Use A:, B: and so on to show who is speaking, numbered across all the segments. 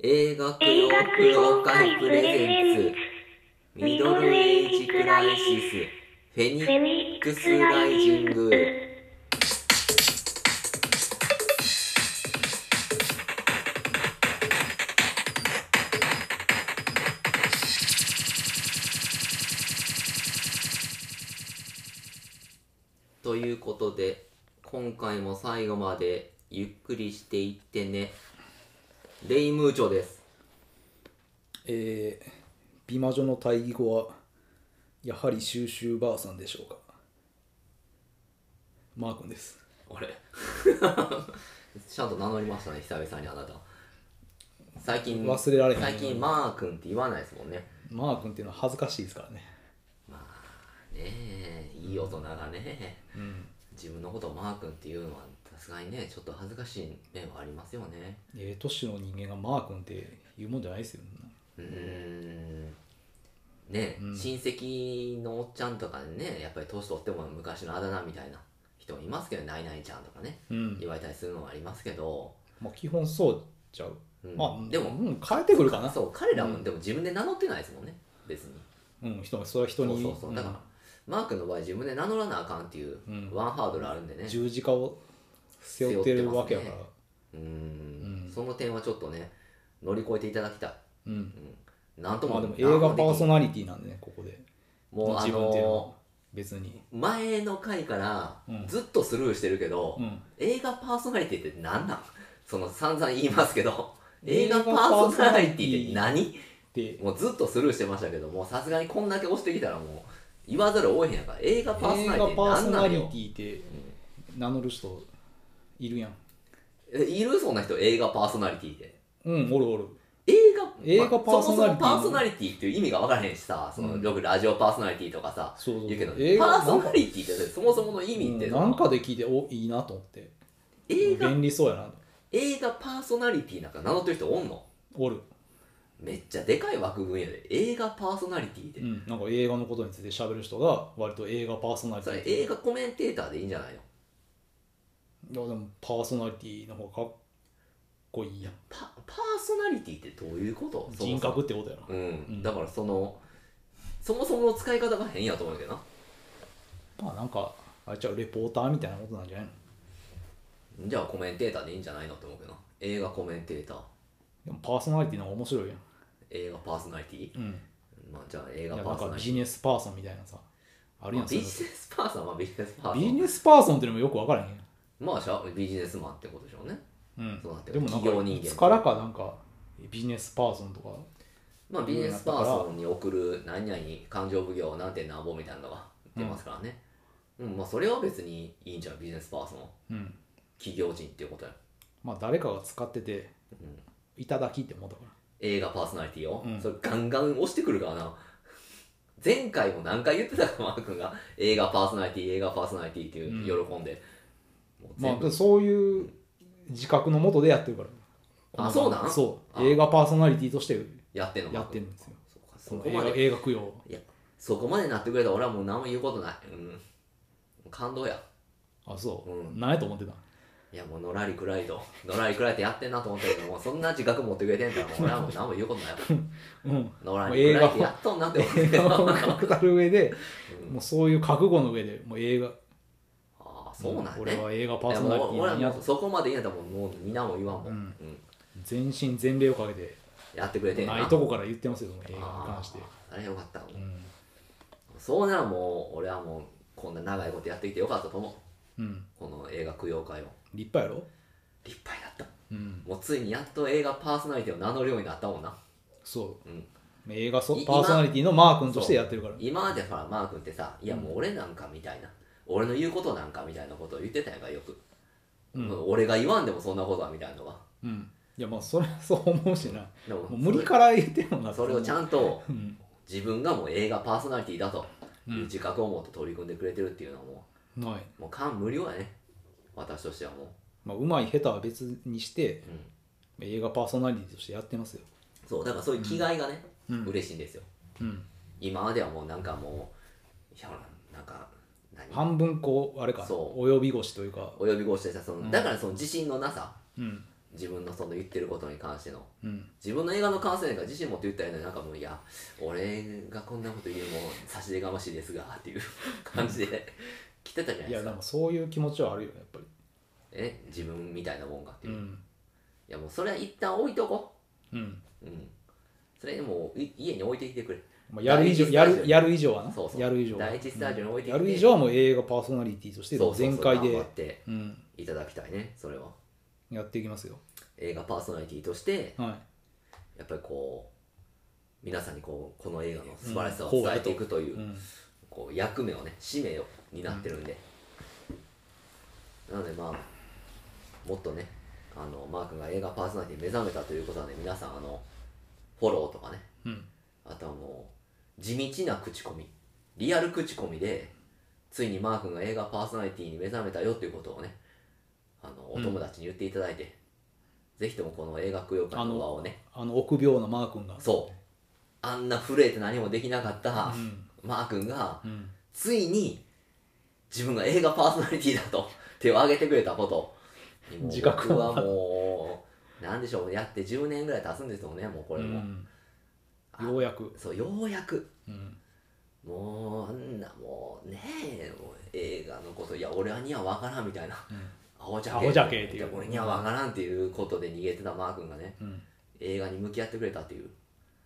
A: 映画協
B: 映画
A: 業
B: 協
A: 会
B: 会
A: プ
B: プ
A: レ
B: レ
A: ゼ
B: ゼ
A: ン
B: ン
A: ツ
B: ツ
A: ミドルエイジクライシスフェニ
B: フェ
A: ッ
B: ニッ
A: ク
B: ク
A: ス
B: ス
A: ラ
B: ラ
A: イ
B: イ
A: ジ
B: ジ
A: ン
B: ン
A: グ
B: グ
A: ということで今回も最後までゆっくりしていってねレイムーチョです
C: えー、美魔女の対義語はやはり収集ばあさんでしょうかマー君です
A: あれ ちゃんと名乗りましたね久々にあなた最近
C: 忘れられへん
A: 最近マー君って言わないですもんね
C: マー君っていうのは恥ずかしいですからね
A: ねえいい大人がね
C: うん
A: 自分のことをマー君っていうのはさすがにねちょっと恥ずかしい面はありますよね
C: ええ年の人間がマー君って言うもんじゃないですよ
A: うーんねえ、
C: うん
A: 親戚のおっちゃんとかでねやっぱり年取っても昔のあだ名みたいな人いますけど「ナイナイちゃん」とかね
C: うん
A: 言われたりするのはありますけど、
C: まあ基本そうちゃう、
A: うん
C: まあ
A: でも、
C: うん、変えてくるかな
A: そう彼らも、
C: うん
A: でも自分で名乗ってないですもんね別に
C: うん人それは人に
A: そうそうそうだから、マー君の場合自分で名乗らなあかんっていう
C: うん
A: ワンハードルあるんでね
C: うん十字架を背負ってるわけやから、
A: 背負うーん
C: うん
A: その点はちょっとね乗り越えていただきたい、
C: うん
A: うん、なんと
C: ま
A: も
C: あでも映画パーソ
A: ナ
C: ナリティなんでねここで
A: もうあ
C: 自分っていうの
A: の
C: は別に
A: 前の回から
C: うん
A: ずっとスルーしてるけど、
C: うん
A: 映画パーソナリティって何なんその散々言いますけ ど映
C: 映
A: 画
C: 画
A: パ
C: パ
A: ー
C: ー
A: ソ
C: ソ
A: ナ
C: ナ
A: リ
C: リ
A: テ
C: テ
A: ィ
C: ィ
A: って何
C: で
A: もうずっとスルーしてましたけどもうさすがにこんだけ押してきたらもう言わざるを得へんやから映画パー
C: 映
A: ソナリティっ
C: 画
A: て
C: パーソ
A: 何な
C: ナ
A: ん
C: リ
A: よ
C: ティって名乗る人いるやん
A: えいるそんな人映画パーソナリティで
C: うんおるおる
A: 映画
C: 映画
A: まあ
C: パーソナリティ
A: そもそもパーソナリティっていう意味が分からへんしさその、
C: うん
A: よくラジオパーソナリティとかさ
C: そうそうそう
A: 言うけど
C: 映画
A: パーソナリティってそもそもの意味って
C: うんなんかで聞いておいいなと思って
A: 映画
C: 便利そうやなと
A: 映画パーソナリティなんか名乗ってる人おんの
C: おる、
A: めっちゃでかい枠組みやで映画パーソナリティで、
C: うん、なんか映画のことについて喋る人が割と映画パーソナリテ
A: それ
C: ィ
A: 映画コメンテーターでいいんじゃないの
C: いやでもパーソナリティの方がかっこいいやん
A: パパーソナリティってどういうことそもそも
C: 人格ってことやな
A: うん、
C: ん
A: だからそのそもそもの使い方が変やと思うけどな
C: まあなんかあれちゃうレポーターみたいなことなんじゃないの
A: じゃあコメンテーターでいいんじゃないのって思うけどな映画コメンテーター
C: でもパーソナリティの方が面白いやん
A: 映画パーソナリティ
C: うん
A: まあ、じゃあ映
C: い
A: 画
C: や
A: パ
C: なん
A: ーソ
C: か
A: ナリテ
C: ビジネスパーソンみたいなさあ
A: ィ
C: る
A: ま
C: や
A: あ
C: ん
A: ビジネ
C: そ
A: スパーソンはビジネスパー
C: の
A: ソ
C: ビジ
A: ン
C: ネスパーソンっていうのもよく分からへんやん
A: まあしゃビジネスマンってことでしょうね
C: うん
A: そうなってくる
C: でもなん
A: 企業
C: か
A: 人間
C: いつからかなんかビジネスパーソンとか
A: まあビジネスパーソンに送る何々勘定奉行なんてなんぼみたいなのが出ますからねうん、まあそれは別にいいんじゃんビジネスパーソン
C: うん
A: 企業人っていうことや、
C: まあ誰かが使ってて
A: うん、
C: いただきって思ったから
A: 映画パーソナリティを、
C: うん
A: それガンガン押してくるからな前回も何回言ってたかマー君が映画パーソナリティ映画パーソナリティっていう喜んで、もう全部
C: まあそういう自覚のもとでやってるから
A: あそうなん
C: そう
A: あ
C: 映画パーソナリティとして
A: やってんの
C: や
A: マー
C: って
A: 君
C: るんですよ
A: そうかそ
C: この
A: こ
C: 映
A: ま
C: 画
A: で
C: 映画供養
A: いや、そこまでなってくれたら俺はもう何も言うことない。うん。感動や。
C: あそう、
A: うん
C: なんやと思ってた
A: いや、もうのらりくらりと、のらりくらりとやってんなと思ったけど、もうそんな自覚持ってくれてんから、もう俺はもう何も言うことない わ。
C: うん
A: のらりくらりとやっとんなって思ったけ
C: 映画
A: ど。
C: を語る上で、
A: うん
C: もうそういう覚悟の上でもう映画
A: ああ、そうなんね。
C: 俺は映画パ
A: い
C: ー
A: や
C: ソナリテ
A: もう
C: ィ
A: 俺は
C: なんや
A: もうそこまで言うんやったらもうもう皆も言わんもん。う
C: うんん。全身全霊をかけて
A: やってくれてんな。
C: ないとこから言ってますよもう映画に
A: あ
C: 関して
A: あ、あれよかった。
C: うん
A: そうならもう、俺はもう、こんな長いことやってきてよかったと思う。
C: うん
A: この映画供養会を。
C: 立派やろ
A: 立派になった。
C: うん
A: もうついにやっと映画パーソナリティを名乗るようになったもんな。
C: そ
A: うん。
C: う映画そ
A: い
C: パーソナリティのマー君としてやってるから
A: 今までほらマー君ってさ「いやもう俺なんか」みたいな「俺の言うことなんか」みたいなことを言ってたやんかよく、
C: うん、
A: 俺が言わんでもそんなことはみたいなのが
C: うん、いやまあそれはそう思うしな
A: でも
C: もう無理から言ってもな
A: それをちゃ
C: ん
A: んと
C: うん
A: 自分がもう映画パーソナリティだと
C: う
A: いうん自覚を持って取り組んでくれてるっていうのはも
C: ない、
A: うもう感無量やね私としてはもう、
C: まあ、うまい下手は別にして
A: うん、
C: 映画パーソナリティとしてやってますよ
A: そうだからそういう気概がね、
C: うん
A: 嬉しいんですよ
C: うん
A: 今まではもうなんかもういやほらなんか何
C: 半分こうあれか
A: そう
C: 及び腰というか
A: 及び腰でさその、
C: うん
A: だからその自信のなさ
C: うん
A: 自分のその言ってることに関しての
C: うん
A: 自分の映画の感想やから自身もって言ったらいいのになんかもういや俺がこんなこと言うのも差し出がましいですがっていう 感じで来てたじゃない
C: い
A: で
C: や
A: す
C: で
A: か
C: もそういう気持ちはあるよねやっぱ
A: え自分みたいなもんがって
C: り
A: いうう、い
C: ん
A: やもうそれは一旦置いとこ
C: うん、
A: ううんそれでもうい家に置いてきてくれ
C: まあ、やる以上
A: 第一スタジオ
C: やるやる以上はな
A: そうそう
C: やる以上は
A: 第一スタジオに置いてき
C: や
A: て、
C: る以上はもう映画パーソナリティとして
A: そうそうそう
C: 全開
A: 頑張
C: で
A: って
C: うん
A: いただきたいねそれは
C: やっていきますよ
A: 映画パーソナリティとして
C: は
A: やっぱりこう皆さんにこうこの映画の素晴らしさを伝えていくとい
C: い、
A: う,、
C: うん、
A: こう役目をね使命を担ってるんで、なのでまあもっとねあのマー君が映画パーソナリティに目覚めたということはね皆さんあのフォローとかね
C: うん、
A: あとはもう地道な口コミリアル口コミでついにマー君が映画パーソナリティに目覚めたよっていうことをねあのお友達に言っていただいて、ぜひともこの映画供養会の輪をね
C: あの臆病なマー君が
A: そうあんな震えて何もできなかった
C: うん
A: マー君が
C: うん
A: ついに自分が映画パーソナリティだと手を挙げてくれたことにもう
C: 自覚
A: 僕
C: を
A: はもう何でしょうやって10年ぐらい経つんですよねもうこれも、
C: うん
A: あ
C: ようやく、
A: そうようやく
C: うん、
A: もうあんなもうねえもう映画のこといや俺はには分からんみたいな、
C: うん
A: アホじゃ
C: アホじゃけえっていう
A: や俺には分からんっていうことで逃げてたマー君がね
C: うん、
A: 映画に向き合ってくれたっていう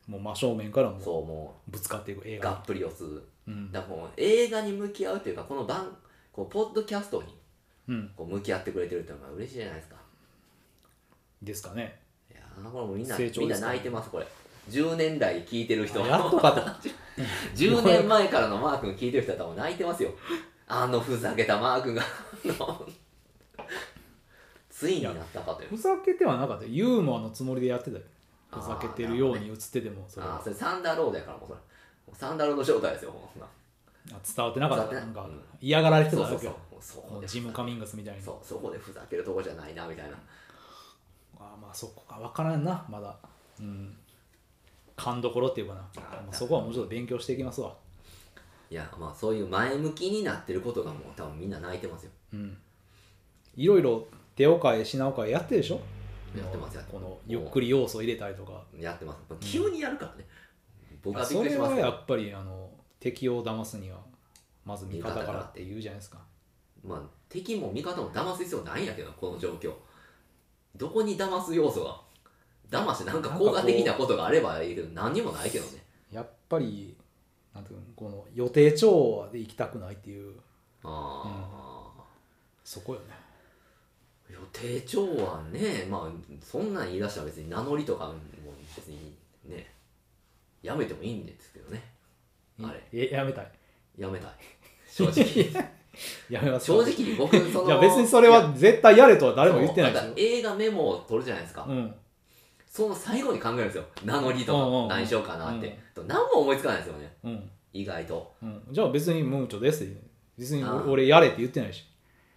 C: もう真正面からもう
A: そうも
C: ぶつかっていく映
A: う
C: 画
A: が
C: に
A: っぷり押す
C: うん
A: だからもう映画に向き合うというかこの番こうポッドキャストに
C: うん、
A: こう向き合ってくれてるというのが嬉しいじゃないですか
C: ですかね
A: いやーこれもうみんな、
C: 成長
A: みん
C: で
A: な
C: すね
A: 泣いてますこれ10年来聞いてる人
C: あやっとかと
A: 10年前からのマー君聞いてる人は多分泣いて ますよあのふざけたマー君が あのついになったかという
C: ふざけてはなかったユーモアのつもりでやってたよふざけてるように映っててもそれ
A: あ
C: は
A: ーそれサンダーロードやからもうそれサンダーロード状態ですよもうそんな
C: あ伝わってなかった
A: 伝わ
C: な
A: っ
C: ん
A: てない
C: か
A: うん
C: 嫌がられてた
A: そう
C: だ
A: そう
C: け
A: そう
C: よ
A: そ
C: も
A: こ
C: う
A: で
C: ジム・カミングスみたいに
A: そうそこでふざけるとこじゃないなみたいな
C: あーまあそこか分からんなまだうん勘どころっていうかな
A: あー
C: まあそこはもうちょっと勉強していきますわ
A: いやまあそういう前向きになってることがもう多分みんな泣いてますよ
C: うんいろいろ手を変え品を変えやってるでしょ
A: やってますやって
C: こ
A: ます
C: のゆっくり要素を入れたりとか
A: やってます急にやるからね、僕はびっ
C: そ
A: くり
C: れ
A: しま
C: は
A: すよ
C: やっぱりあの敵を騙すにはまず味方からって言うじゃないですか
A: まあ敵も味方も騙す必要ないんやけどこの状況どこに騙す要素が騙してなんか効果的なことがあればいいけど何にもないけどね
C: やっぱりなんていうのこの予定調和で行きたくないっていう
A: ああ、
C: そこよね
A: 予定調はねまあそんなん言い出したら別に名乗りとかも別にねやめてもいいんですけどねあれ
C: えやめたい
A: やめたい正直
C: やめますか
A: 正直に僕その
C: いや別にそれは絶対やれとは誰も言ってないで
A: そう
C: す
A: ん
C: よ
A: か映画メモを取るじゃないですか、
C: うん
A: その最後に考えるんですよ名乗りと
C: うんうんうん
A: か何しようかなって、何も思いつかないですよね
C: うん、
A: 意外と
C: うん、じゃあ別にムーチョですって別に
A: あー
C: 俺俺やれって言ってないし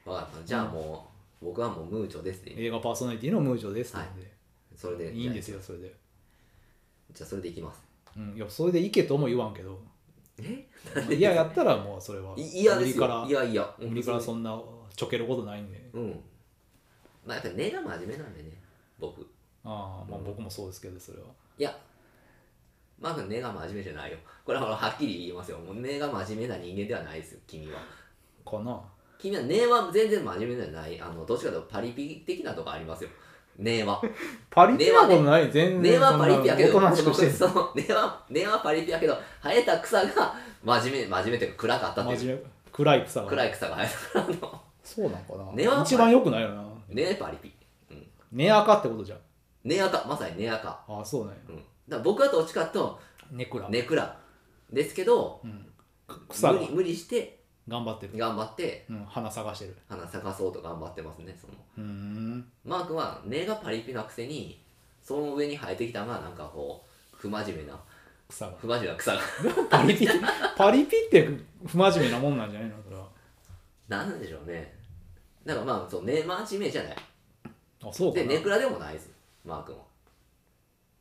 A: わかったじゃあもう、僕はもうムーチョですね
C: 映画パーソナリティのムーチョですって言うんで、
A: それで
C: い、いんです
A: よ
C: よそれで、
A: じゃあそれでいきます
C: うん、いやそれでいけとも言わんけど
A: え
C: いややったらもうそれはい
A: 嫌です
C: 無理か
A: よ
C: ら
A: いやいや
C: 無理から
A: う
C: そんなちょけることないんで
A: うんまあやっぱ根が真面目なんでね僕い
C: ああまあ
A: うん
C: 僕もそうですけどそれは
A: やマー君根が真面目じゃないよこれははっきり言いますよもう根が真面目な人間ではないですよ君は
C: かな
A: 君は根は全然真面目じゃないあのどっちかというとパリピ的なとこありますよ根は
C: パリピなことない全
A: 根
C: 然
A: は
C: そん
A: パリピや
C: な
A: けど
C: おとなし
A: その
C: くしてる
A: その根は根はパリピやけど生えた草が真面目真面目というか暗かったっていう
C: 真面目暗い草が
A: 暗い草が生えたからの
C: そうなんかな
A: 根は
C: 一番良くないよな
A: 根パリピ
C: 根赤ってことじゃん
A: 根赤まさに根赤、
C: ああそうね
A: うん、だから僕はどっちかと
C: 根暗、
A: 根暗ですけど
C: うん、か草
A: 無
C: が
A: 理無理して
C: 頑張ってる、
A: 頑張って
C: うん、花探してる
A: 花咲かそうと頑張ってますねその
C: うーん
A: マー君は根がパリピなくせにその上に生えてきたのがなんかこう不真面目な
C: 草が
A: 不真面目な草が
C: パリピパリピって不真面目なもんなんじゃないのそれは
A: 何なんでしょうねなんかまあそう根真面目じゃない
C: あそうか
A: で
C: な、
A: ネクラでもないですマー君は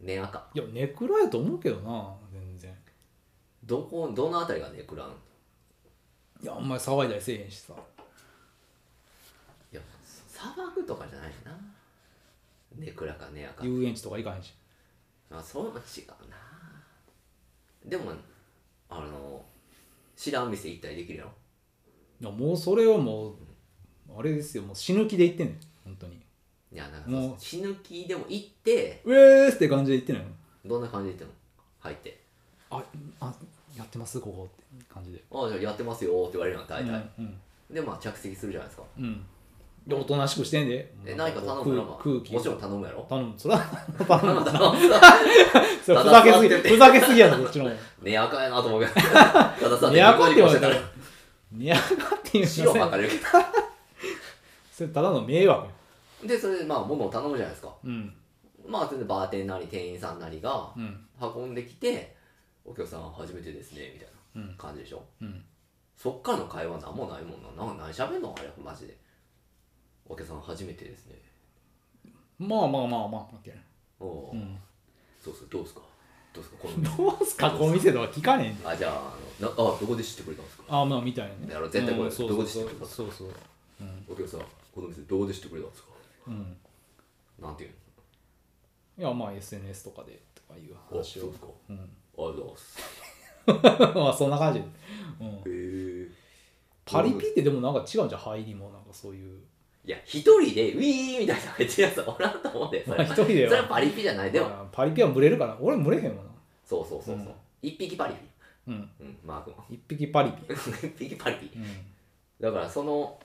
A: ネ赤
C: いや根暗やと思うけどな全然
A: どこどのあたりがネクラなん
C: いやあんまり騒いだりせえへんしさ
A: いや砂漠とかじゃないなネクラかネアか
C: 遊園地とか行かへんし
A: あそうも違うなでもあの知らん店行ったりできるやろ
C: いやもうそれはもうあれですよもう死ぬ気で行ってんねん本当に
A: いやなんか
C: もう
A: 死ぬ気でも行って
C: ウェースって感じで行ってないの
A: どんな感じで行っても入って
C: ああやってますここって感じで
A: 「ああじゃあやってますよ」って言われるのは大体、
C: うん
A: でまあ着席するじゃないですか
C: うん、うんでおとなしくしてんで
A: え何か頼むなら
C: 空空気
A: もちろん頼むやろ
C: 頼むそら頼む
A: 頼むだろ
C: それふざけすぎ
A: ただ座ってて
C: ふざけすぎやろこっちの
A: ねあかんやなと思う けどたださ
C: 寝やかって言われたら
A: ら
C: 寝やかって言う
A: 白はかれるけ
C: それただの迷惑や
A: どでそれでまあ物を頼むじゃないですか
C: うん
A: まあそれでバーテンなり店員さんなりが
C: うん
A: 運んできて「お客さん初めてですね」みたい
C: うん
A: な感じでしょ
C: うん
A: そっからの会話なんもないもんなな何喋んのあれマジで「お客さん初めてですね
C: まあまあまあまあ、OK
A: おお、
C: うん、
A: そうそうどうですかどうですかこの店
C: どうすかこの店とか聞かねえんで
A: あじゃああのなあどこで知ってくれたんですか
C: あまあみたいなね
A: やろ絶対これ
C: うんそう
A: どこ
C: そう
A: で知
C: そ
A: っ
C: う
A: てくる
C: そうそう
A: お客さんこの店どこで知ってくれたんですか
C: うん
A: なんていう
C: いやまあ SNS とかでとかいう
A: のあ
C: 話
A: そう
C: を
A: ですか
C: うん
A: ありがとうございます
C: まあそんな感じ、うん、
A: へえ
C: パリピってでもなんか違うんじゃん入りもなんかそういう
A: いや、一人でウィーみたいなの入ってるやつおらんと思うんだよ。そ
C: まあ
A: れ
C: 一人では
A: それはパリピじゃない。でも、
C: まあパリピは群れるから俺群れへんわ。
A: そうそうそうそううん一匹パリピ。
C: なうん
A: うん、マー君は。
C: 一匹パリピ
A: 一匹パリピ。
C: う
A: だから、その、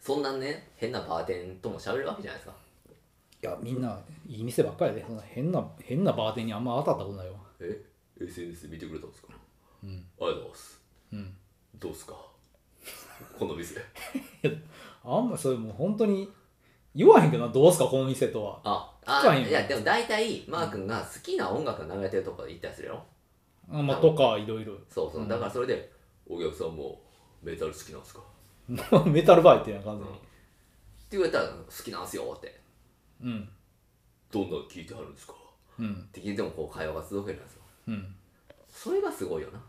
A: そんなね、変なバーテンとも喋るわけじゃないですか。
C: んいやみんないい店ばっかりやでそんな変な変なバーテンにあんま当たったことないわ
A: え ?SNS 見てくれたんですか
C: うん
A: ありがとうございます。
C: うん
A: どうっすかこの 店。
C: あんまそれもう本当に言わへんけどなどうすかこの店とは
A: あ、
C: 聞か
A: あ、
C: へんよ
A: いや、でも大体、マー君が好きな音楽が流れてるとこ行ったりするよ。
C: あまあとかいろいろ
A: そうそう。だから、それで、お客さんもメタル好きなんですかっ
C: メタルバイっていう感じ
A: て言われたら、好きなんすよって。
C: うん
A: どんなの聞いてはるんですか
C: うん
A: って聞いてもこう会話が続けるんですよ
C: うん
A: それがすごいよな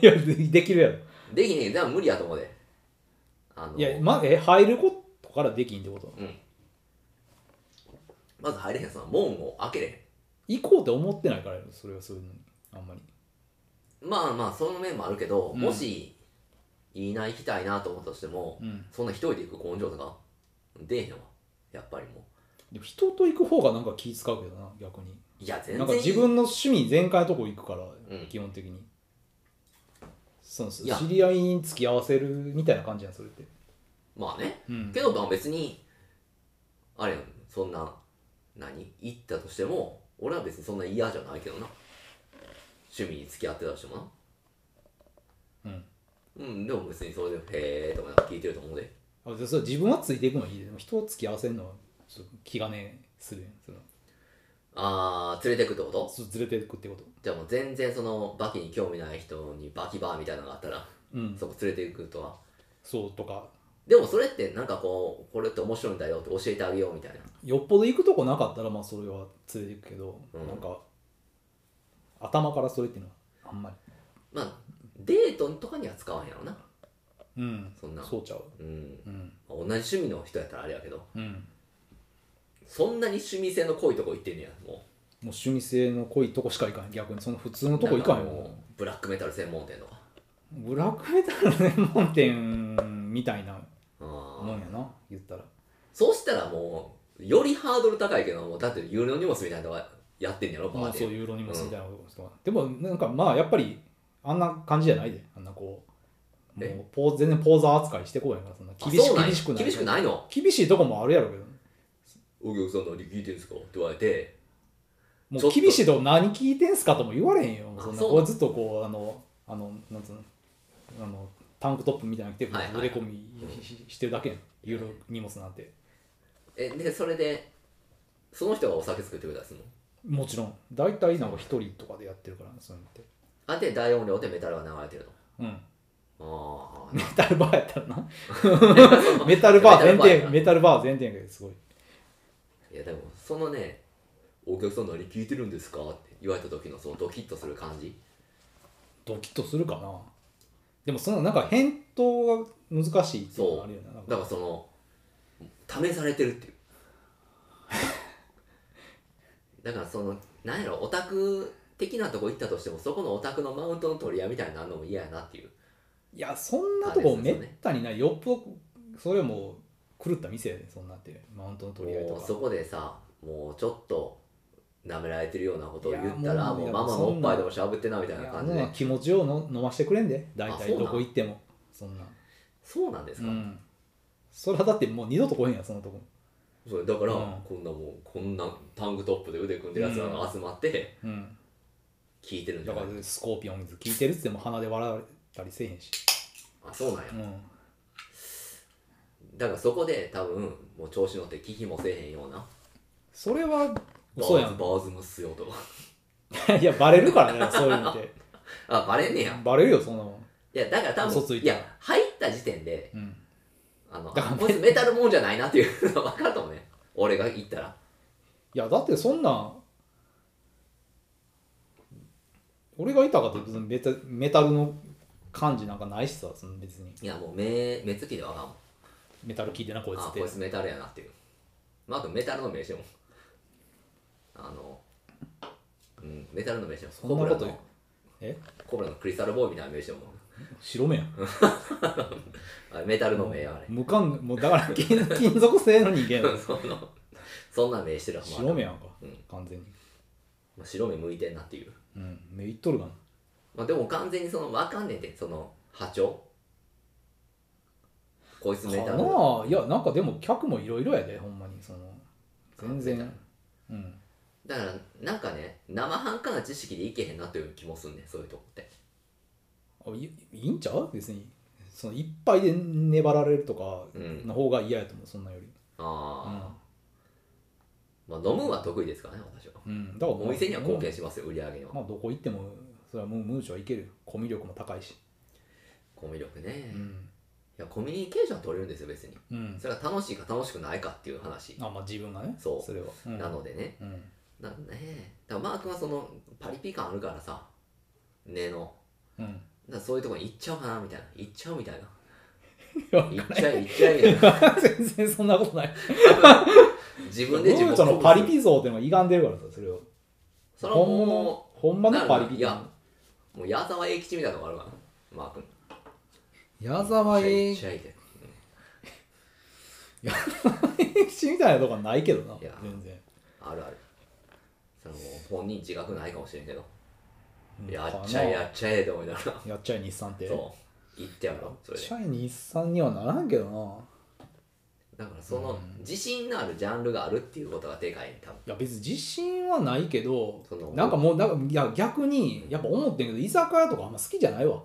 A: い
C: やでできるやろ
A: できねえでも無理やと思うであの
C: いやまえ入ることからできんってこと
A: うんまず入れへんその門を開けれ
C: 行こうって思ってないからやろそれはそういうのにあんまり
A: へんまあまあその面もあるけど、
C: うん
A: もしいいな行きたいなと思ったとしても、
C: うん
A: そんな一人で行く根性とか出えへんわやっぱりも
C: でも人と行く方がなんか気使うけどな逆に
A: ういや全
C: な
A: 然
C: んか自分の趣味全開のとこ行くから、
A: うん
C: 基本的にそうです
A: いや
C: 知り合いに付き合わせるみたいな感じやんそれって
A: まあね
C: うん
A: けどまあ別にあれやんそんな何行ったとしても俺は別にそんな嫌じゃないけどな趣味に付き合ってたとしてもな
C: うん
A: うんでも別にそれで「へえ」とかなんか聞いてると思うで
C: あでそれ自分はついていくのはいいででも人を付き合わせるのはちょっと気兼ねするやんその
A: ああ連れてくってこと
C: そうずれていくってこと
A: じゃあもう全然そのバキに興味ない人にバキバーみたいなのがあったら
C: うん
A: そこ連れていくとは
C: そうとか
A: でもそれってなんかこうこれって面白いんだよって教えてあげようみたいな
C: よっぽど行くとこなかったらまあそれは連れていくけど、
A: うん
C: なんか頭からそれっていうのはあんま
A: まあデートとかには使わへんやろな
C: りうん
A: そんな
C: そうちゃう
A: うん
C: うん
A: まあ同じ趣味の人やったらあれやけど
C: うん
A: そんなに趣味性の濃いとこ行ってんねやもう
C: もう趣味性の濃いとこしか行かへん逆にその普通のとこ行かへんもん
A: ブラックメタル専門店とか
C: ブラックメタルの専門店みたいな
A: あ
C: も
A: ー
C: んやな言ったら
A: そうしたらもうよりハードル高いけどもうだって有料荷物みたいなのやってんやろ
C: ま
A: バ
C: あ
A: ー
C: そう
A: で
C: ユーロニモスみたいなこととか、でもなんかまあやっぱりあんな感じじゃないであんなこうも
A: え
C: うポー全然ポーザー扱いしてこうやんからそんな厳し
A: あそうなんや
C: 厳しくない
A: 厳しくないの
C: 厳しいとこもあるやろうけど
A: お客さん何聞いてんすかって言われてちょ
C: も
A: っ
C: う
A: と
C: 厳しいとこ何聞いてんすかとも言われへんよ
A: あ
C: そんな
A: そう
C: こうずっとこうあのあのなんつうのあのタンクトップみたいなの着てこ
A: はいは
C: う
A: い
C: 売れ込みしししてるだけやんユーロ荷物なんて
A: えでそれでその人がお酒作ってくれたりするの
C: もちろん大体なんか一人とかでやってるからねそういうのって
A: あで大音量でメタルが流れてる
C: うん
A: のあ
C: メタルバーやったらな
A: あ
C: メタルバー全
A: メタルバーやな
C: 店メタルバー全店やけどすごい
A: いやでもそのねお客さん何聞いてるんですかって言われた時のそのドキッとする感じ
C: ドキッとするかなでもそのなんか返答が難しいっていうのがあるよねなん
A: だ
C: か
A: からその試されてるっていうだからそのなんやろオタク的なとこ行ったとしてもそこのオタクのマウントの取り合いみたいになるのも嫌やなっていう
C: いやそんなとこめったにないよっぽそれもう狂った店やでそんなんてマウントの取り合いと
A: もう
C: か
A: そこでさもうちょっと舐められてるようなことを言った
C: いや
A: ら
C: もう
A: もう
C: いや
A: ママの
C: そ
A: おっ
C: んな
A: ぱいでもしゃぶってなみたい
C: い
A: な
C: や
A: 感じ
C: あん
A: で
C: な気持ちをの飲ましてくれんで大
A: あ
C: 体
A: そうなん
C: どこ行ってもそんなん
A: そうなんですか、
C: うんそれはだってもう二度と来へんやんそのとこ
A: そうだから、
C: うん
A: こんなもうこんなタングトップで腕組んでるやつらが集まって
C: うん
A: 聞いてるんじ
C: だ
A: ゃな
C: か
A: い、
C: らスコーピオンズ聞いてるっつっても鼻で笑われたりせえへんし
A: あそうなんや
C: うん
A: だからそこで多分もう調子乗って聞きもせえへんような
C: それは
A: バ
C: 嘘や
A: ーズ
C: ん
A: バーズムっすよとか
C: いやバレるからね そういうのって
A: あバレんねや
C: バレるよそんなもん、
A: いやだから多
C: 嘘つ
A: 分
C: い
A: い
C: た
A: や入った時点で
C: うん、
A: あの
C: だから
A: あこいつメタルもんじゃないなっていうの分かると思うね俺が言ったら
C: いやだってそんなん俺がいたかって別にメタメタルの感じなんかないしさその別に
A: いやもう目目つきで分かんもん
C: メタル聞いてなこいつ
A: あ
C: って
A: こいつメタルやなっていうまああとメタルの名称もあのうんメタルの名称
C: そんなこ
A: コブラ
C: と言う
A: の
C: え
A: コブラのクリスタルボーイみたいな名称も
C: 白目やん
A: あれメタルの名やあれ
C: 無感もうだから 金金属製の人 間やん
A: そのそんな名してるわまあ
C: 白目やんか、
A: うん
C: 完全に
A: まあ白目向いてんなっていう、
C: うん目いっとるがな
A: まあ、でも完全にその分かんねんてその波長こいつメタ
C: か
A: ル
C: なあいやなんかでも客もいろいろやでほんまにその全
A: あメ
C: 然
A: タ
C: うん
A: だからなんかね生半可な知識でいけへんなという気もすんねんそういうとこって
C: あいいいんちゃう別にそのいっぱいで粘られるとか
A: うん
C: の方が嫌やと思うそんなんより
A: ああ、まあ飲むは得意ですからね私は
C: うんだから
A: お店には貢献しますよ売り上げには
C: まあどこ行ってもそれはムームーチョはいけるよコミュ力も高いし
A: コミュ力
C: う
A: ね、い
C: ん、
A: やコミュニケーションは取れるんですよ別に
C: うん、
A: それが楽しいか楽しくないかっていう話
C: あまあ自分がね
A: そう
C: れは、うん
A: なのでね、
C: うん、
A: なのでねだからマー君はそのパリピ感あるからさ根の
C: うん、
A: だからそういうとこに行っちゃおうかなみたいな行っちゃうみたいな
C: わ
A: 行っちゃえ行っちゃえみたいな
C: 全然そんなことない
A: 自
C: ム
A: 分で自
C: ー
A: 分を
C: ムーチョのパ
A: 鼓
C: リ
A: 舞
C: ピ像っていうのが歪んでるからさそれを
A: するそれは
C: 本物の
A: も
C: ほんまのパリピ
A: いやうもう矢沢永吉みたいなのがあるからマー君
C: 矢沢
A: 行
C: 永
A: っ ちゃえって
C: 吉みたいなとこはないけどない
A: や
C: 全然
A: あるあるそれはもう本人自覚ないかもしれんけど
C: うん
A: やっちゃえ
C: か
A: やっちゃえって思いながら
C: なやっちゃえ日産って
A: そう言ってやろそれで
C: シャイ日産にはならんけどな
A: だからその自信のあるジャンルがあるっていうことがでかいね多分
C: いや別に自信はないけど
A: その
C: なんかもうなんかいや逆にやっぱ思ってんけど居酒屋とかあんま好きじゃないわ、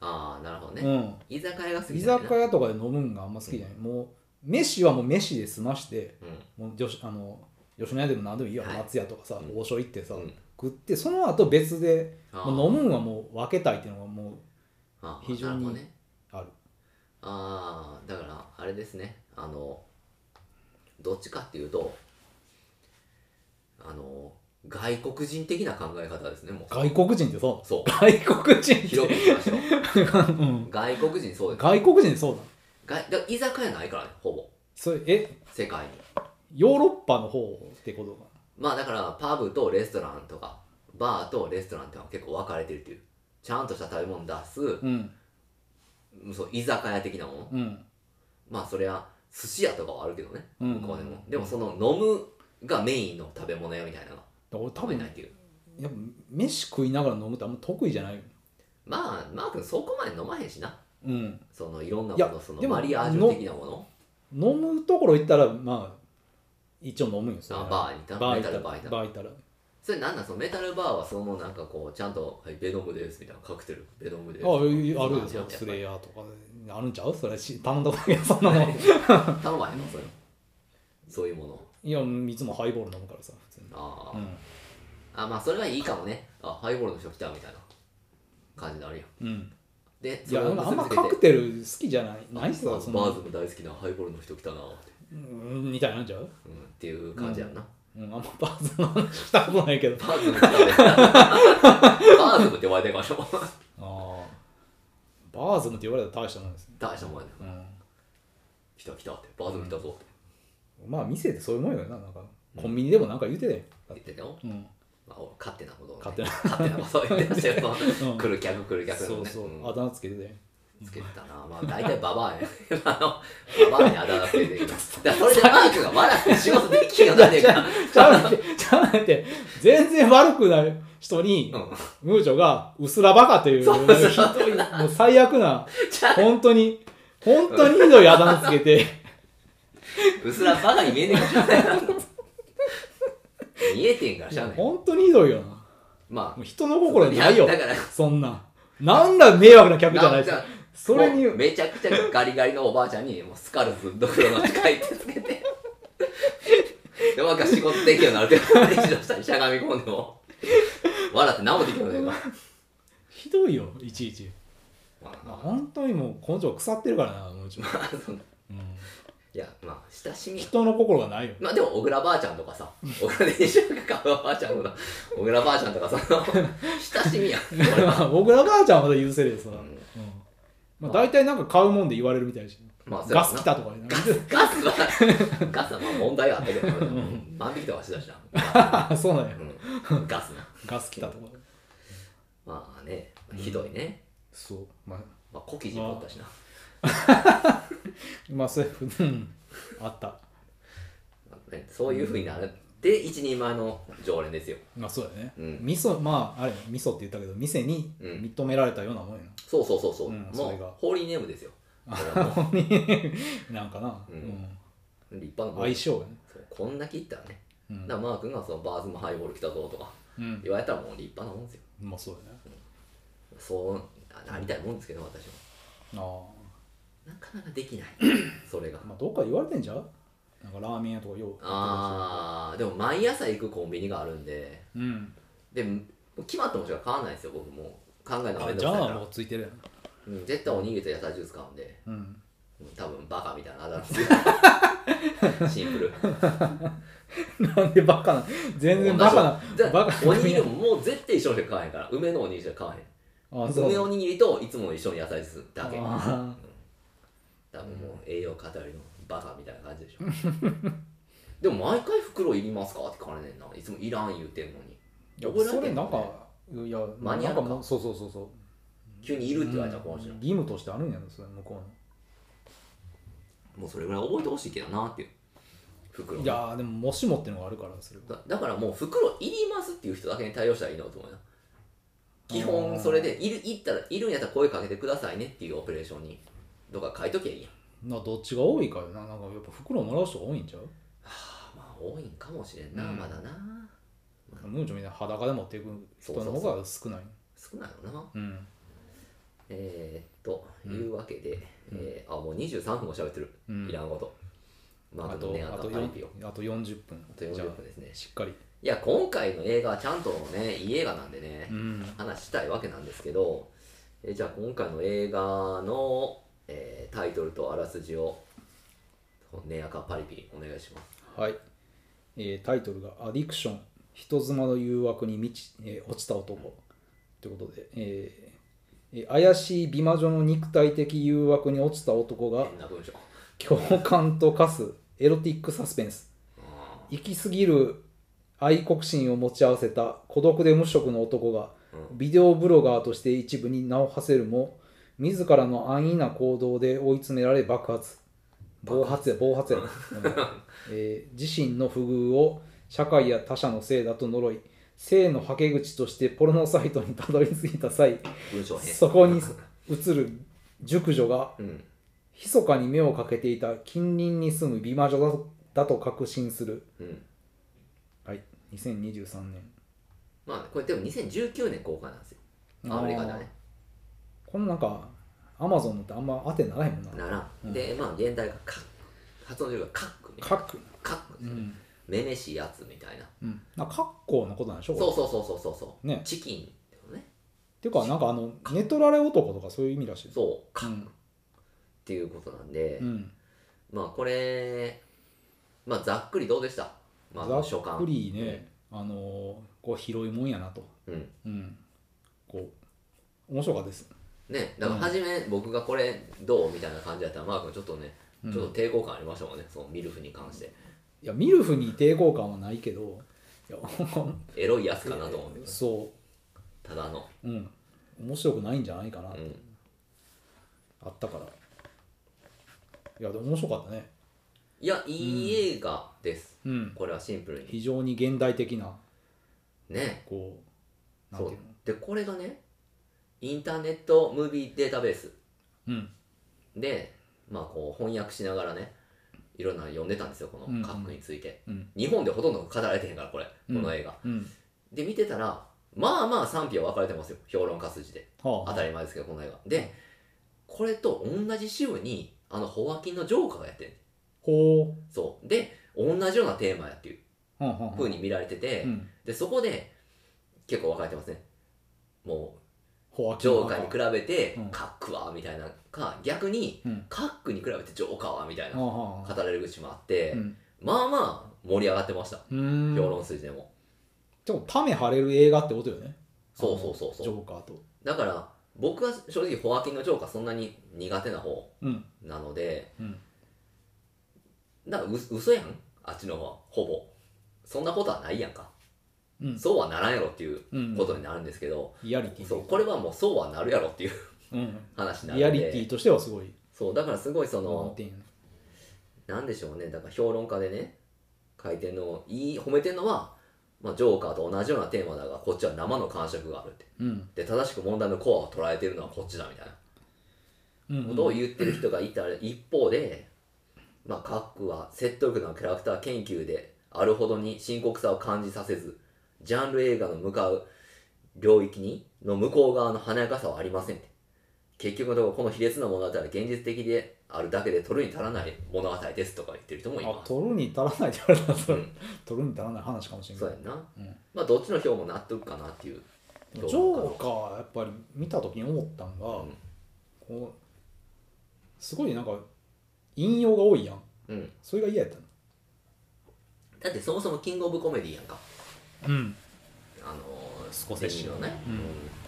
A: ああなるほど
C: う
A: ね、
C: ん
A: 居酒屋が好き
C: 居
A: じゃないな
C: 酒屋とかで飲むんがあんま好きじゃない、もう飯はもう飯で済ましてもう女子あの吉野家でも何でもいいよ、
A: はい
C: 松屋とかさ、
A: うん
C: 王将行ってさ、
A: うん
C: 食ってその後別で
A: うん
C: もう飲むんはもう分けたいっていうのがもう
A: あー
C: 非常に
A: なるほどね
C: ある
A: ああだからあれですねあのどっちかっていうとあの外国人的な考え方ですねもう
C: 外国人ってそう
A: そう
C: 外国人って
A: 広く言いましょう
C: うん
A: 外国人そうです
C: 外国人ってそうだ
A: 外だから居酒屋ないからねほぼ
C: それえ
A: 世界に
C: ヨーロッパの方ってことか
A: まあだからパブとレストランとかバーとレストランってのは結構分かれてるっていうちゃんとした食べ物出す、
C: うん
A: そう居酒屋的なもの
C: うん
A: まあそれは寿司屋とかはあるけどね、
C: うん
A: 向こうでもでもその飲むがメインの食べ物屋みたいなのが
C: 俺多
A: 食べ
C: 分
A: ないっていう
C: やっぱ飯食いながら飲むってあんま得意じゃないよ
A: まあマー君そこまで飲まへんしな
C: うん
A: そのいろんないも
C: や
A: のその
C: でも
A: マリアージュ的なもの
C: 飲むところ行ったらまあ一応飲むんよそれ
A: あバーに行った
C: バー
A: メタ
C: 行
A: ル
C: った
A: バー
C: ら
A: 行った
C: バー行ったら
A: それなんなんそのメタルバーはそのなんかこうちゃんと「はいベノムです」みたいなカクテルベノムです
C: ああいうあるよ
A: そんな感じ
C: ス
A: や
C: レ
A: っ
C: イヤーとかあるんちゃうそれし頼んだことない けどそんなの
A: ぱり頼まへんのそれそういうもの
C: いやいつもハイボール飲むからさ普通に
A: あ
C: う
A: ー、
C: ん
A: あまあそれはいいかもねあハイボールの人来たみたいな感じになるよ
C: うん
A: で
C: いや
A: それを
C: あん
A: 結び
C: ま
A: つけて
C: カクテル好きじゃないないっす
A: バ
C: わその
A: ーズも大好きなハイボールの人来たなって,、
C: うんみたいになんちゃう
A: うん、っていう感じやんな、
C: うんあんまバーズの話したことないけど
A: バーズム来たね バーズムって呼ばれてるからしょ
C: ああバーズムって言われたら大したもんですね、
A: 大したもんやね
C: うん、
A: 来た来たってバーズム来たぞって、
C: まあ店ってそういうもんよななんかコンビニでもなんか言うてたよ、だ
A: 言
C: っ
A: っててたよ、
C: うん、
A: まあ、勝手なことを、ね、
C: 勝手な
A: 勝手なことを言ってました よ、その
C: うん
A: 来る客来る客
C: そ
A: の
C: う
A: ね
C: そう、
A: うん
C: あだ名つけてたよ
A: つけてたなまあ大体ババアやねあのババアにあだ名つけてるけどだからそれでマークが笑って仕事できるようになってるから
C: ちゃうねんて、ちゃうねんて、全然悪くない人に、
A: うん
C: ムーチョが、うすらバカという、
A: そうそう
C: ひどい、もう最悪な、
A: ちゃう
C: 本当に、本当にひどいあだ名つけて、
A: うすらバカに見えねえかもしれないな見えてんからしゃあない
C: 本当にひどいよな。
A: ま
C: もう
A: あ
C: 人の心にないよ
A: やだから。
C: そんな。なんだ迷惑な客じゃないです
A: な
C: か
A: ん。か
C: それに
A: もう、めちゃくちゃガリガリのおばあちゃんにもうスカルズどころの近いってつけてでもなんか仕事できるようになるけどレジの下にしゃがみ込んでも笑って何もできるのよ、
C: ひどいよ、いちいち。
A: まあまあ
C: 本当にもう根性腐ってるからな、ムーチョ。
A: その
C: うん
A: いやまあ親しみ
C: 人の心がないよ。
A: まあでも小倉ばあちゃんとかさ小倉電車が買うばあちゃんとか小倉ばあちゃんとかさその親しみやん俺は
C: 僕らばあちゃんはまだ許せるよ、そら。
A: う
C: うんんまあ大体なんか買うもんで言われるみたいし。
A: まあそうやろ
C: ガス
A: な
C: 来たとか言うな
A: ガスガスはガスはまあ問題があったけど
C: ん
A: 万引きとかしだしな、
C: あ そうなんや。
A: うん、ガスな
C: ガス来たとか。
A: まあねひどいね、
C: そう。まあ、
A: まあ、小生地もおったしな
C: まあ、そういうふうに、あった。
A: ねそういうふうになるって一人前の常連ですよ
C: まあ、そうだね。
A: うん
C: 味噌、まあ、あれ、味噌って言ったけど、店に
A: うん
C: 認められたようなもんや
A: そうそうそうそう、
C: うん
A: も
C: そうれが
A: ホーリーネーム ですよこれ
C: な。
A: はも
C: 本当になんかな。
A: う
C: うんん
A: う立派なもん
C: 相性がね。
A: そうこんだけいったらね
C: う
A: だ
C: ん
A: からマー君がそのバーズもハイボール来たぞとか
C: うん。
A: 言われたらもう立派なもんですよ
C: まあ、そうだね。
A: そうなりたいもんですけど私も
C: ああ。
A: なかなかでき ないそれが
C: まあ、どっかで言われてんじゃうなんかラーメン屋とかよう。
A: あーでも毎朝行くコンビニがあるんで
C: うん。
A: でもう決まったもんしか買わないんですよ僕もう考えるのがめ
C: あ
A: んどく
C: じ
A: さいか
C: ゃあ、も
A: ら
C: う、ついてるやん。
A: うん、絶対おにぎりと野菜ジュース買うんで
C: うん。
A: 多分バカみたいなあだ名つけ シンプル
C: なんでバカな。全然バカな。
A: じゃ
C: バカ
A: おにぎりももう絶対一緒にしか買わへんから梅のおにぎりしか買わへ
C: あ
A: ん梅おにぎりといつもの一緒の野菜ですだけ
C: あ
A: 多分もう栄養偏りのバカみたいな感じでしょ でも毎回袋いりますかって聞かれねんないつもいらん言うてんのに
C: いや
A: 覚えられ
C: そ
A: て
C: れ
A: んの
C: な
A: ね
C: んか、いや、
A: 間に合うか
C: なんもうそうそうそうそう。
A: 急にいるって言われたら
C: うん
A: 困るし
C: 義
A: な
C: 務としてあるんやろそれ向こ
A: もうそれぐらい覚えてほしいけどなっていう
C: う
A: 袋
C: のいやーでももしもってのがあるからそれは
A: だだからもう袋いりますっていう人だけに対応したらいいなと思うな基本それでいるいったらいるんやったら声かけてくださいねっていうオペレーションにどっか書いときゃいいやん
C: などっちが多いかよななんかやっぱ袋もらう人が多いんちゃう
A: はあまあ多いんかもしれんな、
C: うん
A: まだな
C: ムーチョみたいな裸で持っていく人の方が少ない
A: 少ないよな
C: うん
A: えー、っと、
C: うん
A: いうわけで、えーあもう23分も喋ってる、
C: うん
A: いらんことま
C: あ
A: ああと
C: と
A: ねあ
C: あ
A: と
C: と
A: パリピを
C: よんあと40分
A: あと40
C: じゃ
A: 分ですね
C: あしっかり
A: いや今回の映画はちゃんとねいい映画なんでね、
C: うん
A: 話したいわけなんですけどえーじゃあ今回の映画の、えータイトルとあらすじをネアカパリピお願いします
C: はい、えータイトルが「アディクション人妻の誘惑に満ち、えー落ちた男」ということで、えーえー怪しい美魔女の肉体的誘惑に落ちた男が
A: 変な文章
C: 共感と化すエロティックサスペンス
A: あ
C: 行き過ぎる愛国心を持ち合わせた孤独で無職の男が
A: う
C: ビデオブロガーとして一部に名を馳せるも自らの安易な行動で追い詰められ爆発暴発や暴発や、うん えー自身の不遇を社会や他者のせいだと呪い性のはけ口としてポルノサイトにたどり着いた際
A: ー文章変
C: そこに映る熟女が
A: うん
C: 密かに目をかけていた近隣に住む美魔女だとだと確信する
A: うん
C: はい、2023年。
A: まあこれでも2019年公開なんですよアメリカではね
C: あーこのなんか、アマゾンのってあんま当てにならへんもんな。
A: ならん、
C: うん
A: でまあ現代がカッ発音で言うからカックみたいな
C: かっこ
A: カック
C: う
A: ですよね
C: ん。
A: めめしいやつみたいな
C: うん。なんか、格好のことなんでしょ
A: そう
C: これ
A: そうそうそうそうそう、
C: ね
A: チキンってことね
C: っていうか、なんかあの、寝取られ男とかそういう意味らしい。
A: そうカ
C: う
A: ックっ
C: ん。
A: ていうことなんで、
C: うん。
A: まあこれまあざっくりどうでしたまあ
C: ざ
A: 初
C: っ
A: 感
C: くりね、あのー、こう、広いもんやなと。
A: うん
C: うん。こう、面白かったです。
A: ねだから初め僕がこれどうみたいな感じだったらマー君ちょっとねちょっと抵抗感ありましたもんね、そのミルフに関して
C: いやミルフに抵抗感はないけどいや
A: エロいやつかなと思うんだけど
C: そ
A: ただの
C: ううん面白くないんじゃないかな、
A: うん
C: あったからいやでも面白かったね
A: いやいい映画です、
C: うん
A: これはシンプルに
C: 非常に現代的な
A: ね
C: こうなん
A: そ
C: て
A: う
C: いうの
A: でこれがねインターネットムービーデータベース
C: うん
A: でまあこう翻訳しながらねいろんなの読んでたんですよこ
C: うんうん
A: の核について、
C: うん
A: 日本でほとんど語られてへんからこれこ
C: うん
A: の映画、
C: うん
A: で見てたらまあまあ賛否は分かれてますよ評論家筋で
C: は
A: 当たり前ですけどこの映画でこれと同じ週にあのホワキンのジョーカーがやってん
C: ほ
A: そうで同じようなテーマやっていう
C: うはんはんはん
A: 風に見られてて、
C: うん
A: でそこで結構分かれてますねも
C: ほう
A: うジョーカーに比べて
C: うん
A: カックはみたいなか逆に
C: うん
A: カックに比べてジョーカーはみたいな
C: は
A: 語
C: あはあ
A: られる口もあって、
C: うん
A: まあまあ盛り上がってました
C: うーん
A: 評論筋でも、
C: ちょっとため張れる映画ってことよね
A: そうそうそう
C: ジ
A: そう
C: ョーカーと
A: だから僕は正直ホワキンのジョーカーそんなに苦手な方
C: うん
A: なので
C: うん
A: だからう嘘やんあっちの方はほぼそんなことはないやんか、
C: うん
A: そうはならんやろっていう
C: うん
A: ことになるんですけど、
C: リアリティ
A: そうこれはもうそうはなるやろっていう
C: うん
A: 話にな
C: リ
A: る
C: ア
A: ん
C: リ
A: で
C: ティとしてはすごい
A: そうだからすごいそ
C: なん
A: の
C: ていうの
A: なんでしょうねだから評論家でね書いてんのをいい褒めてんのは、まあ、ジョーカーと同じようなテーマだがこっちは生の感触があるって
C: うん
A: で正しく問題のコアを捉えてるのはこっちだみたいな
C: うん
A: ことを言ってる人がいた一方で、まあ、カックは説得力のキャラクター研究であるほどに深刻さを感じさせずジャンル映画の向かう領域にの向こう側の華やかさはありませんって結局のところこの卑劣な物語は現実的であるだけで取るに足らない物語ですとか言ってる人もい
C: あ
A: ます
C: 取るに足らないって言われたらそれ
A: うん
C: 取るに足らない話かもしれ
A: そう
C: ない
A: やんな、
C: ん
A: まあどっちの票も納得かなっていう
C: ジョーカーはやっぱり見た時に思ったんが、
A: ん
C: こうすごいなんか引用が多いやん
A: うん
C: それが嫌やったの
A: だってそもそもキングオブコメディやんか
C: うん
A: あのー
C: スコセッシ
A: デニーロね、うん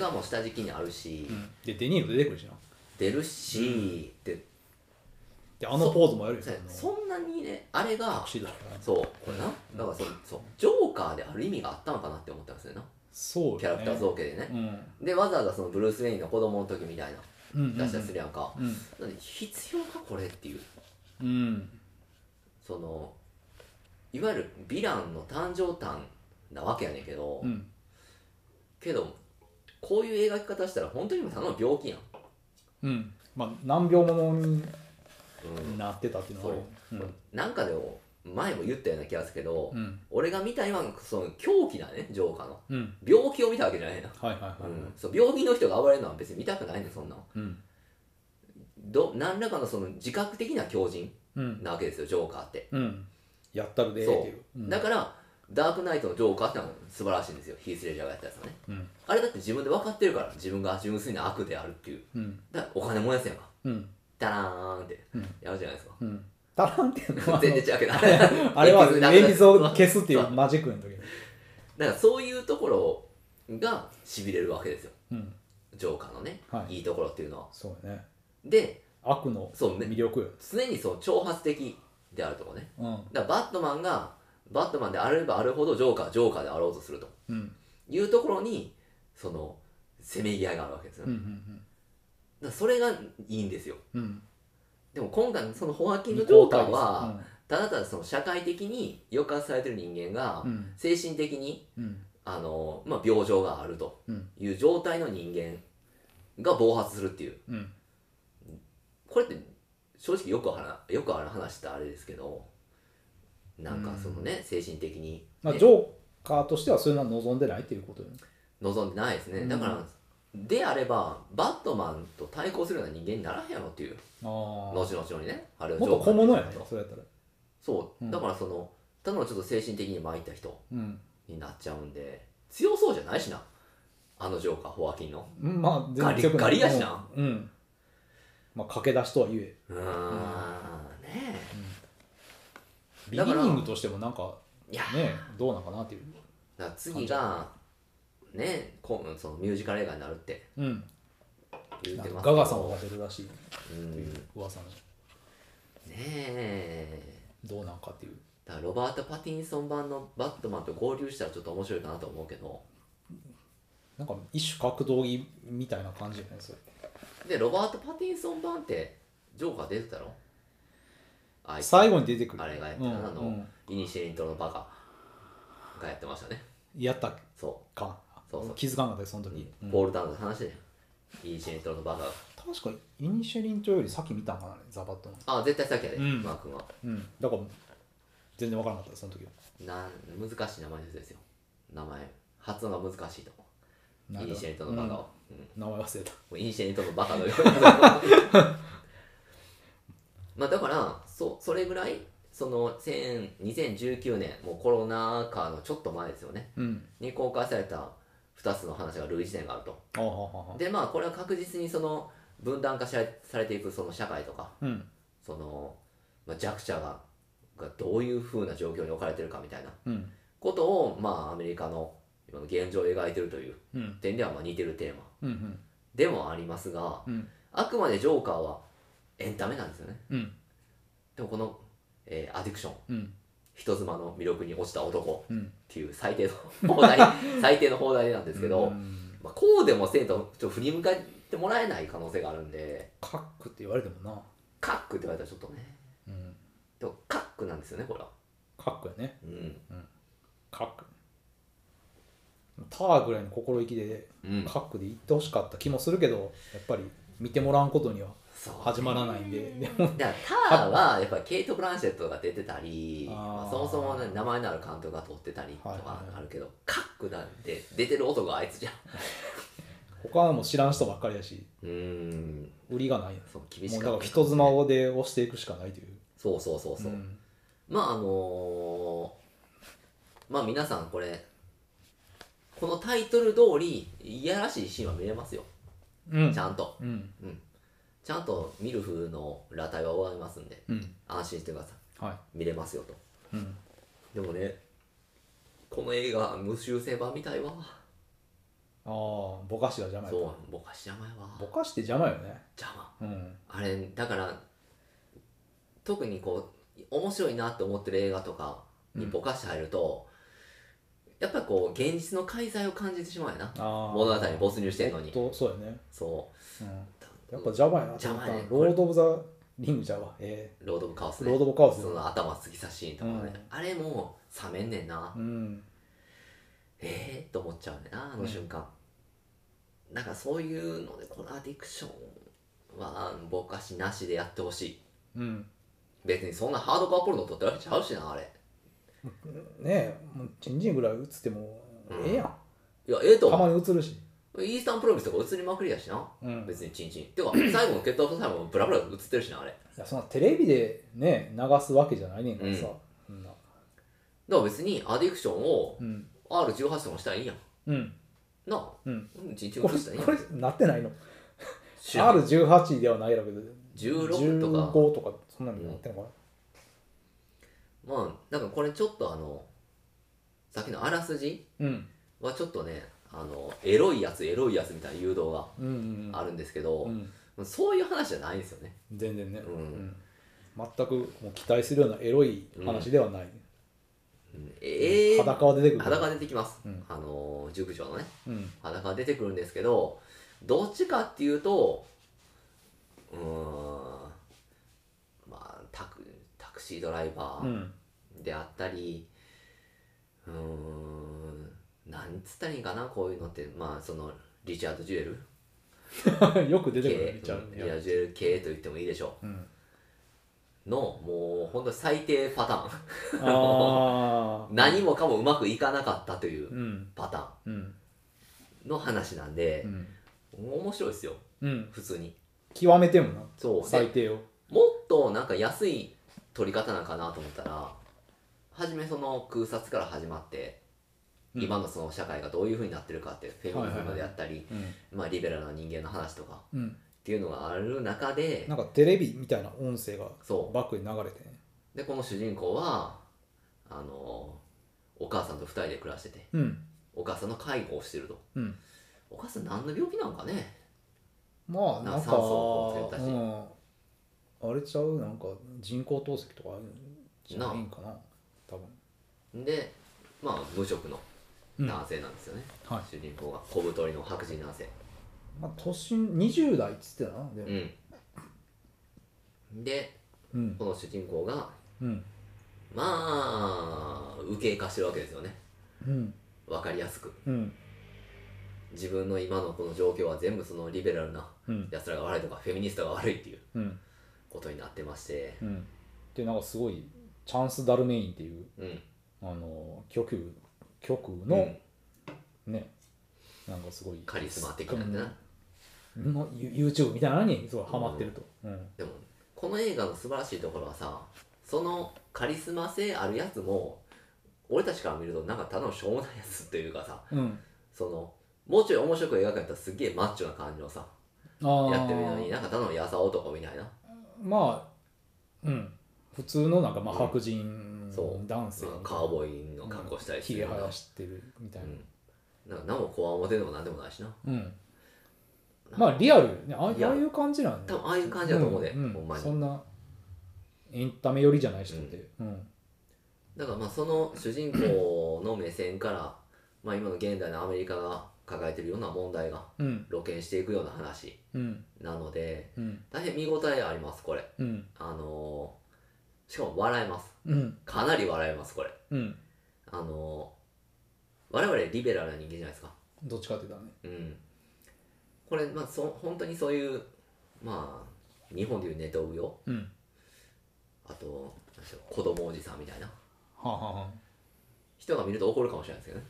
A: がもう下敷きにあるし、
C: でデニーロ出てくるしな
A: 出るし、で
C: であのポーズもやるよ
A: そ
C: あの
A: そんなにねあれが
C: タクシードライブ
A: そうこれなだからそそうジョーカーである意味があったのかなって思ったんですよな
C: そうよね
A: キャラクター造形でねでわざわざそのブルース・ウェインの子供の時みたいな
C: うんうん
A: 出したりするやんか、
C: うん
A: なんで必要かこれっていう
C: うん
A: そのいわゆるヴィランの誕生誕なわけやねんけど、
C: うん
A: けどこういう描き方したら本当にもうただの病気やん、
C: うんまあ難病ものに
A: うん
C: なってたっていうのはあるよね
A: そう、なんかでも前も言ったような気がするけど、
C: うん
A: 俺が見た今のその狂気だねジョーカーの
C: うんうん
A: 病気を見たわけじゃないな、
C: はいはいは
A: う
C: い
A: ん、そう病気の人が暴れるのは別に見たくないねんそんなの
C: うん
A: ど何らかのその自覚的な狂人
C: うん
A: なわけですよジョーカーって、
C: うんやったるでーって
A: そ
C: いう
A: う、だからダークナイトのジョーカーってのは素晴らしいんですよヒース・レジャーがやったやつはね
C: うん
A: あれだって自分で分かってるから自分が純粋な悪であるっていう
C: うん
A: だからお金燃やすやんか
C: うん
A: ダラーンって
C: うん
A: やるじゃないですか、
C: うん足らんっていうの は
A: 全然違うけどあれ
C: あれは
A: 鉛筆なくなる
C: 鉛筆を消すっていうマジックの時
A: だからそういうところがしびれるわけですよ
C: うん
A: ジョーカーのね、
C: はい
A: いいところっていうのは
C: そうね
A: で
C: 悪の
A: そうね
C: 魅力よ
A: 常にその挑発的であるとこね
C: うん
A: だからバットマンがバットマンであればあるほどジョーカージョーカーであろうとすると
C: うん
A: いうところにそのせめぎ合いがあるわけですよ、
C: うんう
A: だから
C: ん
A: それがいいんですよ
C: うんうん
A: でも今回のそのホワキンの
C: 二
A: ジョ
C: 項
A: ーカ
C: 対
A: ー
C: 立
A: はただただその社会的に抑圧されてる人間が
C: うん
A: 精神的に
C: うん
A: あの、まあ、病状があると
C: うん
A: いう状態の人間が暴発するっていう
C: うん
A: これって正直よくはなよくある話ってあれですけどなんかそのね、精神的に、
C: まあ
A: ね
C: ジョーカーとしてはそういうのは望んでないっていうことよね
A: 望んでないですね、だからであればバットマンと対抗するような人間にならへんやろっていう
C: ああも
A: 後々にねあれを
C: っ
A: ジョ
C: と
A: ーカ
C: 小
A: ーに
C: 物やねそうやったら
A: そう、
C: うん
A: だからそのただのちょっと精神的に参った人
C: うん
A: になっちゃうんで強そうじゃないしなあのジョーカーホワキンの
C: うんまあ全
A: ガリ
C: 強くない
A: ガリやしな
C: うんまあ駆け出しとは言え
A: うーんね
C: ビギ
A: だ
C: ニ
A: から
C: ングとしてもなんか
A: えいや
C: ねどうなんかなっていう
A: だから次がねこそのミュージカル映画になるって
C: うん
A: 言
C: な
A: って
C: ん
A: ますけ
C: か
A: ど
C: ガガさんが出るらしいと
A: うん
C: い
A: ね
C: う噂の
A: え
C: どうなんかっていう
A: だからロバート・パティンソン版のバットマンと合流したらちょっと面白いかなと思うけど
C: なんか一種格闘技みたいな感じやねそれ
A: でロバート・パティンソン版ってジョーカー出てたろあいつ
C: 最後に出てくる
A: あれがやって
C: う
A: た
C: ん
A: な、あ
C: う
A: の
C: ん
A: イニシエントのバカがやってましたね
C: やった
A: そ
C: か
A: そうそう
C: 気づかなかったよその
A: う、
C: 時、うん
A: ポール・ダウンの話ねイニシエントのバカが
C: 確かイニシェリントより先見たんかなザバットの
A: あ絶対先やで、
C: うん
A: マー君は
C: うんだから全然わからなかったその時は
A: なん難しい名前の人ですよ名前発音が難しいと思うイニシエントのバカを、うん
C: うん名前忘れた
A: もうインシェントのバカのように まあだからそそれぐらいその1000 2019年もうコロナ禍のちょっと前ですよね
C: うん
A: に公開された2つの話が類似点があると
C: ああはあはあ
A: でまあこれは確実にその分断化されされていくその社会とか
C: うん
A: その、まあ、弱者ががどういうふうな状況に置かれてるかみたいな
C: うん
A: ことをまあアメリカの今の現状を描いてるという
C: うん
A: 点ではまあ似てるテーマ
C: うんうん
A: でもありますが
C: うん
A: あくまでジョーカーはエンタメなんですよね
C: うん
A: でもこの、えーアディクション
C: うん
A: 人妻の魅力に落ちた男
C: うん
A: っていう最低の 放題最低の放題なんですけど、
C: うん
A: まあ、こうでもせんとちょっと振り向かってもらえない可能性があるんで
C: カックって言われてもな、
A: カックって言われたらちょっとね
C: うん、
A: でもカックなんですよねこれは
C: カックやね
A: うん
C: カックターぐらいの心意気で
A: うん
C: カックで言ってほしかった気もするけどやっぱり見てもらうことには
A: そう
C: 始まらないんででも
A: だからターはやっぱりケイト・ブランシェットが出てたり、
C: あー
A: まあそもそも、ね、名前のある監督が撮ってたりとかあるけど、カックなんて出てる男があいつじゃん
C: 他はもう知らん人ばっかりやし
A: うーん
C: 売りがない
A: そう厳
C: も
A: し
C: う
A: か
C: だ
A: っ
C: か
A: た
C: ら人妻をで押していくしかないという
A: そうそうそうそう、
C: ん
A: まああのーまあ皆さんこれこのタイトル通りいやらしいシーンは見れますよ
C: うん
A: ちゃんと
C: うん
A: ちゃんとミルフの裸体は終わりますんで
C: うん
A: 安心してくださ
C: はい
A: 見れますよと
C: いうん
A: でもねこの映画無修正版みたいわ
C: ああぼかしが邪魔や
A: そ
C: と
A: うぼかし邪魔やわ
C: ぼかしって邪魔よね
A: 邪魔
C: うん
A: あれだから特にこう面白いなって思ってる映画とかにぼかして入ると、やっぱりこう現実の介在を感じてしまうやな
C: ああ
A: 物語に没入してんのに、
C: えっとそうやね
A: そ
C: うん
A: う
C: やっぱ邪魔やなと
A: 邪
C: 思
A: 魔
C: った
A: や
C: ロ
A: ね
C: ード・オブ・ザ・リングじゃわえ
A: ロード・オブ・カオス
C: ロードオブカオス
A: その頭突き刺しシーンとかね、あれも冷めんねんな、
C: えうん
A: ええー、と思っちゃうねんなあの瞬間、なんかそういうのでこのアディクションはぼかしなしでやってほしい
C: うん
A: 別にそんなハードコアポルノ撮ってるわけちゃうしなあれ
C: ねえもうチェンジンぐらい映っても
A: うん
C: ええやん
A: いやええと
C: た
A: 思う
C: まに映るし
A: イースタンプロミスとか映りまくりやしな、
C: うん
A: 別にチンチンてか最後の決闘と最後もブラブラ映ってるしなあれだか
C: いやそんなテレビでね流すわけじゃないねんからさそんな
A: ら別にアディクションを
C: うん
A: R18 とかしたらいいやん
C: うん
A: なあ
C: うん
A: うんチンチン
C: こ
A: 映したらいい
C: れ
A: や
C: これなってないの
A: ん
C: R18 ではないやろうけど
A: 16とか
C: 15とかそんなのになってんのか
A: まあなんかこれちょっとあのさっきのあらすじ
C: なうん
A: はちょっとねあのエロいやつエロいやつみたいな誘導
C: うんうん
A: があるんですけど
C: う、ん
A: そういう話じゃないんですよね
C: 全然ね
A: うん
C: 全くもう期待するようなエロい話ではない
A: うんええ
C: 裸は出てくる
A: 裸出てきます、
C: うん
A: あの塾長のね
C: うん
A: 裸が出てくるんですけどどっちかっていうとうーんまあタクタクシードライバ
C: う
A: ー
C: ん
A: であったりうーんなんつったらいいんかなこういうのってまあそのリチャード・ジュエル
C: よく出てくる
A: 系
C: ねちゃん
A: う んリチャード・ジュエル系と言ってもいいでしょ
C: うん
A: うのもうほんと最低パターン
C: ああ
A: 何もかもうまくいかなかったといううんパタ
C: うん
A: ーンの話なんで
C: う、ん
A: 面白いですよ
C: うん
A: 普通に
C: 極めてもな
A: そうで
C: 最低を
A: もっとなんか安い取り方なんかなと思ったら初めその空撮から始まって、
C: うん
A: 今のその社会がどういうふうになってるかってフェミニズムであったり、
C: うん
A: まあ、リベラルな人間の話とかっ
C: うん
A: ていうのがある中で
C: なんかテレビみたいな音声が
A: そ
C: バックで流れてね
A: うでこの主人公はあのお母さんと2人で暮らしてて
C: うん
A: お母さんの介護をしてると
C: うん
A: お母さん何の病気なんかね
C: まあ
A: な
C: なん
A: 酸素
C: か
A: をこう連れ
C: うんあれちゃうなんか人工透析とかああいうのじゃないんかな多分
A: でまあ無職の
C: うん
A: 男性なんですよね、
C: はい
A: 主人公が小太りの白人男性
C: まあ年20代っつってたなでも
A: うんで
C: うん
A: この主人公が
C: うん
A: まあ右傾化してるわけですよね
C: うん
A: わかりやすく
C: うん
A: 自分の今のこの状況は全部そのリベラルな
C: うん
A: 奴らが悪いとかフェミニストが悪いっていう
C: うん
A: ことになってまして
C: うんでなんかすごいチャンス・ダルメインっていう
A: うん
C: あの曲曲
A: う
C: の
A: ん
C: ね、なんかすごい
A: カリスマ的なんだな
C: うんの You- YouTube みたいなのにすごいハマってると、うん
A: でもこの映画の素晴らしいところはさそのカリスマ性あるやつも俺たちから見るとなんかただのしょうもないやつというかさ
C: うん、
A: そのもうちょい面白く描かれたらすっげえマッチョな感じのさ
C: ああ
A: やってるのになんかただの優男みたいな
C: まあうん普通のなんかまあ
A: うん
C: 白人
A: そう
C: 男性みたいな、
A: カーボーイの格好したりして
C: ひげ
A: るよう
C: 生
A: な
C: やしてるみたいな、
A: うん、なんか何もこわもてでも何でもないしな
C: うん、まあリアルよねああ
A: リアル
C: ああいう感じなんだ
A: 多分ああいう感じだと思うで、
C: んん
A: ほんま
C: そ
A: に
C: んなエンタメ寄りじゃない人ってうん
A: だからまあその主人公の目線から、まあ、今の現代のアメリカが抱えてるような問題が
C: うん
A: 露見していくような話
C: うん
A: なので
C: うん
A: 大変見応えありますこれ
C: うん
A: あのーしかも笑えます
C: うん
A: かなり笑えますこれ
C: うん
A: あのー我々リベラルな人間じゃないですか
C: どっちかって言ったらね
A: うんこれまあそ本当にそういうまあ日本でいうネトウヨ
C: うん
A: あとなんでしょう子供おじさんみたいな
C: はあはあはあ
A: 人が見ると怒るかもしれないですけどね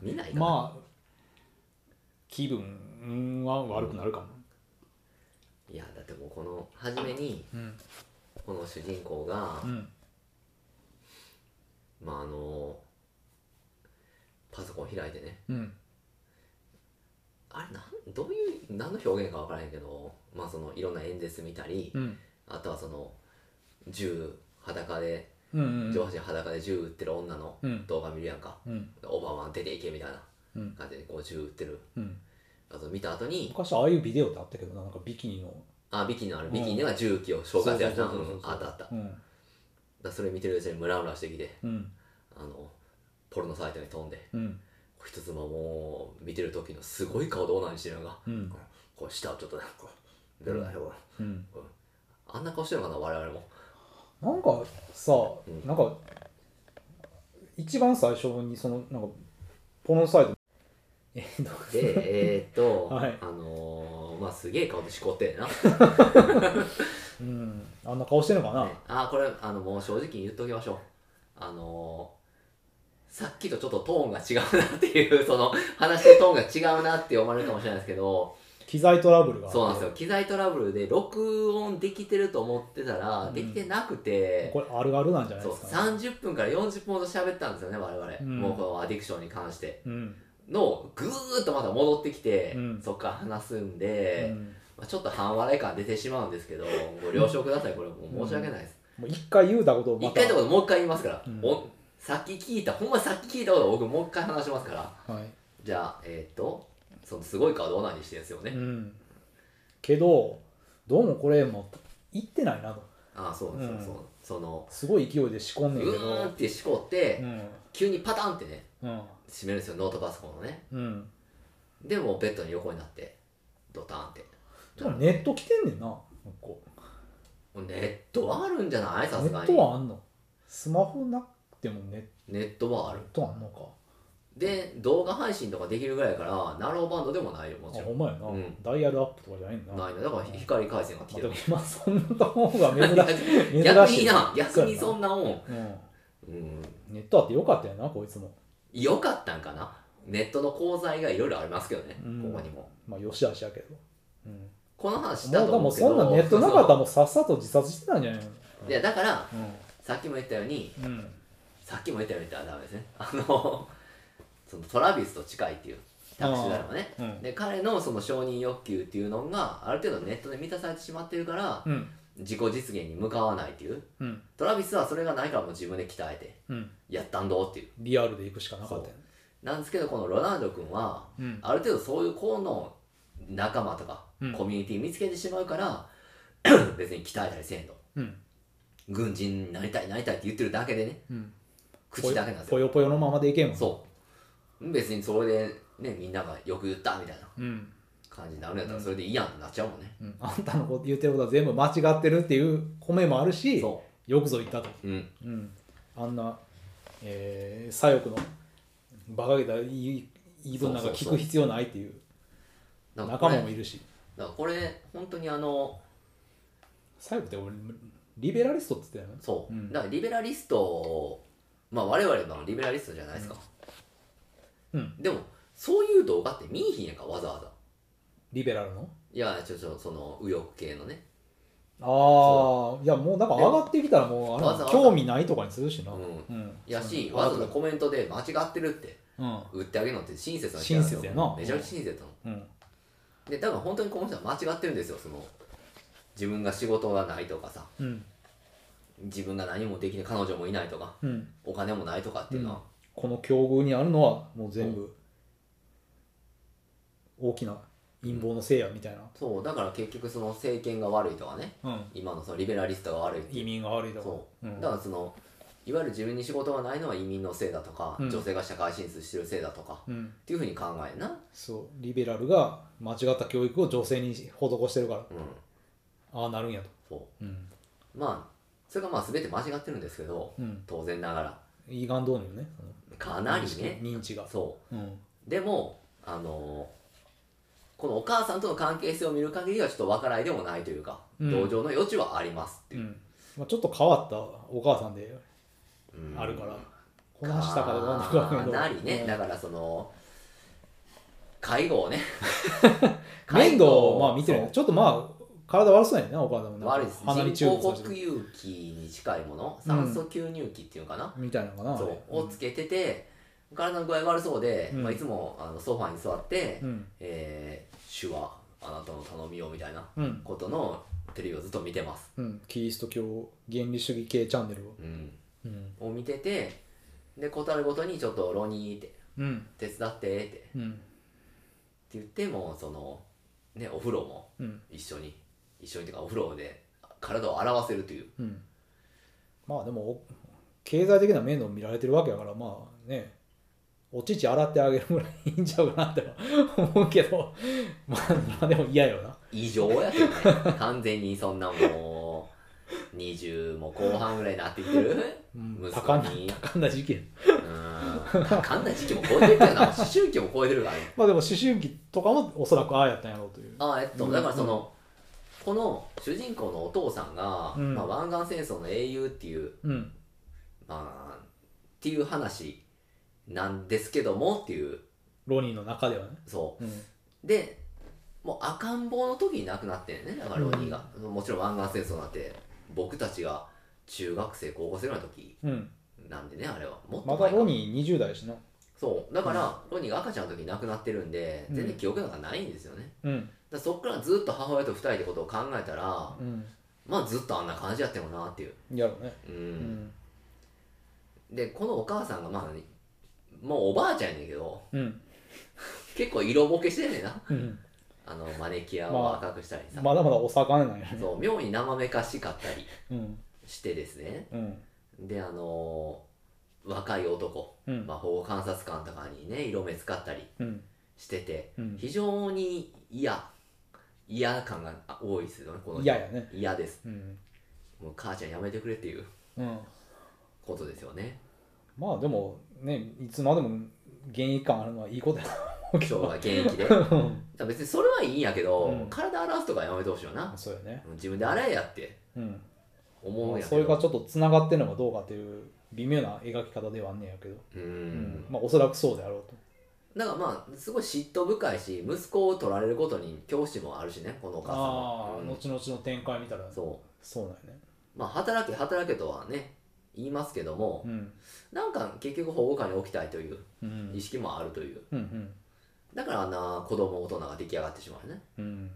A: 見ないかな、
C: まあ気分は悪くなるかも
A: いやだってもうこの初めに
C: うん
A: この主人公が、
C: うん
A: まああのパソコン開いてね
C: うん
A: あれなんどういう何の表現か分からへんけどまあそのいろんな演説見たり、
C: うん
A: あとはその銃裸で
C: うんうん
A: 上半身裸で銃撃ってる女の
C: うん
A: 動画見るやんか、
C: うん
A: オバマン出ていけみたいな
C: うん
A: 感じでこう銃撃ってる
C: うん
A: あと見た後に
C: 昔ああいうビデオってあったけどななんかビキニの
A: あビキニのあるビキニは銃器を紹介するやつな
C: そうそうそうそう
A: うんあったあっただか
C: うん
A: らそれ見てるうちにムラムラしてきて
C: うん
A: あのポルノサイトに飛んで
C: うん
A: 人妻もう見てる時のすごい顔でオナニーしてるのが
C: うん
A: こう舌をちょっとなんかこうベロだよ
C: うん
A: あんな顔してるのかな我 々も
C: なんかさ、
A: うん
C: なんか一番最初にそのなんかポノサイドえっと
A: でえーっと、
C: は い
A: あのーまあすげえ顔でしこってんな
C: うんあんな顔してるのかな、
A: ねあーこれあのもう正直に言っておきましょうあのーさっきとちょっとトーンが違うなっていうその話のトーンが違うなって思われるかもしれないですけど
C: 機材トラブルがあって
A: そうなんですよ機材トラブルで録音できてると思ってたら、
C: うん
A: できてなくて
C: これあるあるなんじゃない
A: そう
C: ですか、
A: 30分から40分ほど喋ったんですよね我々、
C: うん
A: もうこのアディクションに関して
C: うん
A: のぐーっとまた戻ってきて、
C: うん
A: そっから話すん
C: う
A: で、
C: ん
A: まあ、ちょっと半笑い感出てしまうんですけどご了承くださいこれもう申し訳ないです、
C: もう一回言うたことを
A: 一
C: また
A: 回ってこともう一回言いますから、
C: うん
A: おさっき聞いたほんまさっき聞いたことを僕もう一回話しますから
C: はい
A: じゃあえーっとそのすごい顔でオナニーしてるんですよね、
C: うん、けどどうもこれもう言ってないなと
A: ああそうそうそう、
C: うん
A: その
C: すごい勢いで仕込ん
A: う
C: ねんけど
A: ーんってしこって、
C: うん
A: 急にパタンってね
C: うん
A: 閉めるんですよノートパソコンをね
C: うん
A: でもうベッドに横になってドタンって
C: でもネット来てんねんななんか
A: ネットはあるんじゃないさ
C: ネ
A: すが
C: ッ
A: に
C: トはあんのスマホなくてもネッ
A: ネットはある
C: トあんのか
A: で動画配信とかできるぐらいからナローバンドでもないよも
C: あ
A: ちろ
C: ほ
A: ん
C: んまやな、
A: うん
C: ダイヤルアップとかじゃないんだな
A: ないのだから光回線が来
C: まあ
A: て
C: で
A: る
C: も今そんなとこが珍しい
A: 逆
C: 珍し
A: に
C: い
A: な逆にそ
C: うん
A: なもん、
C: うやな、
A: うん、
C: うん、ネットあってよかったよなこいつも
A: よかったんかなネットの功罪がいろいろありますけどね、
C: うん
A: ここにも
C: まあよしあしやけど、うん、
A: この話した
C: も
A: と
C: う
A: 思
C: もう
A: うけど
C: そんなネットなかった
A: そう
C: らもうさっさと自殺してたんじゃないの
A: そういやだから
C: うん
A: さっきも言ったように
C: うん
A: さっきも言ったように言ったらダメですね あのそのトラビスと近いっていうタクシーだろうね
C: うん
A: で彼のその承認欲求っていうのがある程度ネットで満たされてしまってるから
C: うん
A: 自己実現に向かわないっていう
C: うん
A: トラビスはそれがないからもう自分で鍛えて
C: うん
A: やったんどうっていう
C: リアルで行くしかなかったよね
A: なんですけどこのロナウド君は
C: うん
A: ある程度そういう子の仲間とか
C: う ん
A: コミュニティ見つけてしまうから、別に鍛えたりせんの
C: うん
A: 軍人になりたいなりたいって言ってるだけでね
C: うん、
A: 口だけなんです
C: ぽ
A: よ
C: よぽよのままでいけんもん
A: そう別にそれでねみんながよく言ったみたいな
C: う、ん
A: 感じになるんやったらそれでいいやんってなっちゃうもんね、
C: うん、あんたのこと言ってることは全部間違ってるっていう米もあるし
A: そ
C: よくぞ言ったと、
A: ううん
C: うん、あんな、えー左翼の馬鹿げた言い言い分なんか聞く必要ないっていう
A: なんかこ
C: 仲
A: れ
C: 間もいるし
A: だからこれ本当にあの
C: 左翼って俺リベラリストって言ってたよね
A: そう、
C: うん
A: だからリベラリストまあ我々のリベラリストじゃないですか、
C: うん
A: でもそういう動画って見えひんやんかわざわざ
C: リベラルの
A: いやちょちょその右翼系のね
C: ああいやもうなんか上がってきたらもうあ
A: わざ
C: の
A: わざ
C: 興味ないとかにするしな、
A: うん
C: うん
A: やし
C: そう
A: わざわざコメントで間違ってるって
C: うん
A: 売ってあげるのって親切な人んですよ
C: 親切やな
A: めちゃくちゃ親切なの
C: うん
A: で多分本当にこの人は間違ってるんですよその自分が仕事がないとかさ
C: うん
A: 自分が何もできない彼女もいないとか
C: うん
A: お金もないとかっていうのは、
C: この境遇にあるのはもう全部大きな陰謀のせいやみたいな、
A: そうだから結局その政権が悪いとかね
C: うん、
A: 今のそのリベラリストが悪いっていう
C: 移民が悪いとか、
A: そう
C: ん、
A: だからそのいわゆる自分に仕事がないのは移民のせいだとか、
C: うん
A: 女性が社会進出してるせいだとか
C: うん、
A: っていうふうに考えるな、
C: そうリベラルが間違った教育を女性に施してるから
A: うん、
C: ああなるんやと、
A: そ
C: うん
A: うまあそれがまあ全て間違ってるんですけど
C: うん、
A: 当然ながら
C: 胃がん導入ねその
A: かなりね
C: 認知が
A: そ
C: うん
A: うでもあのこのお母さんとの関係性を見る限りはちょっと分からないでもないというか、
C: うん
A: 同情の余地はありますって
C: う
A: いう、
C: んまあ、ちょっと変わったお母さんで
A: うん
C: あるから、この話したかどうかわからんけど
A: なりね、
C: うん
A: だからその介護をね
C: 面倒をまあ見て
A: そ
C: るよ
A: う
C: ねちょっとまあ体悪そうやねんなお母さんもなんか
A: 悪いです
C: 鼻にチュ
A: 人
C: ー
A: 工
C: ブ
A: 呼
C: 刺してる
A: 吸器に近いもの
C: うん
A: 酸素吸入器っていうのかな、
C: みたいなのかなあ
A: そ
C: れ
A: うをつけてて体の具合悪そうで、
C: うん
A: まあ、いつもあのソファに座って「
C: うん
A: えー手話あなたの頼みを」みたいな
C: うん
A: ことのテレビをずっと見てます、
C: うん、キリスト教原理主義系チャンネルを
A: うん、
C: うん
A: を見ててでことあるごとに「ちょっとロニー」って
C: うん
A: 「手伝って」ってって
C: うん
A: 言ってもその、ね、お風呂も
C: うん
A: 一緒に一緒にというかお風呂で体を洗わせるという
C: うんまあでもお経済的な面倒見られてるわけやからまあねお乳洗ってあげるぐらいいいんちゃうかなって思うけど まあまあでも嫌よな
A: 異常やけどね完全にそんなもう20も後半ぐらいになってきてる
C: うん
A: 息
C: 多感
A: 子
C: な
A: に
C: 多感な事件
A: うん分かんない時期も超えてるけどな思春期も超えてるからね
C: まあでも思春期とかもおそらくああやったんやろうという
A: あえっと
C: うん
A: だからその、この主人公のお父さんが、
C: うん
A: まあ、湾岸戦争の英雄っていう
C: うん
A: まあっていう話なんですけどもっていう
C: ロニーの中ではね
A: そう
C: うん
A: でもう赤ん坊の時に亡くなってんねだからロニーが、もちろん湾岸戦争になって僕たちが中学生高校生ぐらいの時
C: うん、
A: なんでねあれはもっと
C: ま
A: 前か
C: だロニー20代やしな
A: そうだから、ロニーが赤ちゃんの時に亡くなってるんで全
C: う
A: 然
C: ん
A: 記憶なんかないんですよね、だか
C: うん
A: らそっからずっと母親と二人ってことを考えたら
C: うん
A: まあずっとあんな感じやったよなっていう
C: やろうね
A: うん、
C: うん
A: でこのお母さんがまあもうおばあちゃんやねんけど
C: うん、
A: 結構色ぼけしてんねんな
C: うん、
A: あのマネキュアを赤くしたりさ、
C: まだまだお魚なんやね
A: そう妙に生めかしかったり
C: うん
A: してですね
C: うん
A: であのー若い男、
C: うん
A: まあ、保護観察官とかにね色目使ったり
C: うん
A: してて
C: うん
A: 非常に嫌嫌感があ多いですよねこの人
C: 嫌やね
A: 嫌です
C: うん
A: もう母ちゃんやめてくれっていう
C: うん
A: ことですよね
C: まあでもねいつまでも現役感あるのはいいことやな
A: 今日は現役 で
C: うん
A: 別にそれはいいんやけど、
C: うん
A: 体洗わすとかやめてほしいよな
C: そうよね
A: 自分で洗えやって
C: うん
A: 思うんやけ
C: そ
A: ど
C: れがちょっとつながってるのかどうかっていう微妙な描き方ではあんねんやけど、
A: う
C: うんまあおそらくそうであろうと
A: だからまあすごい嫉妬深いし息子を取られることに恐怖心もあるしねこのお母さんは
C: ああ、
A: うん
C: 後々の展開見たらそう
A: そう
C: なんやね
A: まあ、働け働けとはね言いますけども
C: うん
A: なんか結局保護下に置きたいという
C: うん
A: 意識もあるという
C: うん
A: だからあんな子供大人が出来上がってしまうね
C: うんうん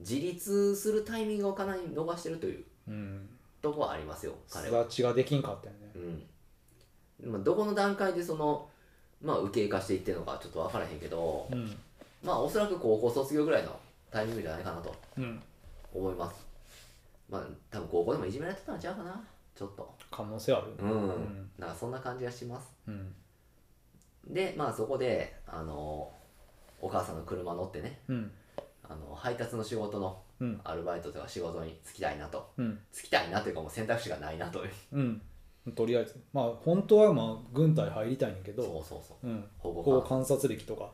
A: 自立するタイミングをかなり逃してるという
C: うん
A: とこはありますよ彼は、
C: 育ちができんかったよね
A: うんまあ、どこの段階でそのまあ右傾化していってるのかちょっと分からへんけど
C: うん
A: まあおそらく高校卒業ぐらいのタイミングじゃないかなと
C: うん
A: 思いますまあ多分高校でもいじめられてたんちゃうかなちょっと
C: 可能性ある
A: うん、
C: ん
A: なんかそんな感じがします
C: うん
A: でまあそこであのお母さんの車乗ってね
C: うん
A: あの配達の仕事の
C: うん
A: アルバイトとか仕事に就きたいなと
C: うん
A: 就きたいなというかもう選択肢がないなという
C: うんとりあえずまあ本当はまあ軍隊入りたいんやけ
A: そう
C: ど
A: そうそう
C: うん
A: 保護
C: こう
A: 観
C: 観察歴とか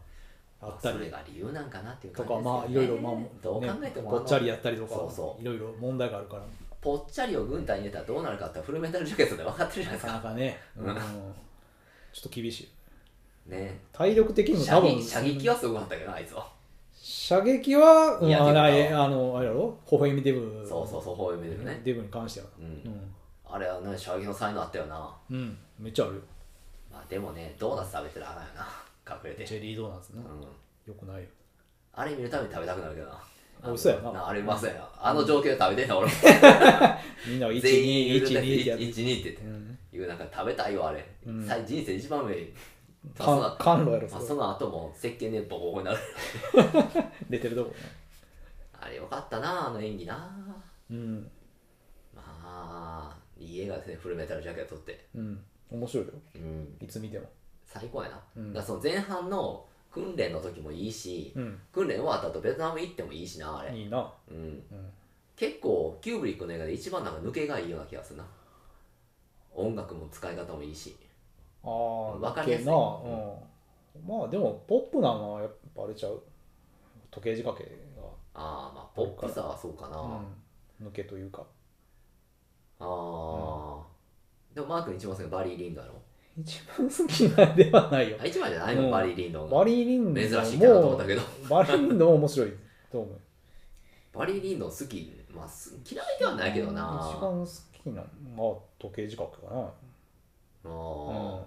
C: あ
A: ま
C: っ
A: あ
C: た
A: それ
C: り
A: が理由なんかなっていう
C: と
A: 感じ
C: か
A: ですよね
C: まあいろいろまあ
A: どう考え
C: ね
A: ても
C: ぽっちゃり
A: あ
C: やったりとか
A: そうそう
C: いろいろ問題があるから
A: のぽっちゃりを軍隊に入れたらどうなるかってフルメタルジャケットで分かってるじゃない
C: な
A: です
C: か な
A: か
C: かね
A: うん
C: うんちょっと厳しい
A: ね
C: 体力的にも
A: 射
C: 多分
A: 撃射撃はすごかったけどなあいつは
C: 射撃は、うん、
A: いや
C: あ
A: でもな
C: あれあのあれやろ微笑みデブ
A: そうそうそうこういう目でね
C: デブに関しては
A: う
C: うんん、
A: あれはね射撃の才能あったよな
C: うん、めっちゃあるよ
A: まあでもねドーナツ食べてらあかんよな隠れ
C: ジ
A: て
C: ェリードーナツな、
A: う
C: よ
A: ん
C: くないよ
A: あれ見るために食べたくなるけどな
C: あ嘘やな
A: あれうまそうやなあの状況で食べてん の俺
C: みんなは1
A: 全員
C: 2 1 2
A: 1
C: ってや
A: 2
C: っ
A: ってて言って
C: うん
A: 言うなんか食べたいわあれ、
C: うん
A: さ人生一番上まあその
C: か甘露やろ
A: まあ、
C: そ
A: そ
C: れ
A: の後も石鹸でボコボコになる
C: 出てるとこ
A: あれよかったなあの演技な
C: なうん
A: まあいい映画ですねフルメタルジャケットって
C: うん面白いよ
A: うん
C: いつ見ても
A: 最高やな、
C: うん
A: だからその前半の訓練の時もいいし
C: うん
A: 訓練終わった後ベトナム行ってもいいしなあれ、
C: いいな
A: うん、
C: うん
A: 結構キューブリックの映画で一番なんか抜けがいいような気がするな音楽も使い方もいいし
C: ああ
A: わかりやすい
C: な、うん、まあでもポップなのはやっぱあれちゃう時計仕掛け
A: ああまあポップさはそうかな、
C: が、
A: あ
C: うん、抜けというか
A: あー、でもマー君一番好きなバリー・リンドやろ
C: 一番好きなではないよ
A: あ一番じゃないの、
C: うん
A: バリー・リンドン
C: バリー・リンド
A: 珍
C: ン
A: しいかなと思った
C: も
A: けど
C: バリー・リンドンも面白いと思う
A: バリー・リンドン好き、まあ、す嫌いではないけどな
C: 一番好きなまあ時計仕掛けかな
A: あ
C: うん
A: ー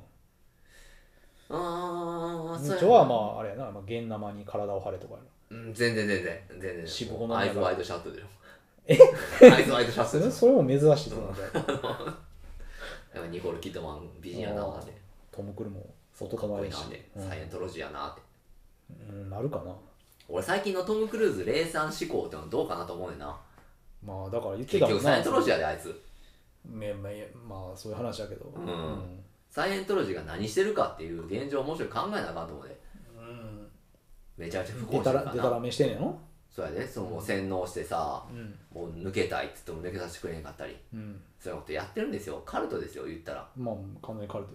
A: あー
C: 部
A: そ
C: 長
A: うや
C: は
A: な
C: まああれやな、まあ、現生に体を張れとかやな
A: うん全然全然全然
C: 渋
A: も
C: 子
A: う
C: の
A: アイ
C: 中
A: ズ
C: が
A: ワイドシャットでよ
C: え
A: アイズワイドシャッ
C: そ
A: トで
C: れ
A: よ
C: それも珍しいとなんだよ
A: やっぱニコール・キッドマン美人やなって
C: トム・クルーも
A: か
C: 男
A: っこ
C: 前
A: いい
C: や
A: な
C: し
A: って、
C: うん
A: サイエントロジーやなって
C: うんなるかな
A: 俺最近のトム・クルーズ霊算思考ってのはどうかなと思うねんな
C: まあだから言っ
A: 結
C: てたも
A: 局
C: ん
A: サイ
C: な
A: エントロジーやであいつ
C: めめまあそういう話だけど
A: うんサイエントロジーが何してるかっていう現状をもうちょい考えなあかんと思うで
C: うん
A: めちゃめちゃ不幸
C: で
A: して
C: た
A: るからら
C: でたら
A: な
C: めしてんねやろ
A: そうやでそのもう洗脳してさ
C: うん
A: もう抜けたいって言っても抜けさせてくれへんかったり
C: うん
A: そういうことやってるんですよカルトですよ言ったら
C: まあ完全にカルテ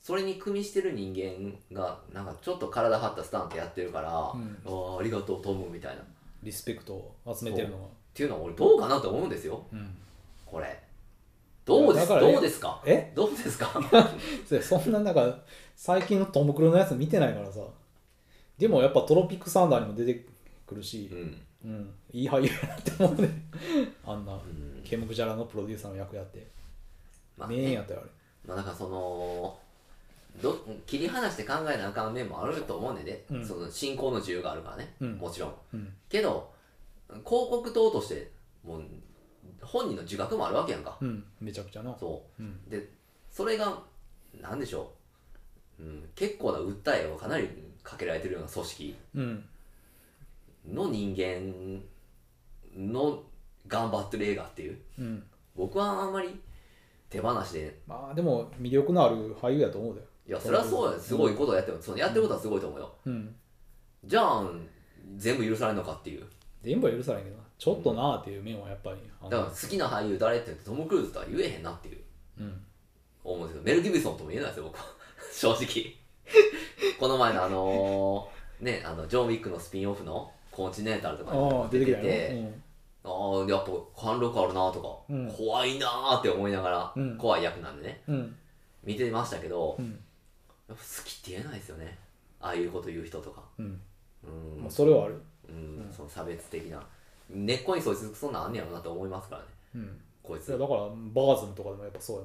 A: それに組みしてる人間がなんかちょっと体張ったスタンプやってるから、あ
C: ん
A: あありがとうトムみたいなっ
C: リスペクトを集めてるのが
A: ていうのは俺どうかなと思うんですよ
C: うん
A: これどうで
C: だ
A: す
C: からね
A: どうですか
C: え
A: どうですか
C: そうやそんななんか最近のトム・クルーのやつ見てないからさでもやっぱトロピック・サンダーにも出てくる
A: う
C: し、
A: ん、
C: うんいい俳優やなって思うね あんな
A: うん
C: ケムクジャラのプロデューサーの役やって
A: まあ、
C: 名演
A: ね
C: やったよあれ
A: まあだからそのど切り離して考えなあかん面もあると思うねんで、
C: うん
A: その信仰の自由があるからね、
C: うん
A: もちろん
C: うん
A: けど広告塔としてもう本人の自覚もあるわけやんか、
C: うんめちゃくちゃな
A: そう
C: うん
A: でそれが何でしょう、うん、結構な訴えをかなりかけられてるような組織
C: うん
A: の人間の頑張ってる映画っていう
C: うん
A: 僕はあんまり手放しで
C: まあでも魅力のある俳優やと思うだよ
A: いやそれはそうやすごいことをやってもそのやってることはすごいと思うよ
C: うん
A: じゃあ全部許されるのかっていう
C: 全部は許さないけどなちょっとなあっていう面はやっぱりあ
A: だ
C: の
A: から好きな俳優誰って言ってトム・クルーズとは言えへんなっていう
C: うん
A: 思うんですけどメル・ギブソンとも言えないですよ僕は 正直この前のあのーねあのジョン・ウィックのスピンオフのコンチネンタルとかに
C: ああ出てきたよ
A: て
C: ね、
A: あーやっぱ貫禄あるなとか、
C: うん
A: 怖いなーって思いながら、
C: うん
A: 怖い役なんでね
C: うんうん
A: 見てましたけど、
C: うん
A: やっぱ好きって言えないですよねああいうこと言う人とか
C: うん
A: う
C: ま
A: ん
C: あ、それはある
A: うん、その差別的な根っこにそいつそんなんあんねやろなって思いますからね
C: うん
A: こい
C: いや
A: つ
C: だからバーズンとかでもやっぱそうや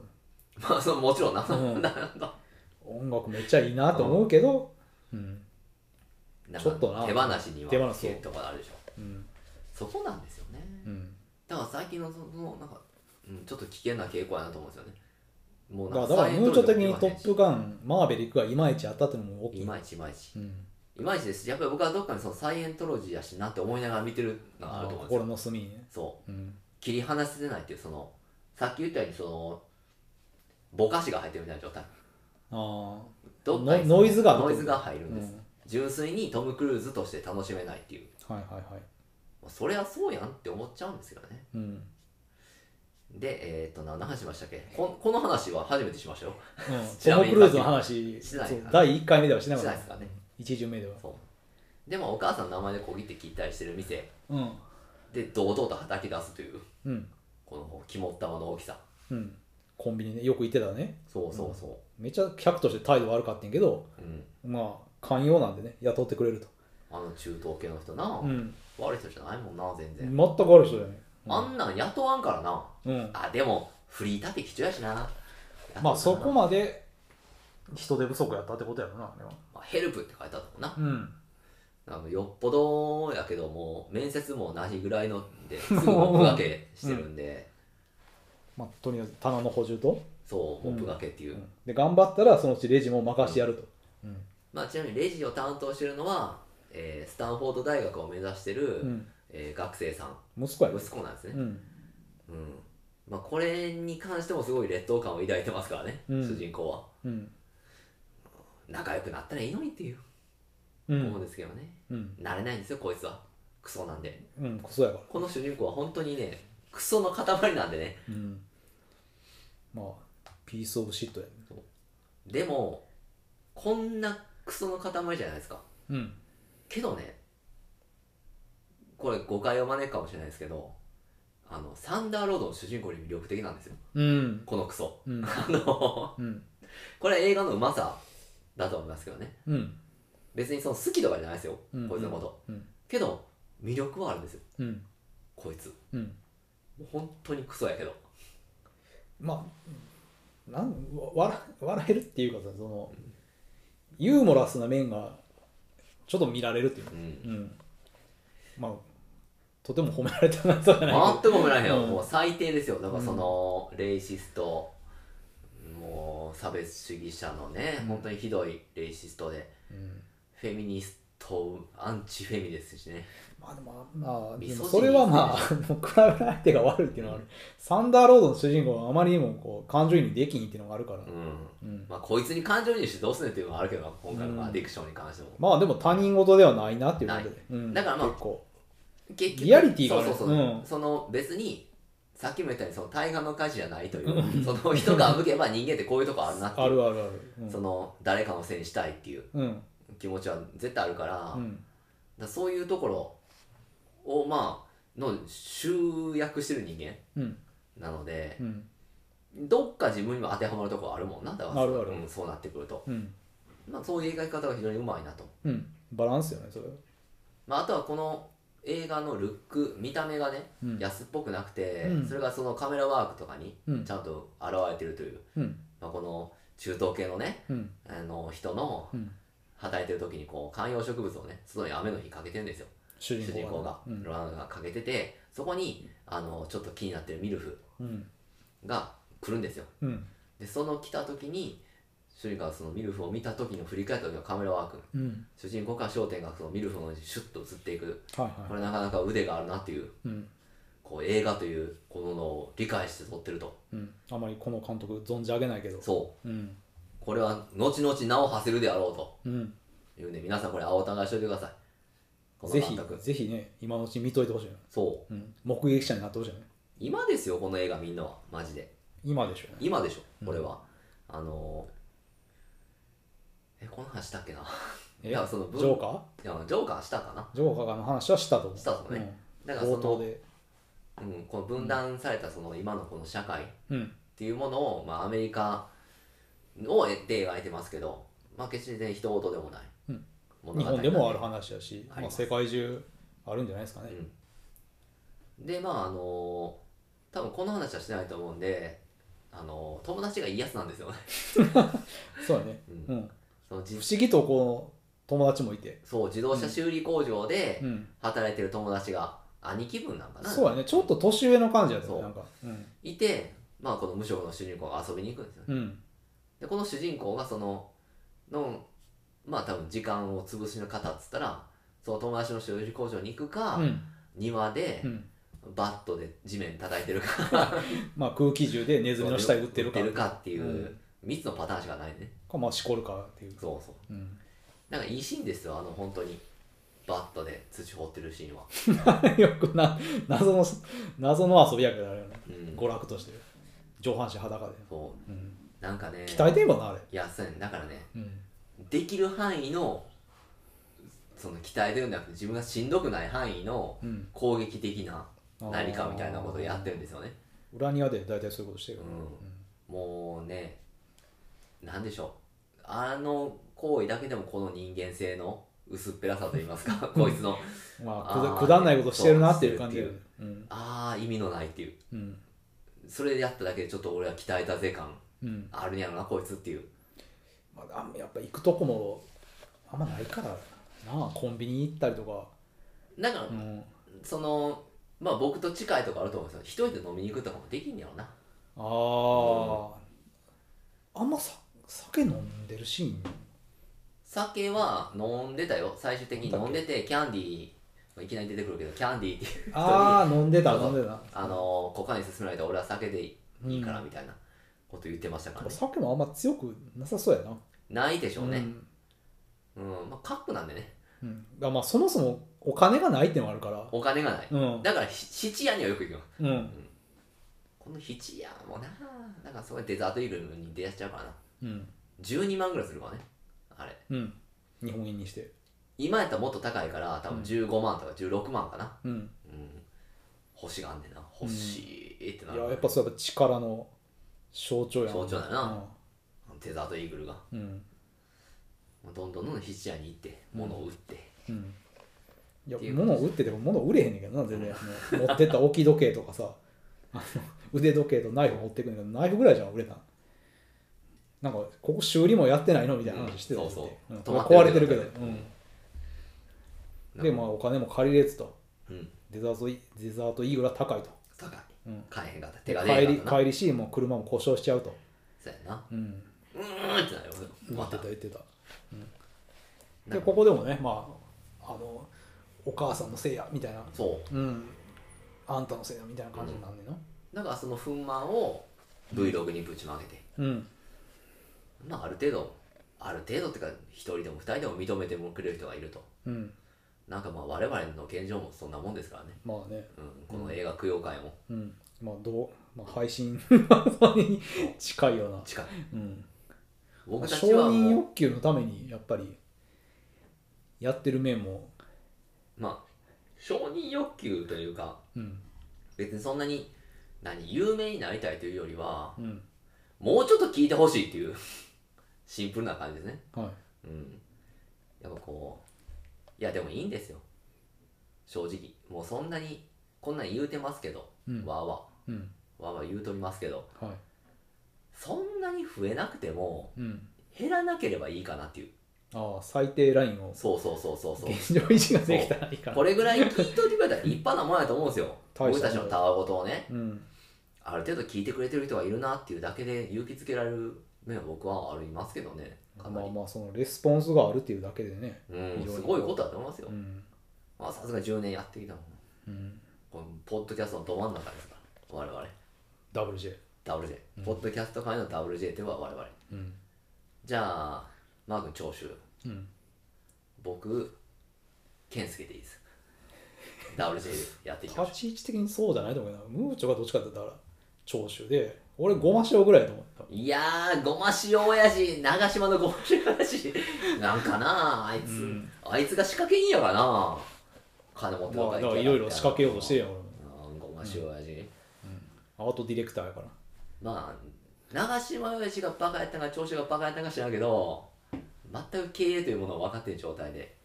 C: な
A: まあそのもちろんな、
C: うん
A: ななんだ
C: 音楽めっちゃいいなと思うけど、うん
A: なん
C: ちょっと
A: か
C: な
A: 手放しには
C: 手放し
A: っていうとこあるでしょ
C: うん
A: そこなんですよね、
C: うん
A: だから最近のそのなんか、うん、ちょっと危険な傾向やなと思うんですよねも
C: だから
A: なん
C: だからムーチョ的に「トッ
A: プ
C: プガン」マーベリックがいまいちあったっていうのも大きい
A: いまいちいまいち
C: うん、
A: いまいちですしやっぱり僕はどっかにそのサイエントロジーやしなって思いながら見てるのがあると思うんですよ
C: 心の隅にね、
A: そ
C: うん、
A: 切り離せてないっていうそのさっき言ったようにそのぼかしが入ってるみたいな状態
C: あ
A: どっかに
C: ノノイズが
A: ノイズが入るんです、
C: うん
A: 純粋にトム・クルーズとして楽しめないっていう
C: あはいはいはい
A: まあそれはそうやんって思っちゃうんですよね
C: うん、 うん、
A: でえっ、と何の話しましたっけここの話は初めてしましたよちな
C: ト
A: み
C: ム・
A: に
C: クルーズの話
A: しない
C: そう第1回目ではしなか
A: し
C: った
A: ないですかね
C: 一巡目では
A: そうでもお母さんの名前で小切って聞いたりしてる店
C: うん
A: で堂々と叩き出すという
C: うん
A: この肝っ玉の大きさ
C: うんコンビニねよく行ってたね
A: そうそうそ
C: めっちゃ客として態度悪かったんやけど
A: ううん、
C: まあ寛容なんでね雇ってくれると
A: あの中東系の人な、
C: うん
A: 悪い人じゃないもんな全
C: 全
A: 然、
C: く悪い人だよね
A: あんなん雇わんからな
C: うん
A: あでもフリーターって必要やしな
C: まあそこ
A: も、
C: まで人手不足やったってことやろなあれは
A: まあヘルプって書いてあったもんな
C: うん
A: あのよっぽどやけどもう面接もなしぐらいのですぐモップがけしてるんで、
C: まあとにかく棚の補充と、
A: そうモップがけっていう、
C: うんで頑張ったらそのうちレジも任してやるとうん
A: まあ、ちなみにレジを担当してるのは、えースタンフォード大学を目指してる、
C: うん
A: えー学生さん
C: 息子やね
A: 息子なんですね、
C: うん
A: うんまあ、これに関してもすごい劣等感を抱いてますからね、
C: うん
A: 主人公は
C: うん
A: 仲良くなったらいいのにっていう
C: う
A: 思うん
C: ん
A: ですけどね、
C: うん
A: なれないんですよこいつはクソなんで
C: うんクソやから
A: この主人公は本当にねクソの塊なんでね
C: うんまあピースオブシットやね
A: でもこんなクソの塊じゃないですか
C: うん
A: けどねこれ誤解を招くかもしれないですけどあのサンダーロードの主人公に魅力的なんですよ
C: うん
A: このクソ
C: うん
A: あの
C: うん
A: これは映画のうまさだと思いますけどね
C: うん
A: 別にその好きとかじゃないですよ、
C: うん
A: こいつのこと
C: うん
A: けど魅力はあるんですよ
C: うん
A: こいつ
C: うん
A: もう本当にクソやけど
C: まあなんわ笑笑えるっていうかさそのユーモラスな面がちょっと見られるっていう
A: う
C: うんんまあとても褒められたなとじゃない
A: 全く褒められへんよ、
C: うん
A: もう最低ですよだからその、レイシストもう差別主義者のね、
C: うん
A: 本当にひどいレイシストで
C: けど、うん
A: フェミニストアンチフェミですしね
C: まあでもまあ
A: ミ
C: で
A: ソジニ
C: も
A: スト
C: それはまあもう比べられ相手が悪いっていうのはある、サンダーロードの主人公はあまりにもこう感情移入できひんっていうのがあるから、
A: うん
C: うん
A: まあこいつに感情移入してどうすんねんっていうのはあるけどな今回のまあ
C: うん
A: アディクションに関しても、
C: まあでも他人事ではないなっていうこと
A: な
C: で、うん
A: だからまあ
C: 結構
A: 結局
C: リアリティがある
A: そうそうそう、
C: うん
A: その別にさっきも言ったようにその対岸の火事じゃないというその人が向けば人間ってこういうとこあるなっていう
C: あるあるある、うん、
A: その誰かのせいにしたいっていう
C: うん
A: 気持ちは絶対あるから,、
C: う
A: だか
C: ん
A: らそういうところをまあの集約してる人間
C: うん
A: なので
C: う、ん
A: どっか自分にも当てはまるところあるもんなだから
C: あるある
A: うんそうなってくると、
C: うん、
A: まあ、そういう描き方が非常にうまいなと、
C: うん、バランスよねそれは
A: まあ、あとはこの映画のルック見た目がね、
C: うん
A: 安っぽくなくて、
C: うん
A: それがそのカメラワークとかに
C: うん
A: ちゃんと現れてるという、
C: うん
A: まあ、この中東系のね
C: うん
A: あの人の
C: うん
A: 働いてる時にこう観葉植物をね外に雨の日かけてるんですよ
C: 主
A: 主人公が、
C: うん
A: ロナウドがかけててそこにあのちょっと気になってるミルフ
C: うん
A: が来るんですよ
C: うん
A: でその来た時に主人公がそのミルフを見た時の振り返った時のカメラワーク
C: うん
A: 主人公から焦点がそのミルフのシュッと映っていく
C: はい
A: こ
C: は
A: れなかなか腕があるなっていう
C: いうん
A: こう映画というこののを理解して撮ってると
C: うんあまりこの監督存じ上げないけど
A: そう
C: うん
A: これは後々名を馳せるであろうと
C: うん
A: いうんで皆さんこれ青たがしといてくださいこの
C: ぜひ
A: 監督
C: ぜひね今のうち見といてほしいよね、
A: そう
C: うん、目撃者になってほしいよね
A: 今ですよこの映画みんなはマジで
C: 今でしょうね
A: 今でしょこれは、あのーえこの話したっけない
C: えジ
A: や
C: ョ
A: その
C: ーカー
A: いやジョーカーしたかな
C: ジョーカーの話はしたと思う
A: したと思うねだから
C: うん、
A: そ
C: 冒頭
A: の,、
C: で
A: うん、この分断されたその今のこの社会っ
C: うん
A: ていうものを、まあ、アメリカをで描いてますけど、まあ、決してね人事でもない、
C: うん
A: 物
C: 日
A: 語なん
C: 本
A: で
C: でもある話だし、
A: あり
C: ま
A: ま
C: あ、
A: す
C: 世界中あるんじゃないですかね、
A: うん、でまああのー多分この話はしてないと思うんで、あのー友達がいいやつなんですよね、
C: そうだね、
A: うん
C: うん、
A: そのじ
C: 不思議とこう友達もいて
A: そう自動車修理工場で、
C: うん
A: 働いてる友達が兄貴分なんかな
C: そうやねちょっと年上の感じや
A: そ
C: と
A: う
C: なんかうん
A: いて、まあ、この無職の主人公が遊びに行くんですよね
C: うん
A: でこの主人公がそののまあ多分時間を潰しの方っつったらその友達の修理工場に行くか、
C: うん
A: 庭で
C: うん
A: バットで地面叩いてる か
C: まあ空気銃でネズミの死体撃ってるか
A: 打ってるかっていううん3つのパターンしかないね
C: かまあしこるかっていう
A: そうそう
C: うん、
A: なんかいいシーンですよあの本当にバットで土掘ってるシーンは、
C: よくな謎の謎の遊びやけどあれよね
A: うん、
C: 娯楽として上半身裸で、
A: そ
C: うん、
A: うなんかね
C: 鍛えてんかなあれ、
A: いやそうやねだからね
C: うん、
A: できる範囲のその鍛えてるんじゃなくて自分がしんどくない範囲の
C: うん
A: 攻撃的な
C: あー
A: 何かみたいなことをやってるんですよね、
C: 裏庭で大体そういうことしてる
A: う
C: よね、
A: ん、もうねなんでしょうあの行為だけでもこの人間性の薄っぺらさと言い ますかこいつの
C: うんまあ
A: あー
C: くだくだらないことしてるなっていう感じで
A: そう
C: うん
A: ああ意味のないっていう
C: うん
A: それでやっただけでちょっと俺は鍛えたぜ感
C: うん
A: あるんやろなこいつっていう
C: まあ、あんやっぱ行くとこもあんまないからなあコンビニ行ったりとか、
A: だから、
C: うん、
A: そのまあ僕と近いとこあると思うんですよ一人で飲みに行くとかもできんやろな
C: あー、あんまさ酒飲んでるシーン
A: 酒は飲んでたよ最終的に飲んでてキャンディーいきなり出てくるけどキャンディーって いう人に
C: ああ飲んでた
A: そうそ
C: 飲
A: うん
C: でた
A: あの股間に勧められて俺は酒でい
C: うん
A: いからみたいなこと言ってましたからね、
C: 酒もあんま強くなさそうやな
A: ないでしょう
C: う
A: ね
C: ん
A: うん、まあ、カップなんでね
C: うんだからまあそもそもお金がないってのもあるから
A: お金がない
C: うん
A: だからひ質屋にはよく行くよ
C: うん
A: この質屋もななんかそれデザートイーグルに出やしちゃうからな
C: うん
A: 12万ぐらいするからねあれ
C: うん日本円にして
A: 今やったらもっと高いから多分15万とか16万かな
C: うん
A: うん、欲しがあんねんな欲しいってないる、
C: ややっぱそうやっぱ力の象徴や
A: 象徴だなデザートイーグルが
C: うんうん
A: どんどんどんどん質屋に行って物を売って、
C: うんいや
A: っていう
C: 物を売ってても物売れへんねんけどな全然もう持ってった置き時計とかさあの腕時計とナイフ持ってくんだけどナイフぐらいじゃん売れたんなんかここ修理もやってないのみたいな話してた
A: うん
C: ん
A: そうそう
C: うん
A: 止まってる
C: 壊れてるけど、うん、でまあお金も借りれずと
A: うん
C: デザートイデザートイーグルは高いと、
A: 高い
C: うん、
A: 買えへんかった手
C: で
A: が出
C: 帰
A: へ
C: り
A: んかったな
C: 帰りしもう車も故障しちゃうと、
A: そうやな
C: うん、
A: うーんってなるよ
C: 言
A: ま
C: って
A: た
C: た言ってた、うん、
A: な
C: で
A: んか
C: ここでもねまああのお母さんのせいやみたいな
A: そ
C: うんあんたのせいだみたいな感じになんねんの
A: うだからその不満を Vlog にぶちまけて
C: うん
A: まあある程度ある程度ってか一人でも二人でも認めてもくれる人がいると
C: うん
A: なんかまあ我々の現状もそんなもんですからね、
C: まあね
A: うん、この映画供養会も
C: うんまあどう、まあ、配信それに近いような、
A: 近い
C: うん、
A: 僕た
C: 承
A: ちは
C: 認
A: もう
C: 欲求のためにやっぱりやってる面も
A: まあ承認欲求というか
C: うん
A: 別にそんなに何有名になりたいというよりは
C: うん
A: もうちょっと聞いてほしいっていう シンプルな感じですね
C: は
A: うんやっぱこういやでもいいんですよ正直もうそんなにこんなん言うてますけど、
C: いうん
A: わーわ
C: うん
A: ーわーわー言うとりますけど
C: は
A: そんなに増えなくても
C: いうん
A: 減らなければいいかなっていう
C: ああ最低ラインを
A: そうそうそうそうそう
C: 現状維持ができたらいいかな
A: これぐらい聞いといてくれたら立派なもんやと思うんですよ
C: 大
A: 僕
C: した
A: た
C: も
A: ち
C: んだ
A: のたわごとをね
C: うん
A: ある程度聞いてくれてる人がいるなっていうだけで勇気づけられる面は僕はありますけどね
C: ま
A: か
C: あ
A: なり、
C: まあそのレスポンスがあるっていうだけでね
A: うん
C: 非常に
A: すごいことだと思いますよ
C: うん
A: まあさすが10年やってきたもん
C: うん
A: このポッドキャストのど真ん中ですから我々
C: WJ
A: WJ、ポッドキャスト界の WJ とは我々
C: うん
A: じゃあマー君長州
C: うん
A: 僕健介でいいです WJ でやっていき ましょ
C: 立ち位置的にそうじゃないと思うけどムーチョがどっちかって言ったら長州で俺ごま塩ぐらいだと思った
A: ういやーごま塩親父長島のごま塩親父なんかなああいつ、
C: うん
A: あいつが仕掛けいいんやからな金持って
C: まあだからいろいろ仕掛けようとしてるやん俺も
A: うんごま塩親父、
C: アートディレクターやから
A: まあ長島親父がバカやったんか長州がバカやったんか知らんけど全く経営というものを分かってる状態で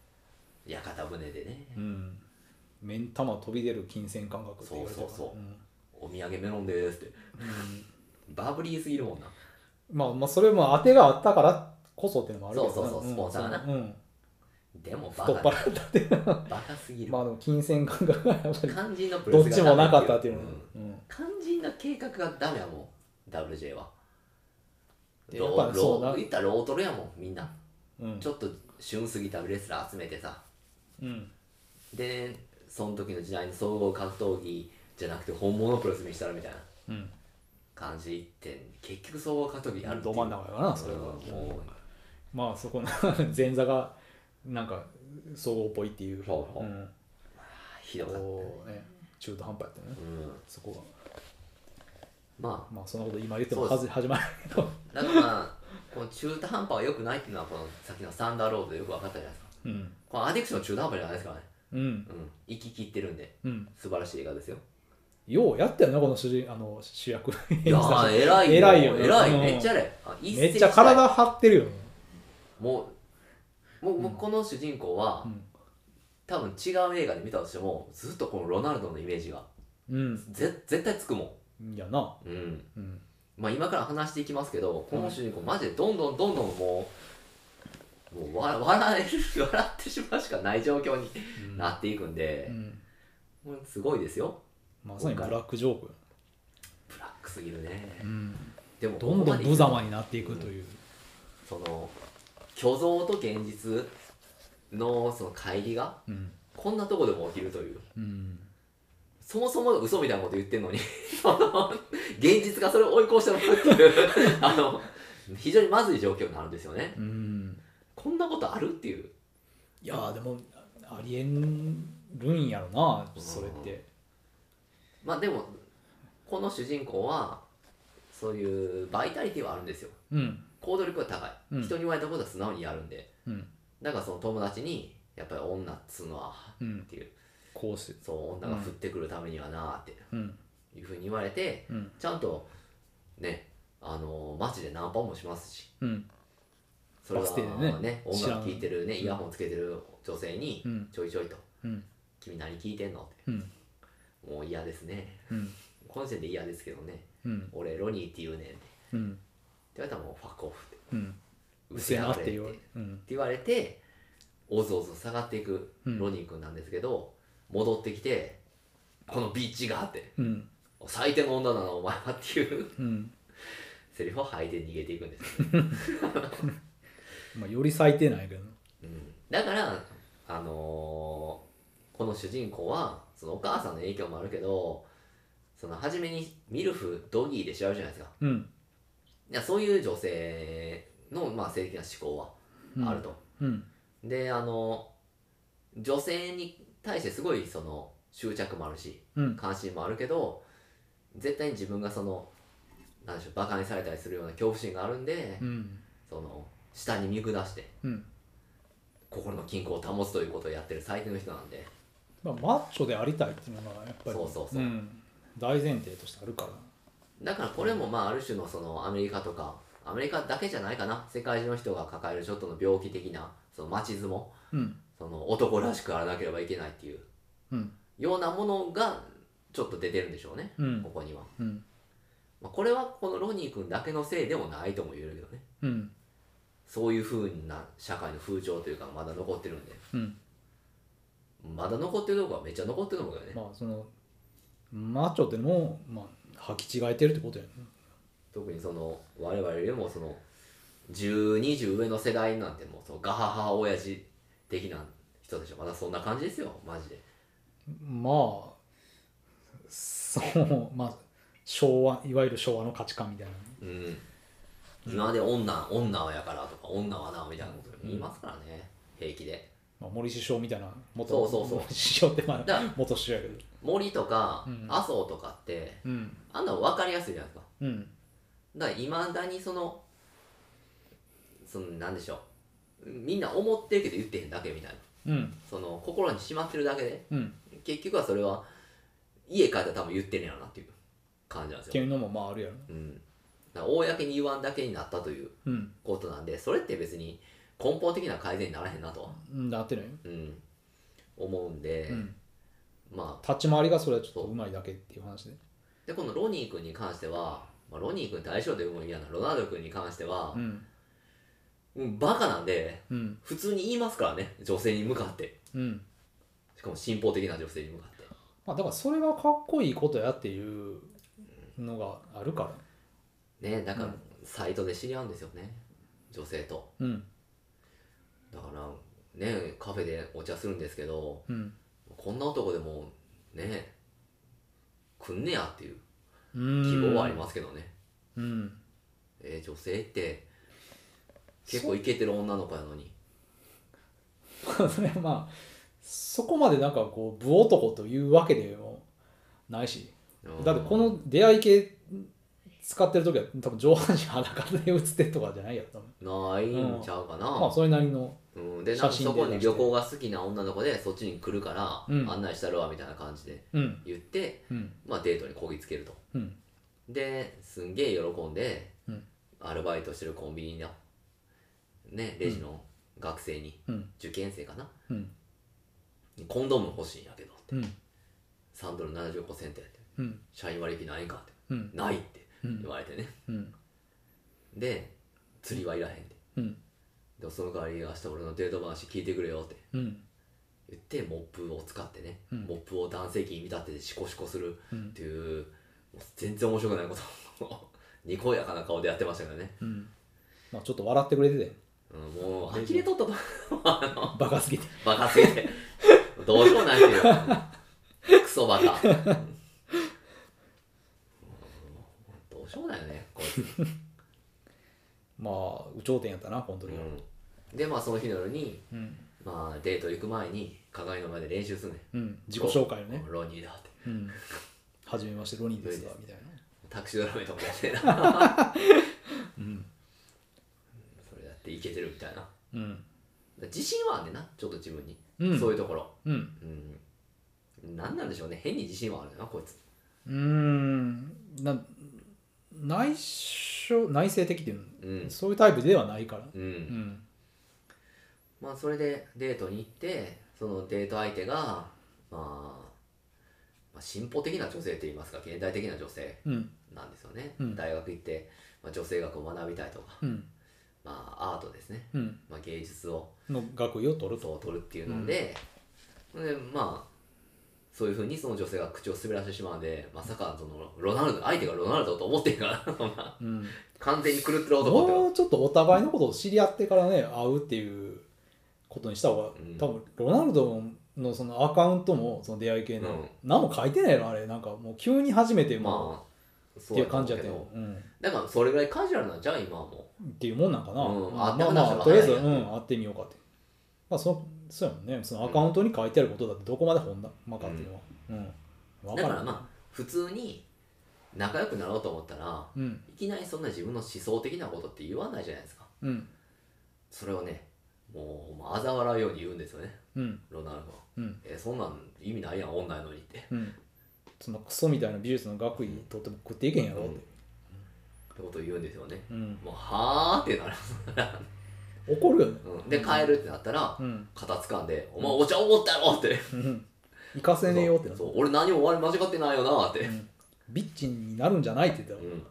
A: 屋形船でね
C: うん目ん玉飛び出る金銭感覚って言われてる
A: そうそうそう
C: うん
A: お土産メロンですってバブリーすぎるもんな
C: まあまあそれも当てがあったからこそっていうのもあるけどな
A: そうそうそうスポンサーがな
C: うん
A: でもバ
C: 太っ
A: カ
C: 腹だって
A: バカすぎる、
C: まあでも金銭感覚がやっぱり
A: 肝心のプ
C: ど
A: レ
C: っ
A: ス
C: ち
A: がダ
C: も
A: メ
C: なかったっていうの
A: ん
C: うん
A: 肝心な計画がダメやもん WJ は
C: で
A: ロ
C: やっぱ
A: ー
C: りそ
A: ロ
C: うな
A: ー言ったらロートルやもんみんな
C: うん
A: ちょっと旬すぎたレスラー集めてさ
C: うん
A: でその時の時代の総合格闘技じゃなくて本物プロレス見したらみたいな
C: うん
A: 感じでいってん結局そうかときやるってい
C: ど
A: う
C: 真ん中やなそれ
A: うん
C: は
A: も
C: まあそこの 前座がなんか総合っぽいっていう、
A: ほうほう
C: うん
A: うひどかった、うん、
C: こうね中途半端やったよねそこ
A: ま
C: がまあそんなこと今言っても
A: そう
C: は
A: で
C: ず始まらないけ ど、
A: あだからまあこの中途半端は良くないっていうのはこの先のサンダーロードでよく分かったじゃないですか
C: うん、
A: このアディクション中途半端じゃないですからね
C: うん
A: うん行き切ってるんで
C: うん
A: 素晴らしい映画ですよ
C: ようやったよなこの主人あの主役
A: いや ー偉い
C: 偉いよね
A: 偉い
C: うん
A: めっちゃ偉いあ一
C: めっ
A: 世
C: ちゃ
A: 一代
C: 体張ってるよ、
A: もうもうもうこの主人公は、
C: うん
A: 多分違う映画で見たとしてもずっとこのロナルドのイメージが
C: うん
A: ぜ絶対つくも、
C: やなん
A: うん
C: うん
A: まあ、今から話していきますけどこの主人公マジでどんどんどんどんもうもうわ笑える笑ってしまうしかない状況に
C: うん
A: なっていくんで
C: う、ん
A: もうすごいですよ
C: まさにブラックジョーク、
A: ブラックすぎるね
C: うん、
A: でも
C: どんどん無様になっていくという、
A: その虚像と現実のその乖離が
C: うん
A: こんなとこでも起きるという
C: うん、
A: そもそもが嘘みたいなこと言ってんのに その現実がそれを追い越してもらうっていうあの非常にまずい状況になるんですよね
C: うん、
A: こんなことあるっていう
C: いやーでもありえるんやろなそれって
A: まあでもこの主人公はそういうバイタリティはあるんですよ
C: うん
A: 行動力は高い、
C: うん
A: 人に言われたことは素直にやるんで
C: うん
A: だからその友達にやっぱり女っつうのは
C: う
A: っ
C: ん
A: ていう
C: こうして
A: そう女が降ってくるためにはなあって
C: うん
A: いうふうに言われて
C: うん
A: ちゃんとねあの街でナンパもしますし
C: うん
A: それ
C: バス停で
A: はね
C: ね
A: 音
C: 知ら
A: 楽
C: ん
A: 聴いてるねイヤホンつけてる女性に
C: うん
A: ちょいちょいと
C: うん
A: 「君何聴いてんの?」っ
C: うん
A: てもう嫌ですね
C: うん
A: この時点で嫌ですけどね
C: うん
A: 俺ロニーって言うねんって
C: うん
A: 言われたらもうファックオフって
C: うん
A: うせえな
C: な
A: っ
C: ってて
A: 言
C: 言
A: わ
C: わ
A: れ
C: れ
A: て
C: う
A: 言
C: ん
A: われておずおず下がっていく
C: うん
A: ロニー君なんですけど、戻ってきてこのビーチがあって
C: うん
A: 最低の女だなお前はっていう
C: うん
A: セリフを吐いて逃げていくんです
C: まあより最低なんやけど
A: うんだから、あのーこの主人公はそのお母さんの影響もあるけどその初めにミルフドギーで調べるじゃないですか
C: うん
A: いやそういう女性の、まあ、性的な思考
C: うん
A: はあると、
C: うん
A: であの女性に対してすごいその執着もあるし
C: うん
A: 関心もあるけど絶対に自分がそのなんでしょうバカにされたりするような恐怖心があるんで、
C: うん
A: その下に見下して
C: うん
A: 心の均衡を保つということをやってる最低の人なんで
C: まあマッチョでありたいっていうのがやっぱり
A: そうそうそうん
C: 大前提としてあるから
A: だからこれもまあある種のそのアメリカとかアメリカだけじゃないかな世界中の人が抱えるちょっとの病気的なそのマチズモ
C: うん
A: その男らしくあらなければいけないっていう
C: うん
A: ようなものがちょっと出てるんでしょうね、
C: うん
A: ここには、
C: うん
A: まあ、これはこのロニー君だけのせいでもないとも言えるけどね
C: うん
A: そういう風な社会の風潮というかまだ残ってるんで
C: うん
A: まだ残ってるとこはめっちゃ残ってると思うけどね、
C: まあそのマッチョってのもまあ履き違えてるってことやね
A: 特にその我々よりもその1020上の世代なんてもうそのガハハ親父的な人でしょまだそんな感じですよマジで
C: まあそうまあ昭和いわゆる昭和の価値観みたいな
A: うん今まで女女はやからとか女はなみたいなこと言いますからね、平気で
C: まあ、森首相みたいな元
A: そうそうそう
C: 森首相ってまあ
A: だから
C: 元首相やけど
A: 森とか、
C: うん
A: 麻生とかって
C: うん
A: あんなの分かりやすいじゃないですか
C: うん
A: だからいまだにそのそのなんでしょうみんな思ってるけど言ってへんだけみたいな
C: うん
A: その心にしまってるだけで
C: うん
A: 結局はそれは家帰ったら多分言ってるんやろなっていう感じなんで
C: っ
A: す
C: て
A: よ、
C: いうのもまああるやろ
A: うん、だから公に言わんだけになったという
C: うん
A: ことなんでそれって別に根本的な改善にならへんなとは、
C: うんだってね、
A: うん、思うんで、
C: うん、
A: まあ
C: 立ち回りがそれはちょっとうまいだけっていう話で
A: でこのロニー君に関しては、まあ、ロニー君って相性でも嫌なロナウド君に関しては
C: う、ん
A: うん、バカなんで
C: うん
A: 普通に言いますからね女性に向かって
C: うん
A: しかも進歩的な女性に向かって
C: まあだからそれがかっこいいことやっていうのがあるから
A: ねだから
C: うん
A: サイトで知り合うんですよね女性と
C: うん
A: だからねカフェでお茶するんですけど
C: うん
A: こんな男でもねくんねやっていう
C: うん
A: 希望はありますけどね、
C: うん
A: えー女性って結構イケてる女の子やのに
C: まあそれはまあそこまでなんかこう武男というわけでもないし
A: うん
C: だってこの出会い系使ってる時は多分上半身裸で写ってるとかじゃないやろ多分
A: ないんちゃうかな、
C: まあそれなりの
A: うん、でなんか
C: 写
A: そ
C: 真で
A: こ
C: 出して
A: に旅行が好きな女の子でそっちに来るから、
C: うん
A: 案内したるわみたいな感じで
C: うん
A: 言って、
C: うん
A: まあ、デートにこぎつけると
C: うん
A: ですんげえ喜んで、
C: うん
A: アルバイトしてるコンビニのねレジの学生に、
C: うん
A: 受験生かな
C: うん
A: コンドーム欲しいんやけどって
C: うん
A: 3ドル75セントやって
C: うん
A: 社員割引ないんかって
C: うん
A: ないって
C: うん
A: 言われてね、
C: うん
A: で釣りはいらへんって
C: うん
A: でもその代わり明日俺のデート話聞いてくれよって
C: うん
A: 言ってモップを使ってね、
C: うん
A: モップを男性器に見立ててシコシコする
C: うん
A: っていうもう全然面白くないことを にこやかな顔でやってましたけどね、
C: うんまあちょっと笑ってくれてて
A: うん、もう呆れとったと
C: バカすぎて
A: バカすぎてどうしようもないけどクソバカうんどうしようもないよねこいつ、
C: まあ有頂天やったなこの時は
A: うん、でまあその日の夜に、
C: うん
A: まあ、デート行く前に鏡の前で練習すんねん
C: うん自己紹介をね
A: ロニーだって
C: うんはじめましてロニーですがみたいな
A: タクシードラメとかやってな
C: うん
A: それやっていけてるみたいな
C: うん
A: 自信はあんねんなちょっと自分に、
C: うん
A: そういうところ
C: うん
A: うん何なんでしょうね変に自信はあるよなこいつ
C: うーんな内緒内省的っていうの、
A: うん
C: そういうタイプではないから
A: うん、
C: うん
A: まあそれでデートに行ってそのデート相手が、まあ、まあ進歩的な女性といいますか現代的な女性
C: うん
A: なんですよね、
C: うん
A: 大学行って、まあ、女性学を学びたいとか、
C: うん
A: まあアートですね、
C: うん
A: まあ、芸術を
C: の学位を取ると
A: そう取るっていうので,、でまあそういうふうにその女性が口を滑らせてしまうのでまさかそのロナルド相手がロナルドと思ってるから そんな
C: うん
A: 完全に狂ってる男って
C: も
A: こ
C: うちょっとお互いのことを知り合ってからね会うっていうことにした方が、
A: うん
C: 多分ロナルドのそのアカウントもその出会い系の、
A: うん
C: 何も書いてないのあれなんかもう急に初めて
A: と
C: も
A: まあ
C: うっ
A: そ
C: て
A: うや
C: いう
A: と思
C: 感
A: う
C: じ
A: け
C: やったよ
A: ど、
C: うん、
A: だからそれぐらいカジュアルなんじゃん今はも
C: っていうもんなんかな、
A: うん
C: まあ
A: 会って話した
C: ま
A: ら
C: あとりあえず、
A: 早いよ
C: うん、会ってみようかってまあそそうやもんねそのアカウントに書いてあることだってどこまでほんまかっていうのはうん、
A: う
C: 分
A: だか
C: か
A: らら
C: ん
A: まあ普通に仲良くなろうと思ったら
C: うん
A: いきなりそんな自分の思想的なことって言わないじゃないですか
C: うん
A: それをねもうあざ笑うように言うんですよね
C: うん
A: ロナルドは
C: うん
A: えそんなん意味ないやん女やのにって
C: うんそのクソみたいな美術の学位取っても食っていけへんやろっ
A: っ
C: て、
A: てことを言うんですよね
C: うん
A: もうはあってなる、
C: 怒るよね
A: うん、で帰るってなったら、
C: うん
A: 肩掴んで「お前お茶おごったやろ!」って
C: うん行かせねえよってな
A: そう
C: る
A: そう俺何も終わり間違ってないよなって、
C: んビッチになるんじゃないって言っ
A: う
C: たら
A: ん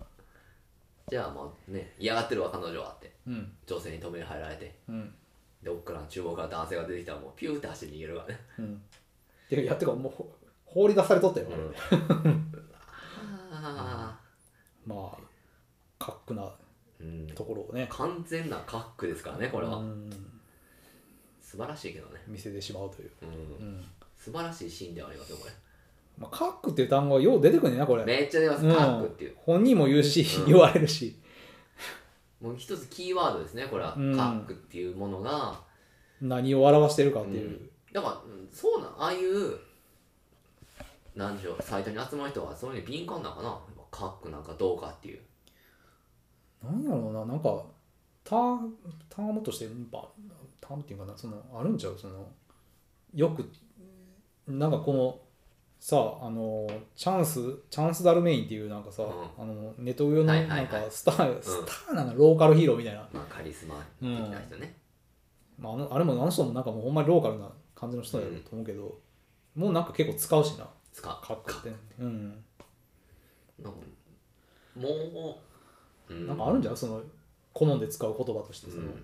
A: じゃあまあね嫌がってるわ彼女はって
C: うん
A: 女性に止めに入られて
C: うん
A: で奥から厨房から男性が出てきたらもうピューって走って逃げるからね、
C: うんてかいやってかもうほ放り出されとったよ、
A: うん、あ
C: まあカックな
A: ーうん
C: ところをね
A: 完全なカックですからねこれは、
C: うん
A: 素晴らしいけどね、
C: 見せてしまうという、
A: うん
C: うん
A: 素晴らしいシーンではありますよこ
C: まあ、カックっていう単語はよう出てくるねんなこれ
A: れめっちゃ出ます、
C: うん
A: カックっていう
C: 本人も言うし、
A: うん
C: 言われるし、
A: もう一つキーワードですねこれは、
C: うん
A: カックっていうものが
C: 何を表してるかっていう、
A: だからうんそうなんああいうなんでしょうサイトに集まる人はそういうのに敏感なのかなカックなんかどうかっていう
C: なんやろうななんかタータームとしてばタームっていうかなそのあるんちゃうそのよくなんかこのさあのチャンスチャンスダルメインっていうなんかさ、
A: うん
C: あのネトウヨの
A: はい
C: な
A: はいはい
C: んかスター、スターなんかローカルヒーローみたいな、
A: まあカリスマ的な人ね、
C: まあ、あのあれもあの人もなんかもうほんまにローカルな感じの人だと思うけど、もうなんか結構使うしな
A: 使う
C: カップって、うん、
A: なんかもう、う
C: なんかあるんじゃないその好んで使う言葉としてその、
A: うん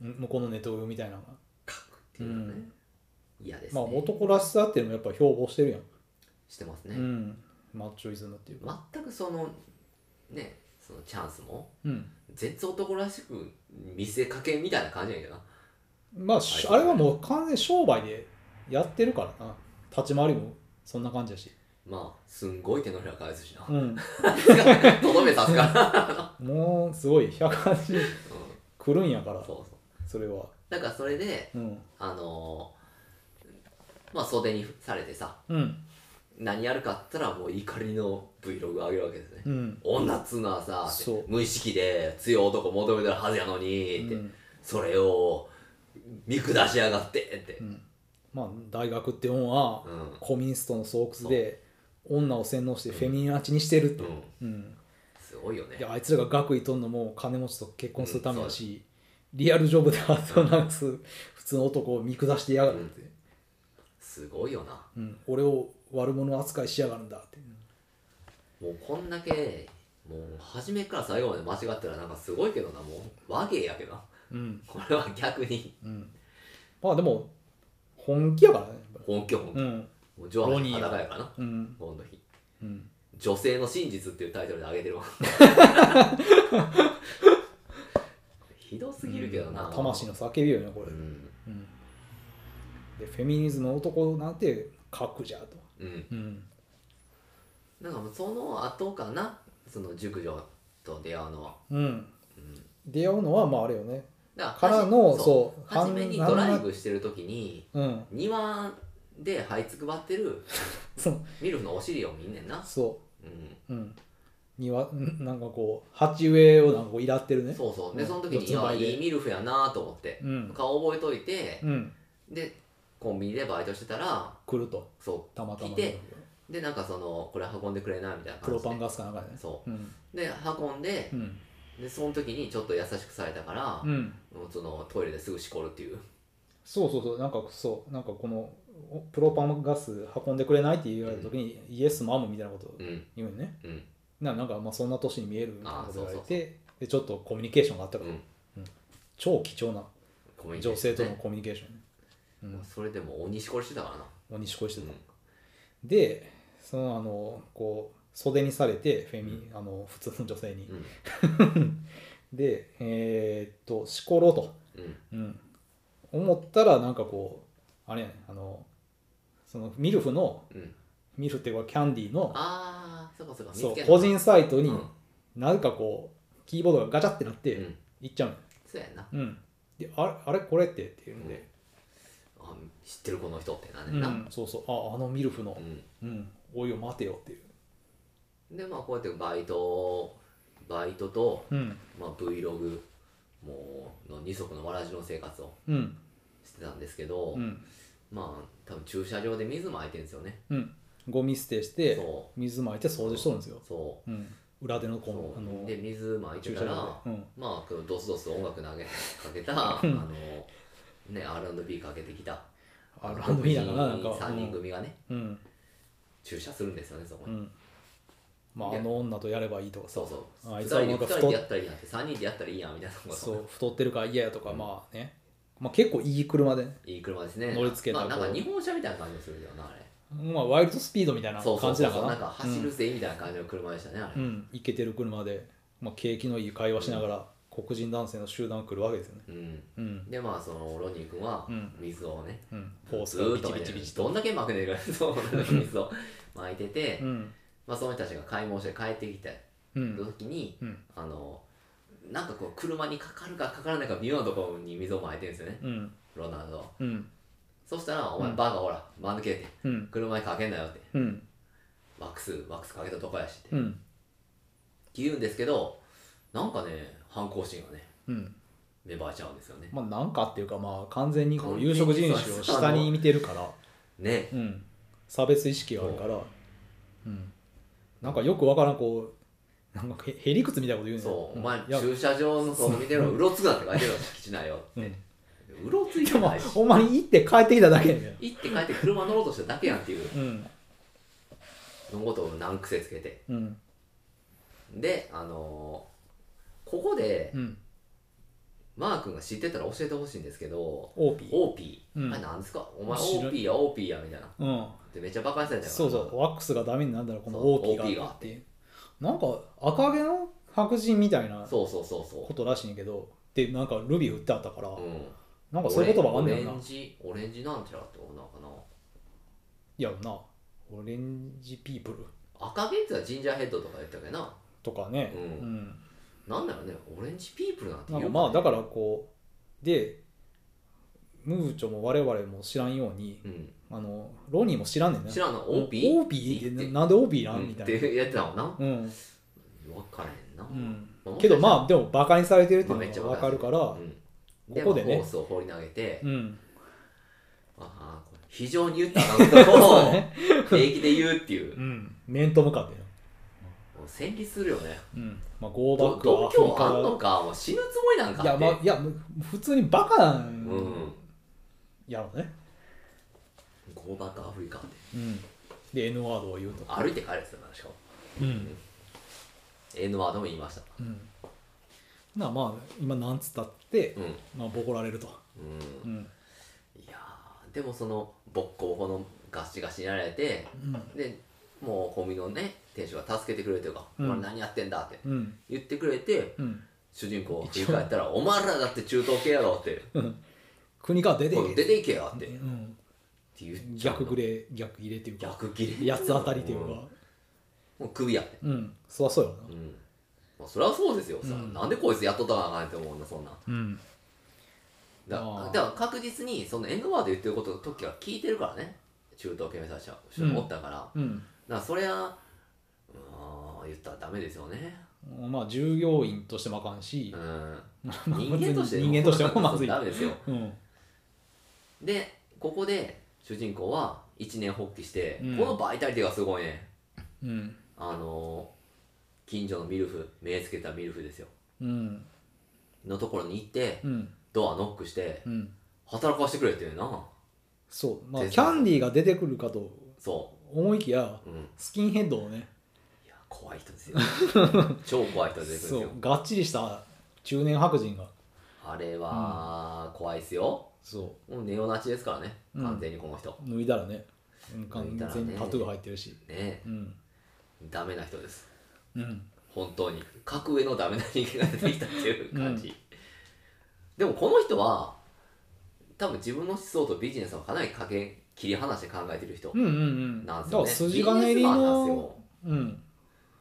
C: 向こうのネトウヨみたいなのが、
A: カックっていうのはね嫌、です
C: まあ
A: ね、
C: 男らしさっていうのもやっぱ標榜してるやん、
A: してますね、
C: うん、マッチョイズムっていうか、
A: 全くそのねそのチャンスも
C: うん、
A: 全然男らしく見せかけみたいな感じやけどな
C: まあしあれはもう完全に商売でやってるからな立ち回りもそんな感じやし
A: まあすんごい手のひら返すし な
C: うん、
A: とどめ刺す から、
C: もうすごい180
A: う
C: くるんやから
A: ん、そうそう
C: それは
A: だからそれで
C: うん
A: あのーまあ袖にされてさ
C: うん
A: 何やるかって言ったらもう怒りの Vlog 上げるわけですね、
C: うん
A: 女っつうのはさって
C: そう
A: 無意識で強い男求めてるはずやのにって、
C: うん
A: それを見下しやがってって
C: う、んまあ大学って本は
A: うんうん
C: コミュニストの巣窟で女を洗脳してフェミニンアチにしてると、うん、
A: すごいよね
C: であいつらが学位取んのも金持ちと結婚するためだし、リアルジョブで働く普通の男を見下してやがるって、
A: すごいよな
C: うん俺を悪者扱いしやがるんだって、
A: もうこんだけもう初めから最後まで間違ってたらなんかすごいけどなもう和芸やけどな
C: うん
A: これは逆に
C: うん、まあでも本気やからねやっ
A: 本拠本
C: ぱりうん
A: もう上半身裸やからな
C: うん
A: この日
C: うん
A: 女性の真実っていうタイトルで上げてる わひどすぎるけどな、
C: 魂の叫びよねこれ、
A: うん
C: うんでフェミニズムの男なんて核じゃと、
A: うん
C: うん、
A: なんかもうその後かなその熟女と出会うのは
C: うん、
A: うん
C: 出会うのはまああれよね
A: だ
C: からのそう
A: 初めに
C: 半
A: ドライブしてる時に
C: うん
A: 庭で這いつくばってる
C: そう
A: ミルフのお尻を見んねんな、
C: そ
A: うん、
C: ううん庭んなんかこう鉢植えをなんかこういらってるね
A: そうそう
C: う
A: で
C: ん
A: その時に、い
C: 四つん
A: や
C: 這いで
A: いいミルフやなと思って、
C: うん
A: 顔覚えといて
C: うん
A: でコンビニでバイトしてたら
C: 来ると
A: そう
C: たまたま
A: 来てでなんかそのこれ運んでくれないみたいな
C: プ
A: 感
C: ロ
A: じで
C: パンガスかなんかでね
A: そ
C: うん
A: うで運んで
C: うん
A: でその時にちょっと優しくされたから
C: う、ん
A: もうそのトイレですぐしこるっていう
C: そうそうそうなんかそうなんかこのおプロパンガス運んでくれないって言われた時に、イエスマムみたいなこと
A: うん
C: 言うよね
A: うん
C: ななんかまあそんな年に見えるみたいなこと言われ
A: あーそう
C: てでちょっとコミュニケーションがあった
A: う
C: から、
A: ん
C: 超貴重な
A: コミュニケー
C: 女
A: ション
C: 性と
A: ね
C: のコミュニケーションね、うん
A: もうそれでも鬼しこりしてたからな
C: 鬼しこいしてた、
A: うん
C: でそのあのこう袖にされてフェミ、あの普通の女性に、
A: うん
C: でえーっとしころうと、
A: うん
C: うん、思ったらなんかこうあれやねあのそのミルフの
A: うん
C: ミルフっていうかキャンディーの
A: ああそうかそうか
C: そ
A: 見つけ
C: う
A: た
C: 個人サイト
A: う
C: に
A: ん
C: なんかこうキーボードがガチャってなっ
A: う
C: て
A: ん
C: いっちゃうの
A: そうやんな
C: うん、であれあれこれってっていうんで、
A: あ知ってるこの人ってなんね
C: うんん
A: な、
C: そうそうああのミルフの
A: う、ん
C: うん、おいを待てよっていう、
A: でまあこうやってバイトバイトと、
C: うん
A: まあ、Vlog もうの二足のわらじの生活を
C: うん
A: してたんですけど、
C: うん
A: まあ多分駐車場で水も空いてるんですよね
C: うん、ゴミ捨てして
A: そ
C: 水まいて掃除しとるんですよ
A: う、そ
C: うん、裏手の
A: う
C: こ
A: そ
C: のあ
A: う
C: の
A: で水も空いて
C: 駐
A: た
C: 車
A: ら
C: 場で、うん、
A: まあこのドスドス音楽投げかけたあのね R&B かけてきた
C: あのゴミだからなんか
A: 3人組がね
C: うん
A: 駐車するんですよねそこ
C: う
A: に、
C: んまあ、あの女とやればいいとかさ
A: そうそう
C: あ
A: 2
C: いつ
A: 人
C: は
A: で
C: な
A: 二
C: んか
A: 人
C: 太
A: で
C: っ
A: やったらいいやんって3人でやったらいいやんみたいなのが
C: そう太ってるから嫌やとか、
A: うん
C: まあね、まあ、結構いい車で、
A: いい車ですね
C: 乗り付けた
A: ま
C: こ
A: あ
C: う
A: なんか日本車みたいな感じもするよなあれ
C: まあ、ワイルドスピードみたいな
A: そうそ
C: 感
A: う
C: じ
A: そう
C: だ
A: そ
C: から
A: うなんか走るぜみたいな感じの車でしたねあ
C: う
A: れ
C: んうんイケてる車で、まあ、景気のいい会話しながら、黒人男性の集団来るわけですよね
A: うん、
C: うん
A: でまあそのロニー君は
C: うん
A: 水をね、
C: うん
A: ず
C: フォース
A: ーっと
C: が
A: ね
C: ビチビチビチと
A: どんだけ巻くねえかそう水を巻いてて、
C: うん
A: まあ、その人たちが買い物して帰ってきた
C: うん
A: 時に、
C: うん
A: あのなんかこう車にかかるかかからないか微妙なところに水を巻いてるんですよね
C: うん
A: ロナウドは
C: うん
A: そしたら「お前
C: うん
A: バカほら間抜けて
C: うん
A: 車にかけんなよ」って
C: うん
A: 「ワックスワックスかけたとこやし」って
C: うん
A: 言うんですけどなんかね反抗心がね
C: うん
A: 芽生えちゃうんですよね
C: まあなんかっていうかまあ完全にこ
A: 完
C: う
A: 全に
C: 有色人種を下に見てるから、
A: ね
C: うん、差別意識があるから、うん、なんかよくわからんこうなんかへへりくつみたいなこと言うね
A: そう、
C: ん
A: お前
C: いや
A: 駐車場のそう見てるのうろつくなって書いてるわ敷地内よ
C: うん、
A: うろつい
C: で
A: て
C: も
A: ないし
C: ほんまに行って帰ってきただけやね
A: 行って帰って車乗ろうとしただけやんっていう
C: うん
A: のことを何癖つけて
C: うん
A: であのーここで
C: うん
A: マー君が知ってたら教えてほしいんですけど
C: オーピー
A: OP、
C: うん
A: あれなんですかお前
C: 知らん
A: OP や OP やみたいな
C: うん
A: でめっちゃバカにされたから
C: そうそうワックスがダメになるんだろうこの
A: そう
C: オーピ
A: OP
C: ー
A: が
C: が
A: あ
C: あ
A: っ
C: っててなんか赤毛の白人みたいなこ
A: そうそうそうそ
C: とらしいんやけどでなんかルビー振ってあったから、
A: ううん
C: なんかそういう言葉あんね
A: オ
C: ん
A: レ
C: な
A: ンジオレンジなんちゃらってことなのかない
C: やろなオレンジピープル
A: 赤ゲンツはジンジャーヘッドとか言ったっけな
C: とかね、
A: うん
C: うん
A: なんだろうねオレンジピープルなんて
C: な
A: 言
C: ん
A: う
C: か
A: ね
C: まあだからこうでムーチョも我々も知らんように
A: うん
C: あのロニーも知らんねんな
A: 知らんの
C: うん
A: OP?
C: OP ってななんで OP なんみた
A: っ
C: いな
A: てやってたもんな
C: うん、
A: 分からへんな、
C: うん、けどまあでもバカにされてるって
A: まあめっ
C: い
A: ちゃ
C: うの
A: わ
C: が分かるから、
A: うん、
C: ここで
A: まあ
C: ね
A: ホースを放り投げて、
C: うん、
A: ああこれ非常に言ったらな ことを平気で言うっていう
C: う
A: も
C: ん、面と向かってね、
A: う戦慄するよね
C: うんまあ、ゴーバ
A: ど
C: ックは
A: 度
C: アフリ
A: 胸あん
C: カ
A: のかもう死ぬつもりなんか
C: い
A: って
C: や,、まあ、いやむ普通にバカなん
A: うん
C: やろうね、
A: ゴーバックアフリカって
C: うん、で N ワードを言うと
A: 歩いて帰るやつだなしかも
C: うん、
A: N ワードも言いました
C: うん、なあまあ今なんつったって
A: うん、うん、
C: まあボコられると、うん
A: いやーでもそのボッコボコのガシガシにやられて
C: うん
A: でもうコンビニのね店主が助けてくれるというか「
C: うん
A: お前何やってんだ」って
C: うん
A: 言ってくれて
C: うん
A: 主人公が振り返ったら「お前らだって中東系やろ」って
C: うん国から
A: 「
C: 出て
A: 出ていけよ」って
C: う
A: って言
C: ん、
A: っちゃう
C: 逆
A: の
C: グレ逆入れっていうか
A: 逆切れ
C: 八つ当たりという
A: うん
C: か
A: もう首やって
C: うん、そりゃそうよ
A: う
C: なん
A: まあそれはそうですよさ
C: うん
A: なんでこいつやっとったらあかんって思うのそんなん
C: うん
A: だ
C: あー
A: だから確実にそのエンドワード言ってることの時は聞いてるからね中東系の人たちは後ろにおったから、だか
C: うん
A: らそれはうーん言ったらダメですよね
C: まあ従業員としてもあかんし
A: う、ん
C: まあ
A: 人間として
C: 人間として もまずい
A: ダメですよ
C: うん
A: でここで主人公は一年発起して、
C: うん
A: このバイタリティがすごいね
C: うん
A: あのー近所のミルフ目つけたミルフですよ
C: うん
A: のところに行って
C: うん
A: ドアノックして
C: うん
A: 働かしてくれっていうな
C: そうまあ
A: です
C: キャンディーが出てくるかと
A: そ
C: 思いきや
A: う、うん、い
C: スキンヘッドをね
A: や怖い人です よ超怖い人出てくるんです
C: そ
A: よ
C: うがっちりした中年白人が
A: あれは怖いですよ。
C: そ
A: もうネオナチですからね、
C: うん
A: 完全にこの人。
C: う脱いだらねうん
A: 脱
C: 完
A: いだらね
C: 全にタトゥー入ってるし、
A: ねえ
C: うん
A: ダメな人です。
C: うん
A: 本当に。格上のダメな人間が出てきたっていう感じ。でもこの人は、多分自分の思想とビジネスをかなりかけ切り離して考えてる人
C: うんうんうん
A: なんで
C: だ
A: す
C: か
A: よね。
C: ら筋金入り
A: ビジネスマンなんです
C: の
A: よ。
C: うん、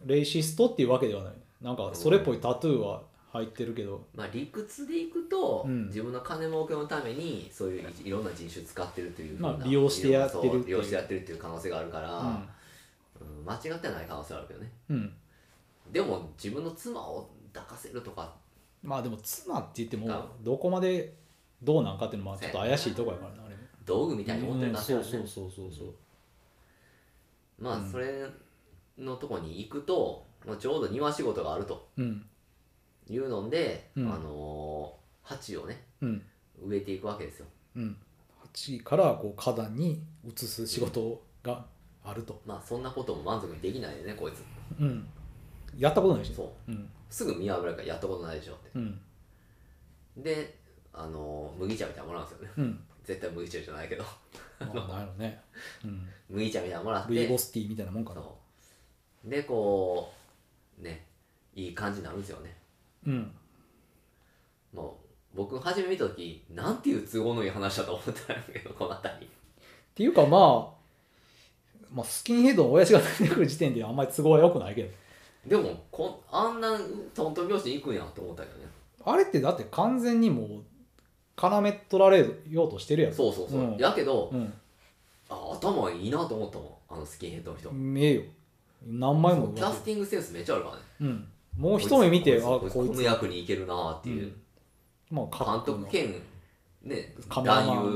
C: レイシストっていうわけではないなんかそれっぽいタトゥーは入ってるけど
A: まあ、理屈でいくと、
C: うん
A: 自分の金儲けのためにそういういろんな人種使ってるというふうな
C: まあ利用してやってるっていう
A: そう利用してやってるっていう可能性があるから、うん間違ってない可能性はあるけどね
C: うん、うん、
A: でも自分の妻を抱かせるとか
C: まあでも妻って言って
A: あ
C: もどこまでどうなんかっていうのもちょっと怪しいとこやからなあれも
A: 道具みたいに持ってる
C: うん
A: だけ
C: そ
A: だ
C: う
A: ね、
C: そうそうそうそう
A: まあそれのとこに行くと、まあ、ちょうど庭仕事があると
C: うん
A: いうので、
C: うん
A: あのー鉢をね
C: うん
A: 植えていくわけですよ
C: うん8からこう花壇に移す仕事があると、
A: まあそんなことも満足にできないよねこいつ
C: うん、やったことないし
A: そう
C: うん
A: すぐ見破られるからやったことないでしょって
C: うん
A: であのー麦茶みたいなのもらうんですよね
C: うん
A: 絶対麦茶じゃないけど
C: まあなんやろね、うん、
A: 麦茶みたいなのもらって
C: ルイボスティーみたいなもんかな
A: そうでこうねいい感じになるんですよね
C: うん
A: もう僕初め見た時なんていう都合のいい話だと思ったんやけど この辺り
C: っていうかまあ、まあ、スキンヘッドの親父が出てくる時点であんまり都合は良くないけど
A: でもこんあんなトントン拍子に行くんやと思ったけどね
C: あれってだって完全にもう絡め取られようとしてるやつ
A: そうそうそう、
C: うん
A: やけど、
C: うん
A: あ頭いいなと思ったもんあのスキンヘッドの人、
C: 見えよ何枚も
A: キャスティングセンスめっちゃあるからね
C: うん、もう一目見てあ
A: こ
C: こ
A: い
C: い
A: つ
C: つ
A: こいつこの役にいけるなっていう、
C: うんまあ
A: 監
C: 各国
A: 督
C: の
A: 兼ね
C: カメラマ
A: 男
C: ン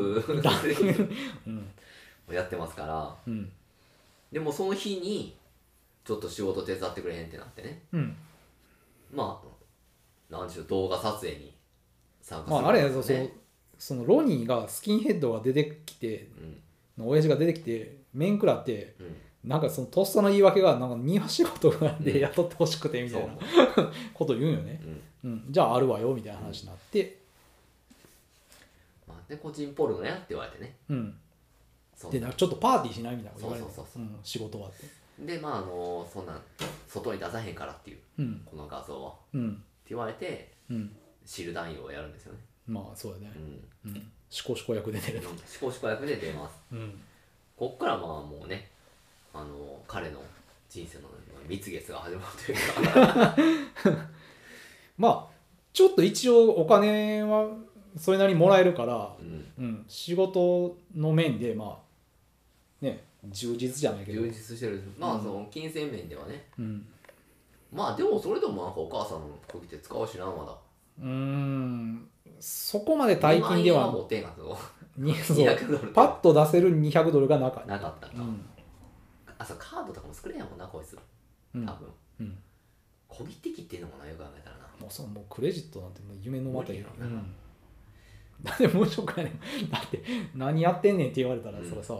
A: 優
C: うん
A: やってますから
C: うん
A: でもその日にちょっと仕事手伝ってくれへんってなってね
C: うん
A: まあなんでしょう動画撮影に参加
C: まああれや
A: す
C: そ
A: る
C: うそうそのロニーがスキンヘッドが出てきて
A: うん
C: の親父が出てきて面食らって
A: うん
C: なんかそのとっさの言い訳がなんか庭仕事が
A: うん
C: で雇ってほしくてみた
A: そう
C: いなこと言うんよね、
A: うん
C: うん、じゃああるわよみたいな話になって、
A: まあ、で個人ポルノやって言われてね
C: うん、
A: そん
C: で
A: な
C: なんかちょっとパーティーしないみたいなこと言われて、
A: そうそうそうそうん
C: 仕事終わって
A: でまああのそんなん外に出さへんからっていう
C: うん
A: この画像はって
C: うん
A: 言われて
C: うん
A: シル男優をやるんですよね
C: まあそうだね
A: う、ん
C: うん、しこしこ役で出てる
A: しこしこ役で出ます
C: うん
A: こっからまあもうねあの彼の人生の蜜月が始まるという か
C: まあちょっと一応お金はそれなりにもらえるから
A: う、ん
C: うん、仕事の面でまあね充実じゃないけど
A: 充、実してるまあその金銭面ではね
C: うん、
A: まあでもそれでもなんかお母さんの時って使うしなまだ
C: うーんそこまで大金で
A: 2万円
C: は
A: 持ってんか そ
C: に
A: う
C: そう
A: 200ドル
C: パッと出せる200ドルがなかった、
A: なかったか、
C: うん
A: あそうカードとかも作れんやもんなこいつ
C: うん
A: 多分
C: うん、
A: 小切手切ってんのもなよく考えた らな
C: もうそうもうクレジットなんてもう夢のまた
A: 無理
C: や
A: や
C: う、
A: ろなん
C: だって無職やねんだって何やってんねんって言われたら、
A: うん
C: それさ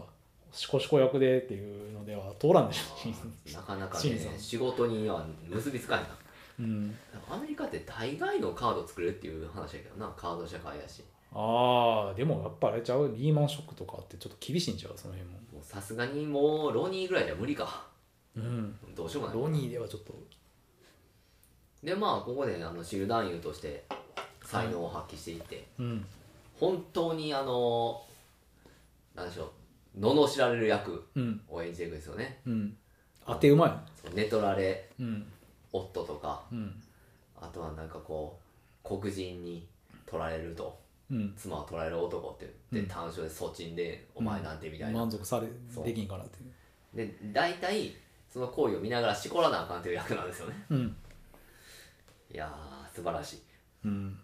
C: しこしこ役でっていうのでは通らんでしょ
A: なかなか
C: シン
A: ね
C: さん
A: 仕事には結びつかへんな
C: うん、
A: アメリカって大概のカード作れるっていう話やけどなカード社会やし
C: ああでもやっぱあれちゃうリーマンショックとかってちょっと厳しいんちゃうその辺も、
A: もうさすがにもうロニーぐらいじゃ無理か
C: うん、
A: どうしようもない
C: ロニーではちょっと
A: でまあここであのシル男優として才能を発揮していって、
C: うん
A: 本当にあのなんでしょう罵られる役
C: うん
A: を演じていくんですよね
C: うん当てうまい
A: その寝取られ
C: うん
A: 夫とか
C: うん
A: あとはなんかこう黒人に取られると
C: うん
A: 妻を取られる男って言って単勝で粗沈で「お前なんて」みたいな、
C: 満足され
A: そう
C: できんからっていう
A: で大体その行為を見ながらしこらなあかんという役なんですよね
C: うん
A: いやー素晴らしい、
C: うん、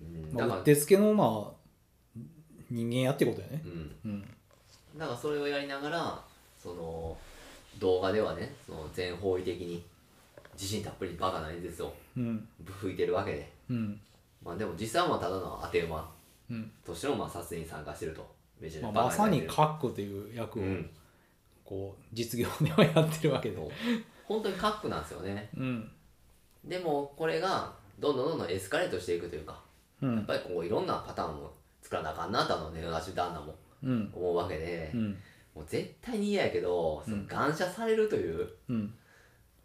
A: うん、
C: ま
A: だ
C: あ、
A: か
C: うっ
A: ら
C: てつけのまあ人間やってことやね
A: うん
C: うん
A: だからそれをやりながらその動画ではねその全方位的に自信たっぷりバカな演説を
C: うん
A: 吹いてるわけで
C: うん
A: まあでも実際はまあただの当て馬
C: うん
A: としてのまあ撮影に参加してるとめちゃめち
C: ま
A: ゃ
C: あ、
A: バ
C: ま
A: カ
C: さ
A: にな
C: に
A: って
C: カックという役
A: る
C: を
A: うん
C: こう実業ではやってるわけで
A: そう本当にカックなんですよね
C: うん
A: でもこれがどんどんどんどんエスカレートしていくというか
C: う
A: やっ
C: ん
A: ぱりこういろんなパターンを作らなあかんなとあのネオナチ旦那も
C: うん
A: 思うわけで、
C: うん
A: もう絶対に嫌やけど、その感謝されるという
C: うん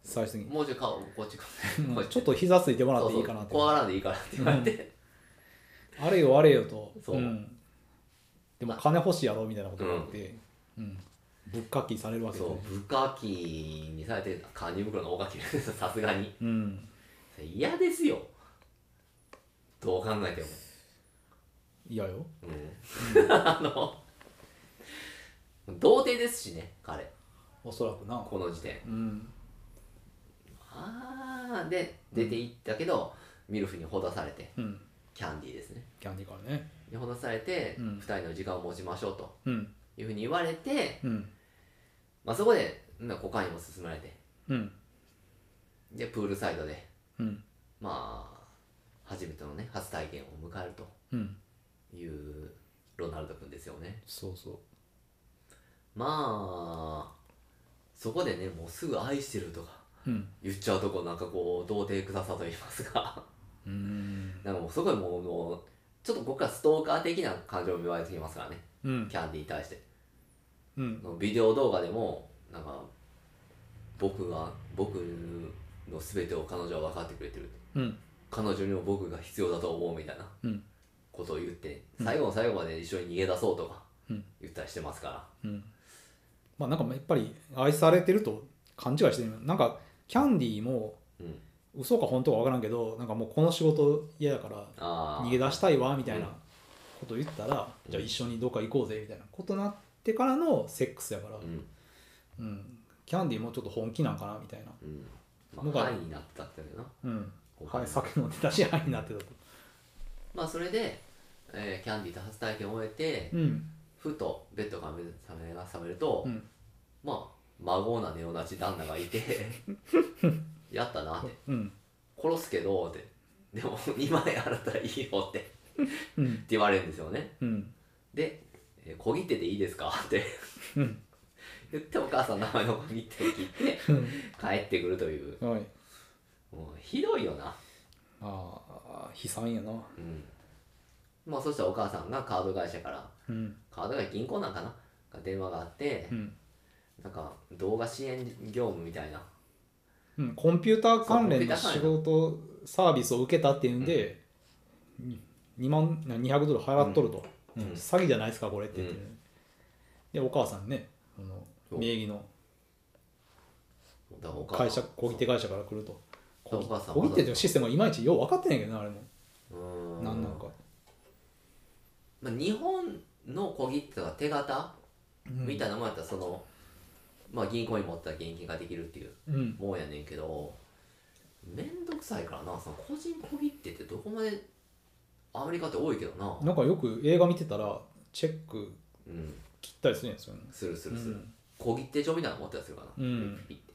C: 最終的に
A: もうちょい顔こっちこ
C: うん
A: こっち
C: ちょっと膝ついてもらっていいかな
A: そうそ
C: っ
A: う
C: て
A: 怖がらんでいいかなって言われて、
C: あれよあれよと
A: そうん
C: でも金欲しいやろみたいなことになってうんぶっかきされるわけで
A: そう部下機にされて管理袋の大書きさすがに
C: うん
A: それ嫌ですよどう考えても、
C: 嫌よ
A: うん あの童貞ですしね彼
C: おそらくな
A: この時点
C: うん
A: あーで出ていったけど、ミルフにほだされて
C: うん
A: キャンディーですね
C: キャンディーからね
A: にほだされて、
C: う
A: 二
C: ん
A: 2人の時間を持ちましょうと
C: うん
A: いうふうに言われて、
C: うん
A: まあ、そこでうんコカインも勧められて
C: うん
A: でプールサイドで
C: うん
A: まあ初めてのね初体験を迎える
C: うん
A: というロナルド君ですよね
C: そうそ
A: まあそこでねもうすぐ愛してるとか
C: ううん
A: 言っちゃうとこなんかこう童貞臭さと言いますか
C: うん
A: なんかもうすごいもうもうちょっとここからストーカー的な感情を見われてきますからね
C: うん
A: キャンディーに対して
C: うん
A: ビデオ動画でもなんか僕が僕の全てを彼女は分かってくれてる
C: うん
A: 彼女にも僕が必要だと思うみたいな
C: うん
A: ことを言って最後の最後まで一緒に逃げ出そうとか
C: うん
A: 言ったりしてますから、
C: うんまあなんかやっぱり愛されてると勘違いしてるなんかキャンディーも
A: うん、
C: 嘘か本当か分からんけどなんかもうこの仕事嫌やから
A: ああ
C: 逃げ出したいわみたいな
A: うん
C: こと言ったら、
A: うん
C: じゃあ一緒にどっか行こうぜみたいなことになってからのセックスやから、
A: うん
C: うんキャンディーもちょっと本気なんかなみたいな、
A: うん
C: の
A: ま
C: が
A: あ、範囲になったっていうな
C: うん
A: ご飯
C: はい、酒飲んでたし範囲に なってたと、
A: まあそれで、えーキャンディーと初体験を終えて、
C: うん
A: ふとベッドから目が覚めると、
C: うん、
A: まあ孫なネオナチ旦那がいて やったなって
C: うん
A: 殺すけどってでも2万円払ったらいいよってって
C: うん
A: 言われるんですよね
C: うん
A: で、えー小切手でいいですか?」って
C: うん
A: 言ってお母さんの名前の小切手を切って帰ってくるという
C: うんはい
A: もうひどいよな
C: ああ悲惨やな
A: うんまあそしたらお母さんがカード会社から
C: うん
A: カード会社銀行なんかなが電話があって
C: うん、
A: なんか動画支援業務みたいな
C: うん、コンピューター関連の
A: そう
C: 仕
A: コンピ
C: 事サービスを受けたっていうんで、2万な200ドル払っとると、
A: うん
C: うん詐欺じゃないですかこれって言って、
A: う
C: でお母さんねあの
A: お
C: 名義の
A: だからお母さん
C: 会社小切手会社から来ると
A: そう
C: 小
A: お母さん
C: 切手っていうシステムはいまいちよう分かってないけどなあれも
A: うーん
C: 何なのか
A: まあ、日本の小切手が手形
C: うん
A: みたいなもんやったらその、まあ、銀行に持ったら現金ができるっていう
C: うん
A: もんやねんけどめんどくさいからなその個人小切手ってどこまでアメリカって多いけどな
C: なんかよく映画見てたらチェック
A: うん
C: 切ったりするんですよね
A: するするする、
C: うん
A: 小切手帳みたいなの持ってたりするかな
C: うん
A: ピッて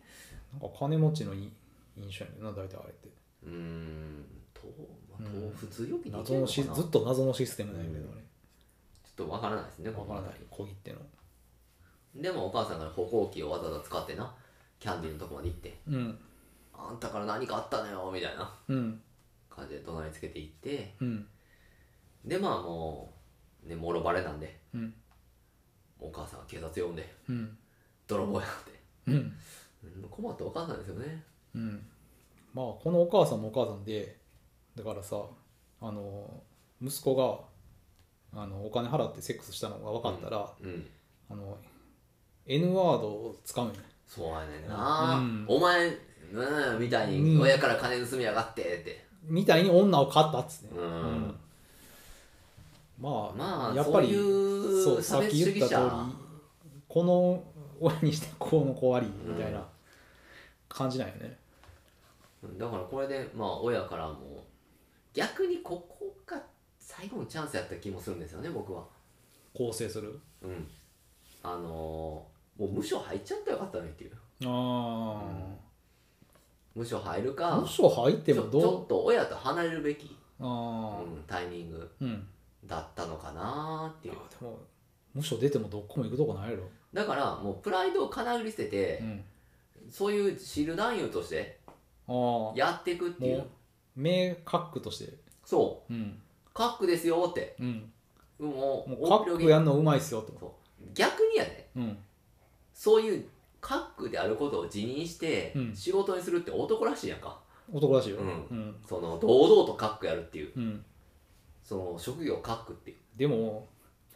C: なんか金持ちのい印象やねんな大体あれって
A: うーんと、まあ、
C: う
A: と
C: ん
A: 普通よく似てる
C: 謎の
A: のか
C: シ
A: な
C: ず
A: ちょ
C: っと謎のシステムなんやけど
A: う
C: あ
A: っとわからないですね
C: れ分
A: こ
C: か
A: の
C: らない
A: 辺り
C: 小切手の
A: でもお母さんが歩行器をわざわざ使ってなキャンディーのとこまで行って
C: うん
A: 「あんたから何かあったのよ」みたいな
C: うん
A: 感じで怒鳴りつけて行って
C: うん
A: でまあもうねもろバレなんで
C: うん
A: お母さんが警察呼んで
C: うん
A: 泥棒やって、
C: うん
A: うん、困ったお母さんですよね
C: うんまあこのお母さんもお母さんでだからさあの息子があのお金払ってセックスしたのが分かったら、
A: うん
C: あの N ワードを使うんや
A: そうやねんな、
C: うん
A: お前うんみたいに
C: うん
A: 親から金盗みやがってって、
C: みたいに女を買ったっつって、
A: うん
C: まあ、
A: まあ
C: やっぱり
A: そういう
C: そうさっき言った
A: 差別主義
C: 通り
A: 者
C: この親にしてこうの子ありみたいな感じなんよね、
A: うんだからこれでまあ親からも逆にここが最後のチャンスやった気もするんですよね僕は
C: 構成する
A: うんあのーもう無所入っちゃったらよかったのにっていう
C: あ
A: 無所入る
C: あ
A: か
C: 部署入って
A: ちょ
C: も
A: ちょ
C: ど
A: っ
C: う
A: と親と離れるべき、
C: あ
A: うん、タイミング
C: あうん
A: だったのかなーって
C: い
A: い
C: や
A: う
C: でも部署出てもどこも行くとこないやろ、
A: だからもうプライドをかなぐり捨てて
C: う、ん、
A: そういう知る男優として
C: ああ
A: やっていくってい
C: も
A: う
C: う名格として
A: そ
C: うん
A: うカックですよって
C: うん
A: もう
C: もうカップやんのうまいっすよと
A: 逆にやね
C: うん
A: そういうカックであることを辞任して
C: うん
A: 仕事にするって男らしいやんか、
C: 男らしいよ
A: うん
C: うん、
A: その堂々とカックやるっていう
C: うん、
A: その職業カックっていう
C: でも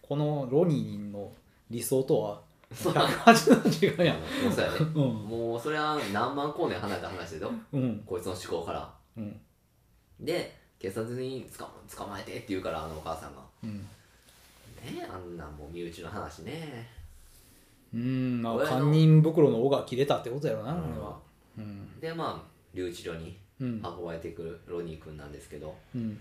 C: このロニーの理想とは180度違うやん
A: もうそうやね
C: うん
A: もうそれは何万光年離れた話でしょ
C: うん
A: こいつの思考から
C: うん
A: で警察に捕ま捕まえてって言うからあのお母さんが
C: うん
A: ねあんなんもう身内の話ね
C: うんまあ
A: 親の
C: 堪忍袋の尾が切れたってことやろな
A: うん
C: これはうん
A: でまあ留置所に
C: うん
A: 運ばれてくるロニー君なんですけど、
C: うん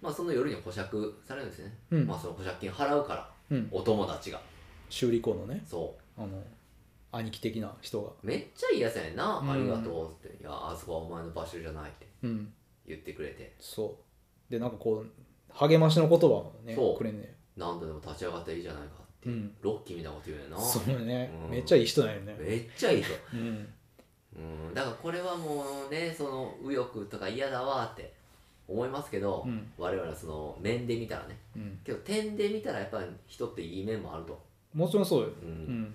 A: まあその夜に保釈されるんですね、
C: うん
A: まあその保釈金払うから
C: うん
A: お友達が
C: 修理工のね
A: そう
C: あの兄貴的な人が
A: めっちゃいいやつやねんな、
C: うん
A: ありがとうって、いや、あそこはお前の場所じゃないって
C: うん
A: 言ってくれて、
C: そうでなんかこう励ましの言葉をね
A: そう
C: くれんね
A: 何度でも立ち上がったらいいじゃないかって、
C: うん
A: ロッキーみたいなこと言うねんな、
C: そうね
A: うん
C: めっちゃいい人なんよね
A: めっちゃいいと、
C: うん
A: うん、だからこれはもうね、その右翼とか嫌だわって思いますけど、
C: うん
A: 我々はその面で見たらね、
C: うん
A: けど点で見たらやっぱり人っていい面もあると、
C: もちろんそうよ
A: うん
C: うん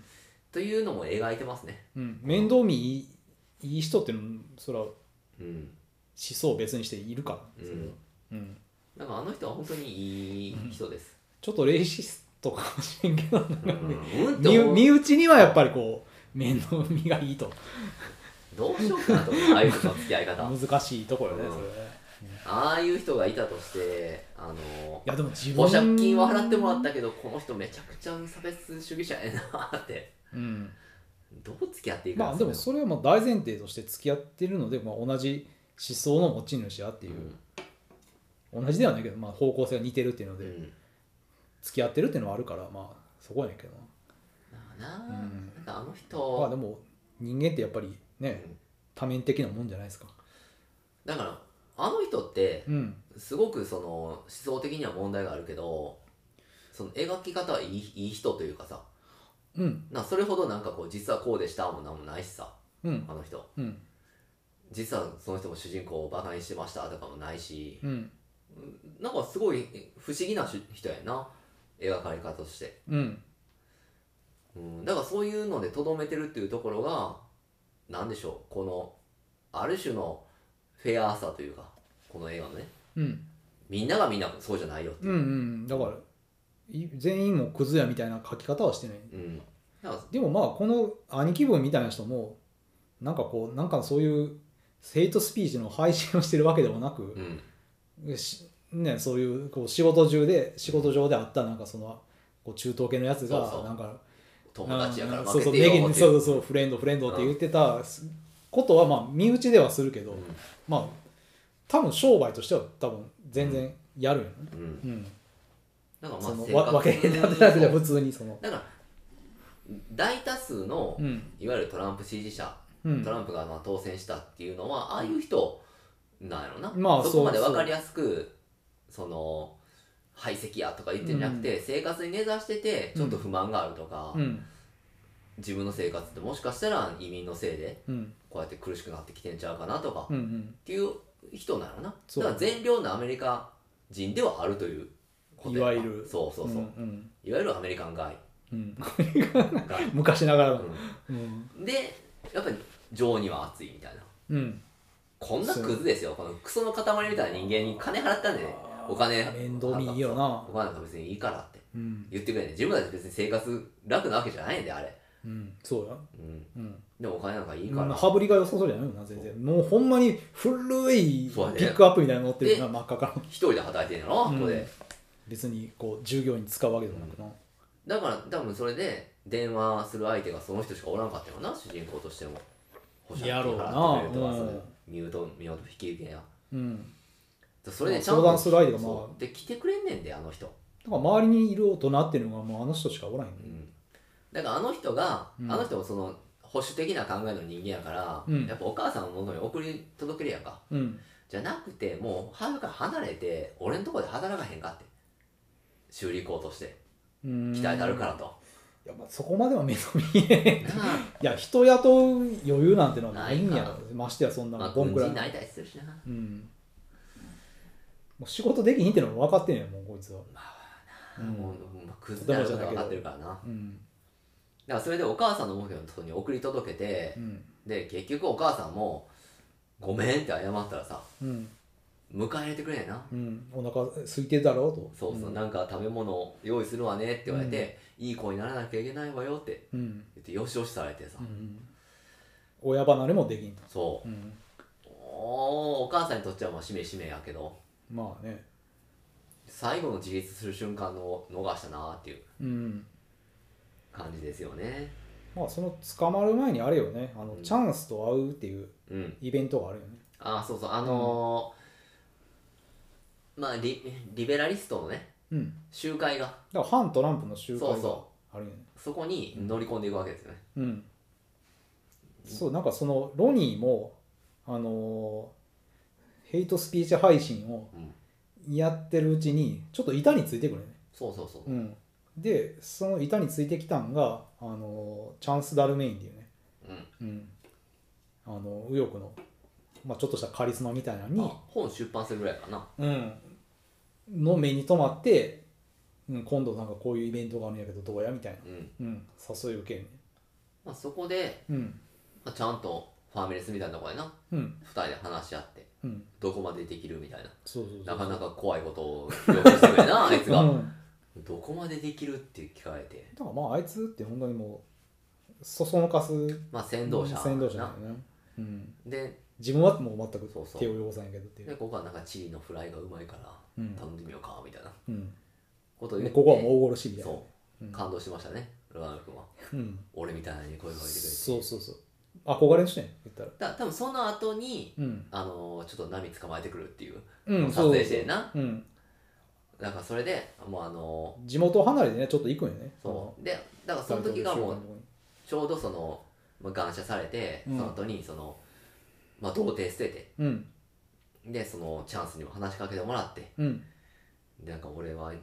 A: というのも描いてますね。
C: うん面倒見いいいい人っていうのもそれは思
A: うん、
C: 想を別にしているか
A: う
C: ら、
A: ん
C: うん
A: だからあの人は本当にいい人 です。
C: ちょっとレイシストかもしれんけど
A: うん、うんって
C: 身
A: 思う
C: 身内にはやっぱりこう面倒見がいいと
A: どうしようかなと思う、ああいう人の付き合い方。
C: 難しいところよね
A: うん
C: それね
A: ああいう人がいたとして、あの
C: いやでも自分
A: 保釈金は払ってもらったけど、この人めちゃくちゃ差別主義者やなって、
C: うん
A: どう付き合っていくん
C: まあでも
A: そ
C: それはもう大前提として付き合ってるので、まあ、同じ思想の持ち主やって
A: う
C: い
A: いうう、、
C: 同じではないけど、まあ、方向性が似てるっていうの
A: う
C: で、
A: ん、
C: 付き合ってるっていうのはあるからまあそこやねんけどな
A: まあなあ、
C: うん
A: なんかあの
C: まあで
A: 人、
C: も人間ってやっぱりね
A: うん
C: 多面的なもんじゃないですか
A: だから、あの人って
C: う、ん
A: すごくその思想的には問題があるけど、その描き方はいいいい人というかさ、
C: うん
A: なそれほどなんかこう、実はこうでしたもなんもないしさ、
C: うん
A: あの人、
C: うん
A: 実はその人も主人公をバカにしてましたとかもないし。
C: うん
A: なんかすごい不思議なし人やな描かれ方として、
C: うん
A: うん、だからそういうのでとどめてるっていうところがなんでしょうこのある種のフェアさというかこの映画のね
C: うん
A: みんながみんなそうじゃないよって
C: うんうんだからい全員もクズやみたいな書き方はしてない
A: うん、や
C: でもまあこの兄貴分みたいな人もなんかこうなんかそういうヘイトスピーチの配信をしてるわけでもなく
A: う、ん
C: しね、そういうこう仕事中で仕事上であったなんかそのこう中東系のやつが
A: そうそう
C: なんか
A: 友達やから
C: うんそう
A: 負
C: そ
A: け
C: う
A: てよ
C: ネギ
A: っ
C: に
A: て
C: そうそうそうフレンドフレンドって言ってたことはまあ身内ではするけど、まあ多分商売としては多分全然やるよね、
A: うんうん
C: うん
A: なんかまあ
C: その
A: 性
C: わ
A: 格
C: 分け隔てられて普通にその
A: だから大多数の、
C: うん
A: いわゆるトランプ支持者、
C: うん
A: トランプがまあ当選したっていうのはああいう人なんやろな、
C: まあ
A: そ
C: そ
A: こ
C: う
A: まで分かりやすくその排斥やとか言ってんじゃなくて、生活に根ざしててちょっと不満があるとか、
C: うん
A: 自分の生活ってもしかしたら移民のせいで
C: うん
A: こうやって苦しくなってきてんちゃうかなとか、
C: うんう
A: っ
C: ん
A: ていう人なのな
C: そう
A: だから善良なアメリカ人ではあるということやない
C: わゆる
A: そうそうそう、
C: うん
A: いわゆるアメリカン街
C: うんうん
A: が、
C: 昔ながらの
A: う
C: うん、
A: んでやっぱり情には熱いみたいな
C: うん、
A: こんなクズですよこのクソの塊みたいな人間に金払ったんでねお金
C: 面倒見いいよな
A: お金なんか別にいいからって
C: うん
A: 言ってくれね自分たち別に生活楽なわけじゃないんであれ、
C: うんそうや
A: うん、
C: うん
A: でもお金なんかいいから、
C: 羽振りが良さそうじゃないよな全然もうほんまに古いピ
A: そうやね
C: ックアップみたいなの乗ってるよな真っ赤から
A: 一人で働いてんやろ、ここで
C: 別にこう従業員使うわけでもなくな
A: だから多分それで電話する相手がその人しかおらんかったよな主人公としても保証金
C: やろうな
A: 払ってくれるとか
C: うん
A: そういうミュートミュート引き受けや
C: うん
A: それでちゃん
C: 相談する相手がまあ
A: そうで来てくれんねんであの人
C: だから周りにいる大人っていうのがもうあの人しかおらへんよ
A: う
C: ね
A: んだからあの人が、
C: うん
A: あの人もその保守的な考えの人間やから、
C: うん
A: やっぱお母さんのもとに送り届けるやんか
C: うん
A: じゃなくてもう母から離れて俺のとこで働かへんかって修理工として
C: うん
A: 鍛えたるからと、
C: いやまあそこまでは目覚めえへん
A: な あ
C: いや人雇う余裕なんてのはないん
A: ない
C: や
A: か
C: ましてやそんな
A: まあ
C: ど
A: 軍
C: んくら
A: 人
C: い
A: になりたりするしな
C: うんもう仕事できひんってのも分かってんやもうこいつはうん
A: もう、まあ、クズだろうとか分かってるからなだか
C: うん
A: らそれでお母さんの目標のとこに送り届けて
C: う、ん
A: で結局お母さんも「ごめん」って謝ったらさ
C: うん
A: 迎え入れてくれないな
C: うんお腹空いてるだろうと
A: そうそう、
C: ん
A: なんか食べ物を用意するわねって言われて、いい子にならなきゃいけないわよって
C: うん
A: 言ってよしよしされてさ、
C: うん親離れもできんと、
A: そ
C: うん、
A: うおーお母さんにとってはまあしめしめやけど
C: まあね
A: 最後の自立する瞬間の逃したなーっていう
C: うん
A: 感じですよね
C: まあその捕まる前にあれよねあの、
A: うん
C: チャンスと会うっていう
A: うん
C: イベントがあるよね
A: ああそうそうあのーまあリリベラリストのね
C: うん
A: 集会が
C: だから反トランプの集会が
A: そうそ
C: あるよね
A: そこに乗り込んでいくわけですよね、
C: うんそうなんかそのロニーもあのーヘイトスピーチ配信を
A: うん
C: やってるうちにちょっと板についてくるね
A: そうそうそう、
C: うんでその板についてきたんがあのーチャンス・ダルメインっていうね
A: うん
C: うん、あの右翼の、まあ、ちょっとしたカリスマみたいなの
A: まあ
C: に、、
A: 本出版するぐらいかな
C: うん、の目に留まって、うん、今度なんかこういうイベントがあるんやけどどうやみたいな、
A: うん、
C: うん、誘い受けんね
A: まあ、そこで、
C: うん
A: まあ、ちゃんとファミレスみたいなとこでな
C: うん
A: 2人で話し合って
C: うん
A: どこまでできるみたい
C: そうそうそ
A: な
C: う
A: なかなか怖いことを要求してくれ なあいつ
C: う
A: が
C: ん、
A: どこまでできるって聞かれて
C: だからまああいつって本当にもうそそのかす
A: まあ先導者
C: 先導者だよ
A: な
C: ね、うん、
A: で
C: 自分はもう全く
A: そうそう
C: 手を汚さんやけどってい
A: で
C: う
A: ここはなんかチリのフライがうまいから
C: うん
A: 頼んでみようかみたいな
C: うん
A: ことを言
C: で
A: って
C: ここはもう大殺しみたいな
A: そううん感動しましたねルガール君は
C: うん、
A: 俺みたいに声をかけてくれて
C: そうそうそう憧れの人やん言ったら
A: だ多分その後に
C: うん
A: あのーちょっと波捕まえてくるっていう
C: うん
A: 撮影してな
C: そうそううん、
A: だからそれでもうあの
C: 地元離れでねちょっと行くんよね
A: ーそうでだからその時がもうちょうどその、まあ、感謝されて、
C: うん
A: その後にその、まあ、童貞捨てて
C: ううん
A: でそのチャンスにも話しかけてもらって
C: うん
A: でなんか俺は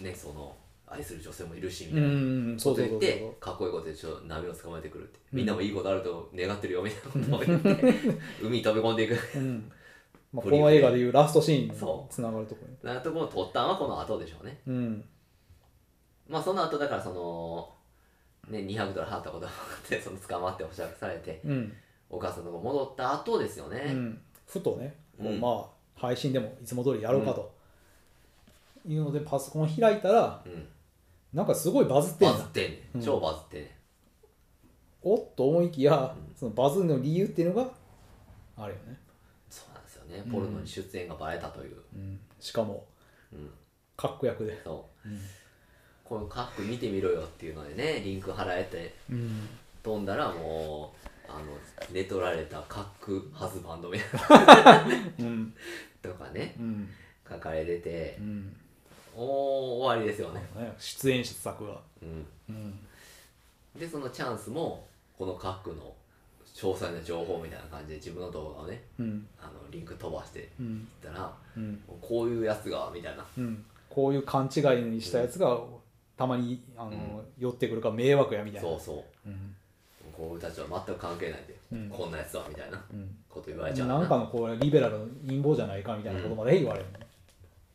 A: ねその愛する女性もいるしみ
C: う
A: たいなこ
C: んそう
A: と
C: そうそ
A: 言っ
C: うそう
A: てかっこいいことでちょっと波を捕まえてくるって、
C: うん
A: みんなもいいことあると願ってるよみたいなことを言って 海に飛び込んでいくみ
C: うんまあ、
A: ブ
C: こ
A: リーフ
C: の映画でいうラストシーンに
A: そう
C: つながるところ
A: たいなところを取ったのはこの後でしょうね
C: うん
A: まあその後だからそのね200ドル払ったことがあって その捕まって保釈されて
C: うん、
A: お母さんのとこ戻った後ですよね、
C: うん、ふとね、こう
A: うん
C: まあ配信でもいつも通りやろうかと、いうのでパソコン開いたら
A: うん
C: なんかすごいバズってん
A: バ
C: な
A: ズってんね、
C: うん
A: ん、超バズってんね
C: おっと思いきやそのバズるの理由っていうのがあれよね、
A: そうなんですよねポルノに出演がバレたという、
C: うん、しかも
A: うん、
C: カッコ役で、
A: そう、
C: うん
A: このカップ見てみろよっていうのでねリンク払えて
C: うん、
A: 飛んだらもうあの寝取られたカックハズバンドみたいな
C: うん
A: とかね
C: うん
A: 書かれてて
C: う、ん
A: おお終わりですよね、
C: ね出演者作が、
A: うん、
C: うん、
A: でそのチャンスもこのカックの詳細な情報みたいな感じで自分の動画をね
C: うん
A: あのリンク飛ばしていっ
C: うん
A: たら
C: うん
A: こういうやつがみたいな
C: うんこういう勘違いにしたやつがたまにあ
A: う
C: の、
A: ん
C: 寄ってくるから迷惑やみたいな
A: そうそう
C: うん
A: こうたちは全く関係ないで、
C: うん
A: こんなやつはみたいな
C: うん
A: こと言われちゃう
C: なんかのこうリベラルの陰謀じゃないかみたいなことまで言われる、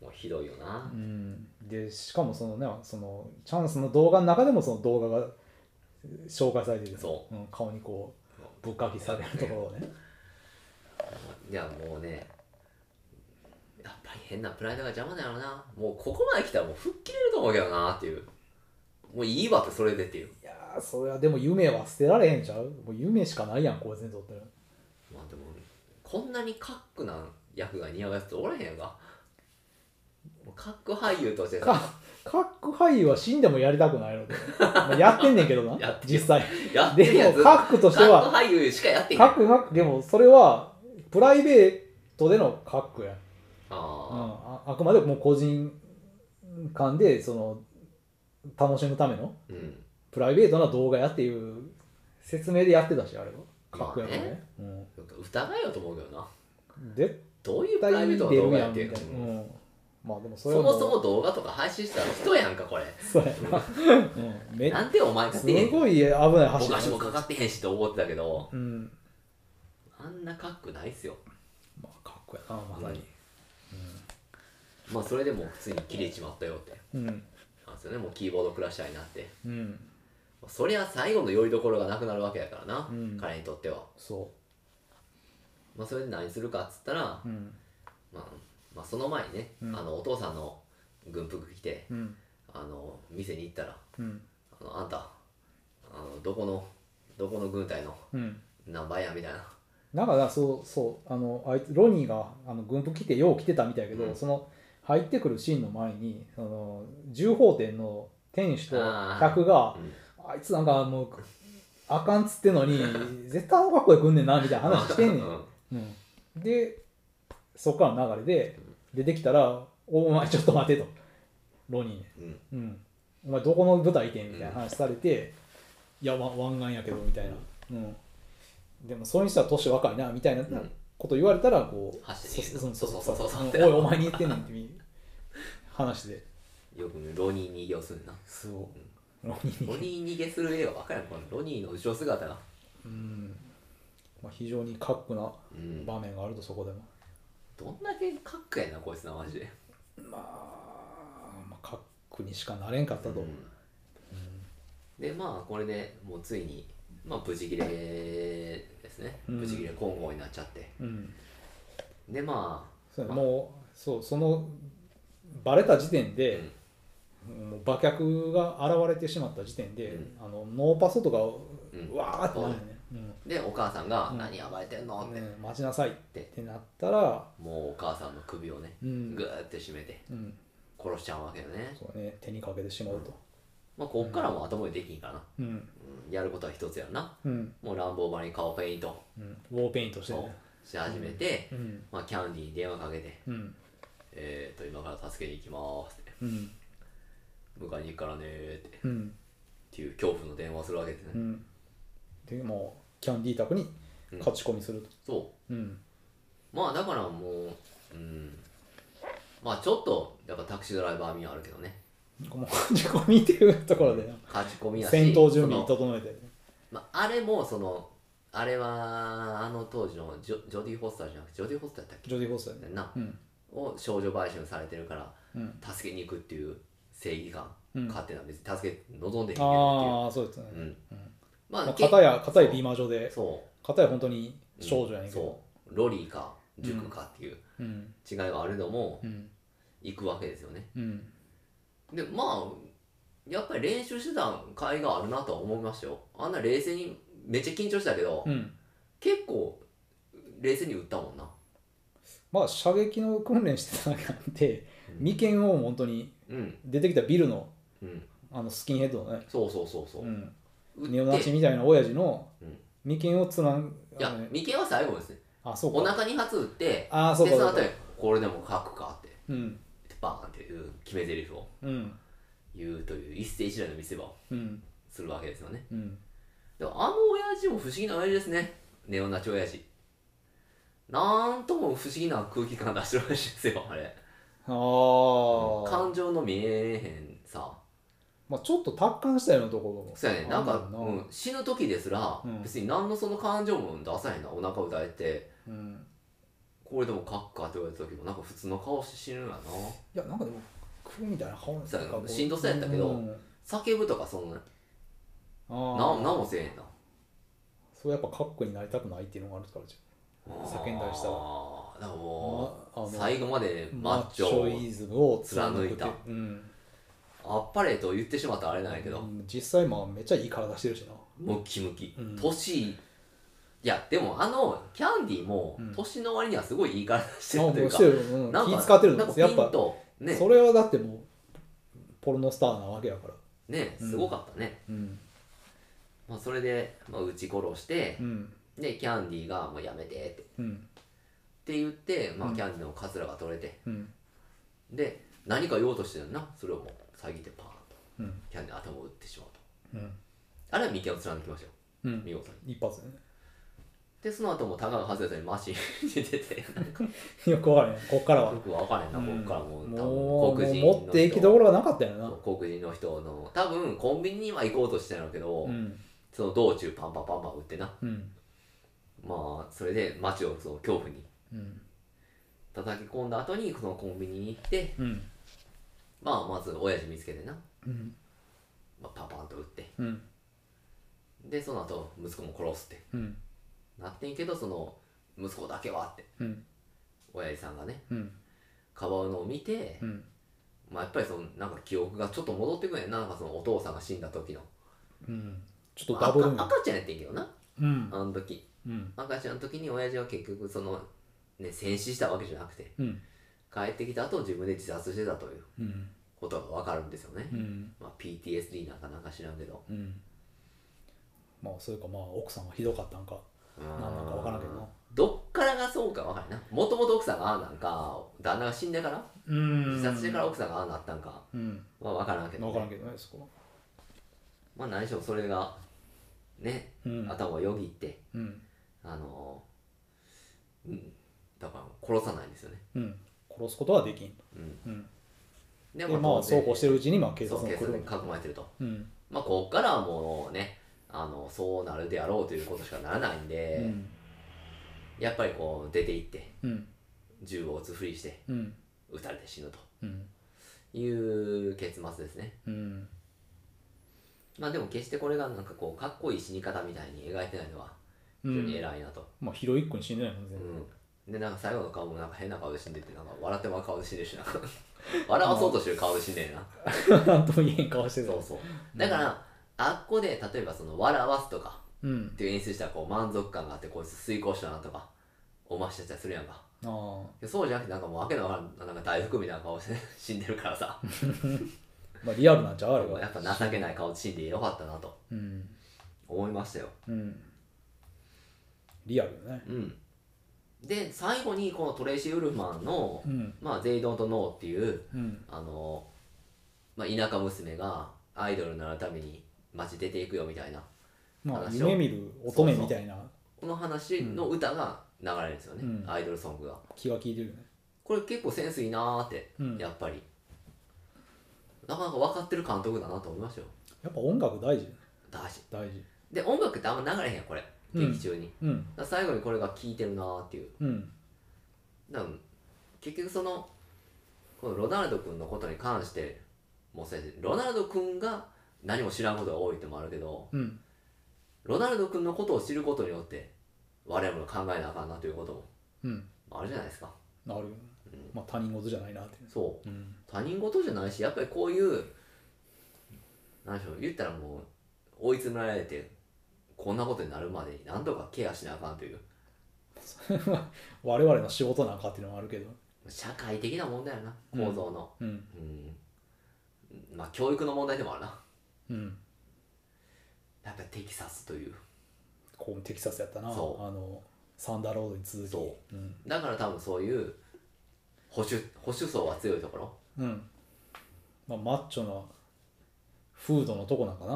A: もうひどいよな
C: う、ん、でしかもそのねそのチャンスの動画の中でもその動画がえー紹介されてる
A: そ
C: うん、顔にこうぶっかきされるところをね
A: いやもうねやっぱり変なプライドが邪魔だよなもうここまで来たらもう吹っ切れると思うけどなっていうもういいわってそれでっていう
C: いやーそれはでも夢は捨てられへんちゃうもう夢しかないやんこいつにとって
A: まあでもこんなにカックな役が似合うやつっておらへんやんかもうカック俳優として
C: か
A: さ
C: カック俳優は死んでもやりたくないのでまあやってんねんけど な
A: やってる
C: 実際
A: やってる
C: で
A: や
C: も
A: つ
C: カックとして
A: カッ
C: は
A: ク俳優しかやってへん
C: カ
A: やん
C: ックカックでもそれはプライベートでのカックやんうん、
A: あ
C: ああくまでもう個人間でその楽しむための
A: ーうん
C: プライベートな動画やっていう説明でやってたしあれはかっこよくね、
A: なんか疑いよと思うけどな
C: うん、絶
A: どういうプ
C: 対
A: ライベートの
C: 出
A: 動
C: る
A: 画
C: や
A: や
C: ん
A: っ
C: み
A: て
C: た
A: い
C: いうな、うん、まあでもそ
A: そ
C: れは
A: も
C: う
A: そも動画とか配信したら人やんかこれ
C: そうや な、うん、め
A: なんでお前か
C: す
A: ってへん
C: ごい危ない
A: ぼ
C: 橋
A: かしもかかってへんしって思ってたけど
C: うん
A: あんなカックないっすよ
C: まあかっこやなまさに
A: まあそれでもう普通に切れちまったよって
C: うん
A: なんですよねもうキーボードクラッシャーになって
C: うん
A: そりゃ最後のよりどころがなくなるわけやからな、
C: うん
A: 彼にとっては
C: そ
A: まあそれで何するかっつったら、
C: ううん
A: まあ、まあその前にね、
C: うん
A: あのお父さんの軍服着て
C: うん
A: あの店に行ったら
C: うん
A: あのあんたあのどこのどこの軍隊の
C: うん
A: 何番やみたいな
C: なんかなそうそうあのあいつロニーがあの軍服着てよう着てたみたいやけど、
A: うん
C: その入ってくるシーンの前にその銃砲店の店主と客が
A: うん
C: あいつなんかもうあかんっつってんのに絶対あの格好で来んねんなみたいな話してんね、
A: うんん
C: うん、でそっからの流れで出てきたら「お前ちょっと待て」とロニーね、
A: うん
C: うん、お前どこの舞台いてんみたいな話されて、いやわ湾岸やけどみたいな、うん、でもそれにしたら年若いなみたいな
A: うん
C: こと言われたらこう、
A: 走って
C: そそうそ
A: そ
C: うそうう
A: そう
C: そう
A: そううん
C: おいお前に言ってんねんっていう話で
A: よくロニーに逃げをするな
C: そうロニー
A: ロ
C: に、
A: ニーに逃げする映画ばっかりやんこのロニーの後ろ姿が、
C: うんまあ、非常にカックな
A: うん、
C: 場面があるとそこでも、
A: どんだけカックやなこいつなマジで
C: まあ、まあカックにしかなれんかったと、
A: でまあこれでもうついに、まあ、ブチギレですね
C: うん
A: ブチギレ混合になっちゃって、
C: うん
A: でま
C: そう
A: まあ
C: もうそうそのバレた時点
A: あ、
C: で、もう馬脚が現れてしまった時点で、
A: うん
C: あのノーパソとかを
A: うん
C: うわーってなるよね、うん
A: でお母さんが「
C: うん
A: 何暴れてんの?」って、
C: ね待ちなさいっ
A: で
C: てなったら、
A: もうお母さんの首をね
C: う
A: グ
C: ん
A: ーって締めて
C: うん
A: 殺しちゃうわけよね、
C: そうね、手にかけてしまうと。
A: まあ、こっからも後戻りできんからな、
C: うん
A: うんやることは一つやな
C: うん
A: もう乱暴ばりに顔ペイント
C: うん、ウォーペイントして
A: そ
C: ね。
A: うし始めて、
C: うん
A: まあ、キャンディーに電話かけて
C: うん
A: 「えっ、ー、と今から助けに行きます」って
C: うん
A: 「迎えに行くからね」ってっ
C: うん
A: ていう恐怖の電話をするわけですね、
C: うんでもうキャンディー宅に勝ち込みすると。
A: そう
C: うん
A: まあだからもう、うん、まあちょっとやっぱタクシードライバー味はあるけどね
C: もう勝ち込みっていうところで、
A: 勝ち込みやし
C: 戦闘準
A: そ
C: 備
A: の
C: 整えて。
A: まあ、あれもそのあれはあの当時のジョジョディ・フォスターじゃなくてジョディ・フォスターやったっ
C: ジョディ・フォスター
A: け
C: ね。
A: な
C: うん
A: を少女売春されてるから
C: うん、
A: 助けに行くっていう正義感、
C: うん
A: 勝手な別に助け望んでへんけど
C: ああ、そうですね
A: っていう、。うん、
C: うん
A: まあ
C: まあ、
A: け
C: 片や片やビーマー上で
A: そ
C: 片や本当に
A: う
C: 少女やねんけど
A: そうロリーか塾かっていう
C: うん
A: 違いはあるのも
C: うん
A: 行くわけですよね
C: うん
A: でまあやっぱり練習してた甲斐があるなとは思いましたよあんな冷静にめっちゃ緊張したけど、
C: うん、
A: 結構冷静に打ったもんな
C: まあ射撃の訓練してた中で
A: うん
C: 眉間を本当に
A: うん
C: 出てきたビルの
A: うん
C: あのスキンヘッドのね、
A: そうそうそうそう、
C: うん、
A: 打って
C: ネオナチみたいな親父の
A: うん
C: 眉間をつなん
A: いや
C: あのね
A: 眉間は最後ですね
C: あそうか
A: お腹に発打って
C: ああそう
A: で
C: か
A: その
C: そうか
A: 後にこれでも書くかって
C: うん
A: バーンっていう決め台詞を
C: うん
A: 言うという一世一代の見せ場を
C: うん
A: するわけですよね
C: うん
A: でもあの親父も不思議な親父ですねネオナチ親父なんとも不思議な空気感出してるらしいですよあれ
C: ああ、
A: 感情の見えへんさ
C: まあ、ちょっと達観したようなところも
A: そうやねなん
C: あ
A: か
C: るも
A: うん、死ぬ時ですら、
C: うん
A: 別に何のその感情も出さへんなお腹歌えて
C: うん、
A: これでも書くかって言われた時もなんか普通の顔して死ぬんやない
C: やなんかでも食うみたいな顔
A: そうやな
C: なんかこ
A: しんどそうやったけど
C: うんあ
A: 叫ぶとかそんなな
C: あ
A: 何もせえへんな
C: そうやっぱカッコになりたくないっていうのがあるからじ叫んだりしたら
A: あーだから
C: ゃん
A: も
C: あ
A: う
C: の
A: 最後までマッチョ
C: マッチョイズムを
A: 貫いた
C: うん、
A: あっぱれと言ってしまったらあれなんやけど、
C: うん実際まあめっちゃいい体してるしな
A: ムキムキ、
C: うん
A: 年いやでもあのキャンディーも
C: うん
A: 年の割にはすごいいい体して
C: あ
A: る
C: も
A: という
C: う
A: か、
C: してる、うん、
A: なんか
C: 気使ってる
A: なん
C: の
A: か
C: やっ
A: ピン
C: ぱ、
A: とね
C: それはだってもうポルノスターなわけやから
A: ね
C: うん
A: すごかったね、
C: うん
A: まあ、それで、まあ、撃ち殺して
C: う、ん
A: でキャンディーが「もうやめて」ってっ
C: うん
A: て言って、ま
C: う
A: あ、
C: ん
A: キャンディーのカツラが取れて
C: うん
A: で何か言おうとしてるなそれをもう遮ってパーンと
C: うん
A: キャンディーの頭を打ってしまうと
C: うん
A: あれは眉間を貫きましたよ
C: うん
A: 見事に
C: 一発でね
A: でその後もタガが外れたようにマシン に出て
C: よくわからへんこっからは
A: よく分からへんな、
C: うん
A: こっからもう多
C: もうも
A: 分
C: う
A: 黒人の人
C: 持っていきどころがなかったよな
A: そう黒人の人の多分コンビニには行こうとしてたんだけど、
C: うん
A: その道中パンパンパンパン打ってな
C: うん
A: まあそれで街をその恐怖に
C: うん
A: 叩き込んだ後にそのコンビニに行って
C: うん
A: まあまず親父見つけてな、
C: うん
A: まあ、パンパンと打って
C: うん
A: でその後息子も殺すって
C: うん
A: なってんけどその息子だけはって
C: うん
A: 親父さんがね
C: うん
A: かばうのを見て、
C: うん
A: まあやっぱりそのなんか記憶がちょっと戻ってくるんやななんかそのお父さんが死んだ時の
C: うんちょっとダブル
A: まあ赤赤ちゃんやってんけどな
C: うん
A: あの時
C: うん
A: 赤ちゃんの時に親父は結局そのね戦死したわけじゃなくて
C: うん
A: 帰ってきた後自分で自殺してたという
C: うん
A: ことが分かるんですよね、
C: うん
A: まあ、PTSD なんかなんか知らんけど
C: うんまあそれかまあ奥さんがひどかったんか
A: うん
C: なんなんか分からんけどな
A: どっからがそうか分からんなもともと奥さんがああなんか旦那が死んでから
C: うん
A: 自殺してから奥さんがああなったんか
C: うん
A: は分からんけど、ね、
C: 分からんけどねそこは
A: まあ何しろそれがね
C: うん
A: 頭をよぎって
C: うん
A: あのーうんだから殺さないんですよね
C: うん殺すことはできん
A: うん
C: うん
A: で
C: でまあ
A: 当然
C: そうこうしてるうちにまあ警
A: そ
C: 察
A: う
C: も
A: 警
C: 来
A: 察に
C: る
A: 囲まれてると
C: うん
A: まあ、ここからはもうねあのそうなるであろうということしかならないん
C: う
A: で、
C: ん
A: やっぱりこう出て行って
C: うん
A: 銃を撃つふりして
C: うん
A: 撃たれて死ぬと
C: うん
A: いう結末ですね
C: うん
A: まあでも決してこれがなんかこうかっこいい死に方みたいに描いてないのは
C: う
A: 非常に
C: ん
A: 偉いなと、
C: まあヒロイックに死んでないもん
A: うん
C: 全然
A: でなんか最後の顔もなんか変な顔で死んでてなんか笑ってまう顔で死んでるしな 笑わそうとしてる顔で死んでるな
C: なんとも言えん顔してた
A: そうそうだから、あっこで例えばその笑わすとか
C: うん
A: っていう演出したらこう満足感があってこいつ遂行したなとか思わせたりするやんか
C: ああ
A: でそうじゃなくてなんかもうわけのわからんなんか大福みたいな顔して死んでるからさ
C: まあリアルなんちゃうあれ
A: や
C: が
A: っぱ情けない顔で死んでよかったなと
C: うん
A: 思いましたよ
C: うんリアルよね
A: うんで最後にこのトレイシー・ウルフマンの
C: う、ん
A: まあ、ゼイドンとノーっていう
C: うん
A: あの、まあ、田舎娘がアイドルになるために街出ていくよみたいな
C: まあ
A: 話を
C: 夢見る乙女みたいな
A: この話の歌が流れるんですよね、
C: うん
A: アイドルソングが
C: 気が利いてるよね
A: これ結構センスいいなーって、
C: うん
A: やっぱりなかなか分かってる監督だなと思いましたよ
C: やっぱ音楽大事
A: 大事
C: 大事
A: で音楽ってあんま流れへんやんこれ
C: うん
A: 劇中に、
C: うん
A: だから最後にこれが効いてるなーっていう
C: うん
A: だから結局そのこのロナルド君のことに関してもそうやしロナルド君が何も知らんことが多いってのもあるけど
C: うん
A: ロナルド君のことを知ることによって我々も考えなあかんなということ
C: うん
A: もあるじゃないですか
C: なるよねまあ他人事じゃないなって
A: そう
C: うん
A: 他人事じゃないしやっぱりこういうなんでしょう言ったらもう追い詰められてこんなことになるまでになんとかケアしなあかんという
C: 我々の仕事なんかっていうのもあるけど
A: 社会的な問題やな構造の、
C: うん
A: うんまあ教育の問題でもあるな
C: うん
A: やっぱりテキサスという
C: ここもテキサスやったなあ
A: そう
C: のサンダーロードに続き
A: そ
C: うん
A: だから多分そういう保守保守層は強いところ、
C: うんまあ、マッチョなフードのとこなんか
A: う
C: な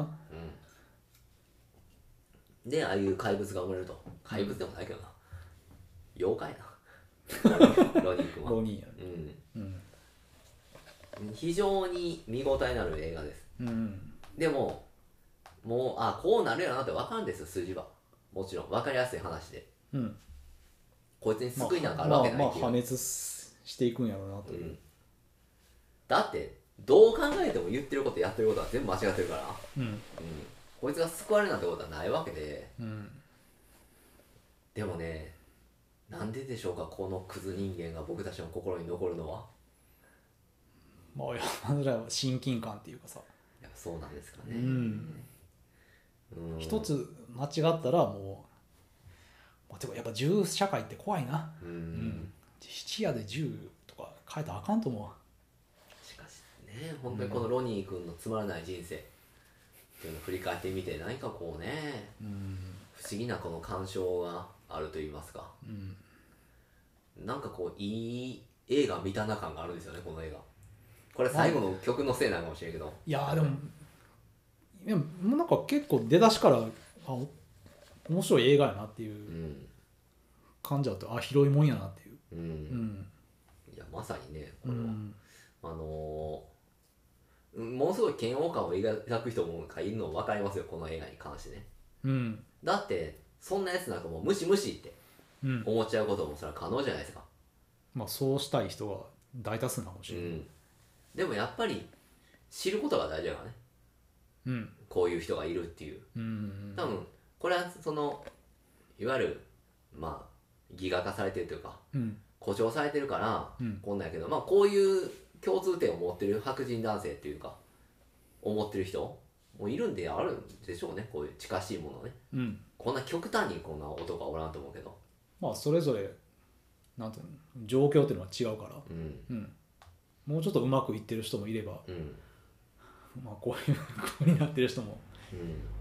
A: ん、でああいう怪物が生まれると怪物でもないけどな、妖怪なロニー君は、
C: 浪人や
A: う
C: うん
A: ん、非常に見応えのある映画です
C: うん
A: でももうあこうなるやろなって分かるんですよ筋はもちろん分かりやすい話で
C: うん
A: こいつに
C: まあ
A: 救いなんかあるわけ
C: ま
A: な
C: あ
A: いっ
C: まあ
A: ていう、
C: 破滅していくんやろうなと
A: うん、だってどう考えても言ってることやってることは全部間違ってるから、
C: うん
A: うん、こいつが救われるなんてことはないわけで
C: うん
A: でもねなんででしょうかこのクズ人間が僕たちの心に残るのは
C: まあいやそれは親近感っていうかさ
A: やっぱそうなんですかね
C: うん
A: うん
C: 一つ間違ったらもう、まあ、てかやっぱ銃社会って怖いな
A: うん、
C: 質屋で銃とか変えたらあかんと思うわ
A: しかしね本当にこのロニー君のつまらない人生っていうのを振り返ってみて何かこうね
C: うん
A: 不思議なこの感傷があると言いますか
C: うん
A: なんかこういい映画見たな感があるんですよねこの映画これ最後の曲のせいなのかもしれんけど
C: いやーでもいやもうなんか結構出だしからあお面白い映画やなっていううん感じだとあ広いもんやなっていう
A: うん、
C: うん、
A: いやまさにねこ
C: う
A: れは、
C: ん、
A: あのーうんものすごい嫌悪感を抱く人もいるの分かりますよこの映画に関してね
C: うん
A: だってそんなやつなんかもう無視無視って
C: うん
A: 思っちゃうこともそれは可能じゃないですか
C: まあそうしたい人が大多数なのかもし
A: う
C: れない、
A: んでもやっぱり知ることが大事だからね
C: うん
A: こういう人がいるっていう
C: うん
A: 多分これはそのいわゆるまあギガ化されてるというか
C: うん
A: 誇張されてるから
C: うん
A: こんなんやけどまあこういう共通点を持ってる白人男性っていうか思ってる人もいるんであるんでしょうねこういう近しいものね
C: うん
A: こんな極端にこんな男はおらんと思うけど
C: まあそれぞれなんていうの状況っていうのは違うから、
A: うん
C: うん、もうちょっとうまくいってる人もいれば、
A: うんうん
C: まあ、こういう風になってる人も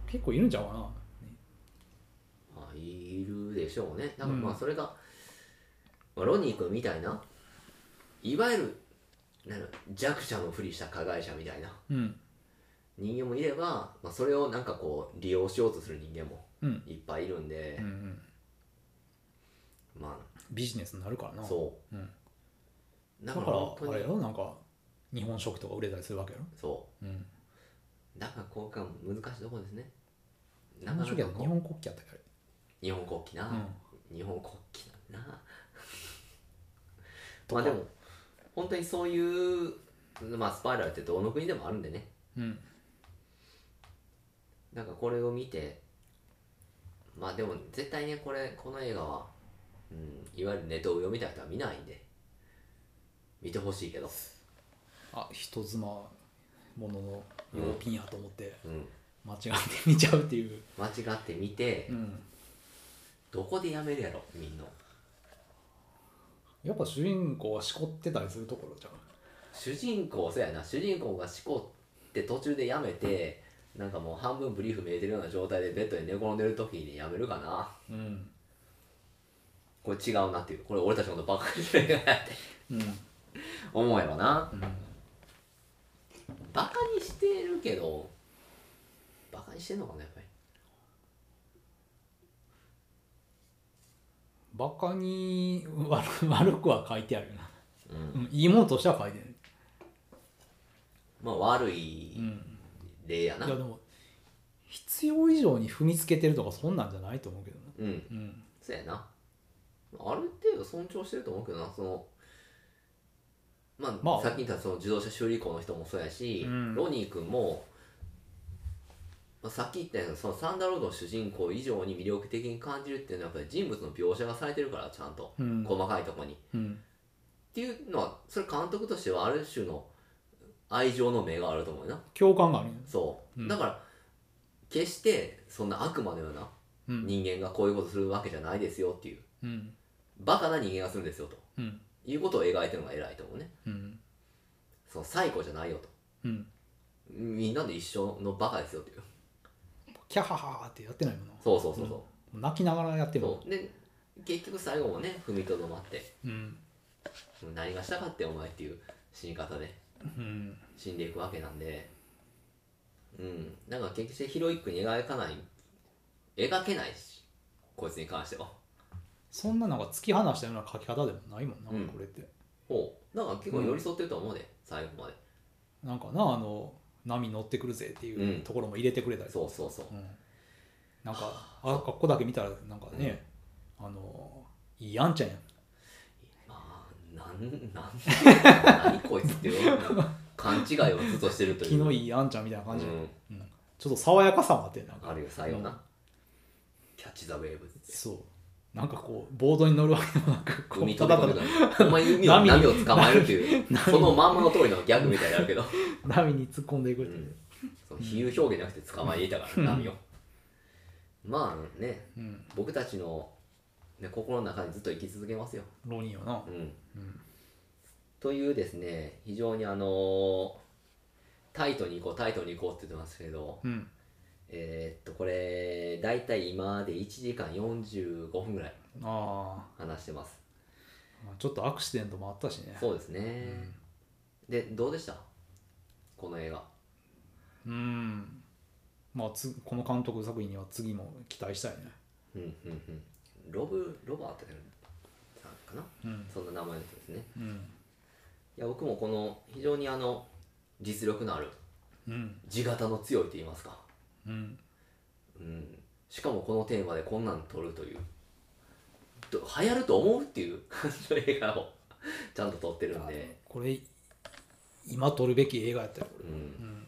C: 結構いるんちゃうかな
A: まあいるでしょうねだから
C: うん
A: まあそれが、まあ、ロニー君みたいないわゆるなんやろ弱者のふりした加害者みたいな
C: うん
A: 人間もいれば、まあ、それをなんかこう利用しようとする人間も
C: うん
A: いっぱいいるんで
C: うんう、ん
A: ま
C: ビジネスになるから
A: あ
C: な、
A: そう
C: ん、
A: う
C: だ
A: だ
C: か
A: からら本
C: あ
A: 当
C: れ
A: に
C: やろなんか日本食とか売れたりするわけやろ、
A: そ
C: うん、
A: うだからこうか難しいところですね
C: 日
A: なかな
C: 本
A: か
C: 食やった
A: こ
C: 日
A: う
C: 本国旗やったっけ
A: 日本国旗
C: あれ、
A: な、日本国旗なんだなまあ
C: と
A: で
C: か
A: も本当にそういう、まあ、スパイラルってどの国でもあるんでね
C: うんうん
A: なんかこれを見てまあでも絶対ねこれこの映画は、うん、いわゆるネトウヨみたいな人は見ないんで見てほしいけど、
C: あ人妻ものの用品やと思って
A: うん、
C: 間違って見ちゃうっていう、
A: 間違って見て
C: うん、
A: どこでやめるやろみんな
C: やっぱ主人公はしこってたりするところじゃん
A: 主人公そうやな主人公がしこって途中でやめてなんかもう半分ブリーフ見えてるような状態でベッドに寝転んでる時にやめるかな
C: うん、
A: これ違うなっていうこれ俺たちのことばっかりしてるやなって
C: うん
A: 思うやろなバカにしてるけどバカにしてんのかなやっぱり
C: バカに悪悪くは書いてあるよな、
A: うん
C: うん、いいものとしては書いてある、
A: まあ悪
C: う
A: い
C: ん、
A: 例やな、
C: いやでも必要以上に踏みつけてるとかそんなんじゃないと思うけどな
A: うん
C: うん
A: そうやなある程度尊重してると思うけどなそのまあ、
C: まあ
A: さっき言ったその自動車修理工の人もそうやし、
C: うん
A: ロニー君も、まあ、さっき言ったようにそのサンダーロードの主人公以上に魅力的に感じるっていうのはやっぱり人物の描写がされてるからちゃんと、
C: うん
A: 細かいとこにっ
C: うん
A: ていうのはそれ監督としてはある種の愛情の目があると思うよな
C: 共感があるんや
A: そう、
C: うん
A: だから決してそんな悪魔のような
C: うん
A: 人間がこういうことするわけじゃないですよっていう
C: うん
A: バカな人間がするんですよと
C: うん
A: いうことを描いてるのが偉いと思うね
C: うん
A: その最古じゃないよと
C: うん
A: みんなで一緒のバカですよっていう
C: キャハハーってやってないもんな
A: そうそうそうそう,、
C: 泣きながらやってるもん
A: そうで結局最後もね踏みとどまって
C: うん
A: 何がしたかってお前っていう死に方で
C: うん
A: 死んでいくわけなんでうんなんか決してヒロイックに描かない描けないしこいつに関しては
C: そんななんか突き放したような書き方でもないもんな、
A: うん
C: これって
A: ほうなんか結構寄り添ってると思うで、最後まで
C: なんかなあの波乗ってくるぜっていううんところも入れてくれたりとか
A: そうそうそう
C: うんなんかああここだけ見たらなんかね、あのいいあんちゃんやん
A: まあなんなん何こいつっていう勘違いをずっとしてるという
C: 気のいいあんちゃんみたいな感じ、
A: う
C: うん
A: ん、
C: ちょっと爽やかさもあってなんか
A: あるよ最後な、
C: うん
A: キャッチ・ザ・ウェーブって
C: そうなんかこうボードに乗るわけでもなくこう
A: 海
C: た
A: 飛
C: だ
A: び込
C: ただ
A: んでたお前海を波を捕まえるっていうそのまんまの通りのギャグみたいになるけど
C: 波に突っ込んでいくっていう、
A: その比喩表現じゃなくて捕まえていたから波をまあね
C: うん、
A: 僕たちの、ね、心の中にずっと生き続けますよ、
C: 浪人よな
A: うん、
C: うん
A: というですね非常にあのタイトに行こうタイトに行こうって言ってますけど
C: うん
A: えーっとこれ大体今で1時間45分ぐらい
C: あ
A: 話してます
C: あちょっとアクシデントもあったしね
A: そうですね、でどうでしたこの映画
C: うんまあつこの監督作品には次も期待したいね
A: うんうんうんロブロバートさんかな
C: うん
A: そんな名前の人ですね
C: うん
A: いや僕もこの非常にあの実力のある
C: うん
A: 地型の強いと言いますか、
C: うん
A: うん、しかもこのテーマでこんなん撮るというど流行ると思うっていう 感じの映画をちゃんと撮ってるんで、
C: これ今撮るべき映画やったよこ
A: う
C: れ
A: ん、
C: うん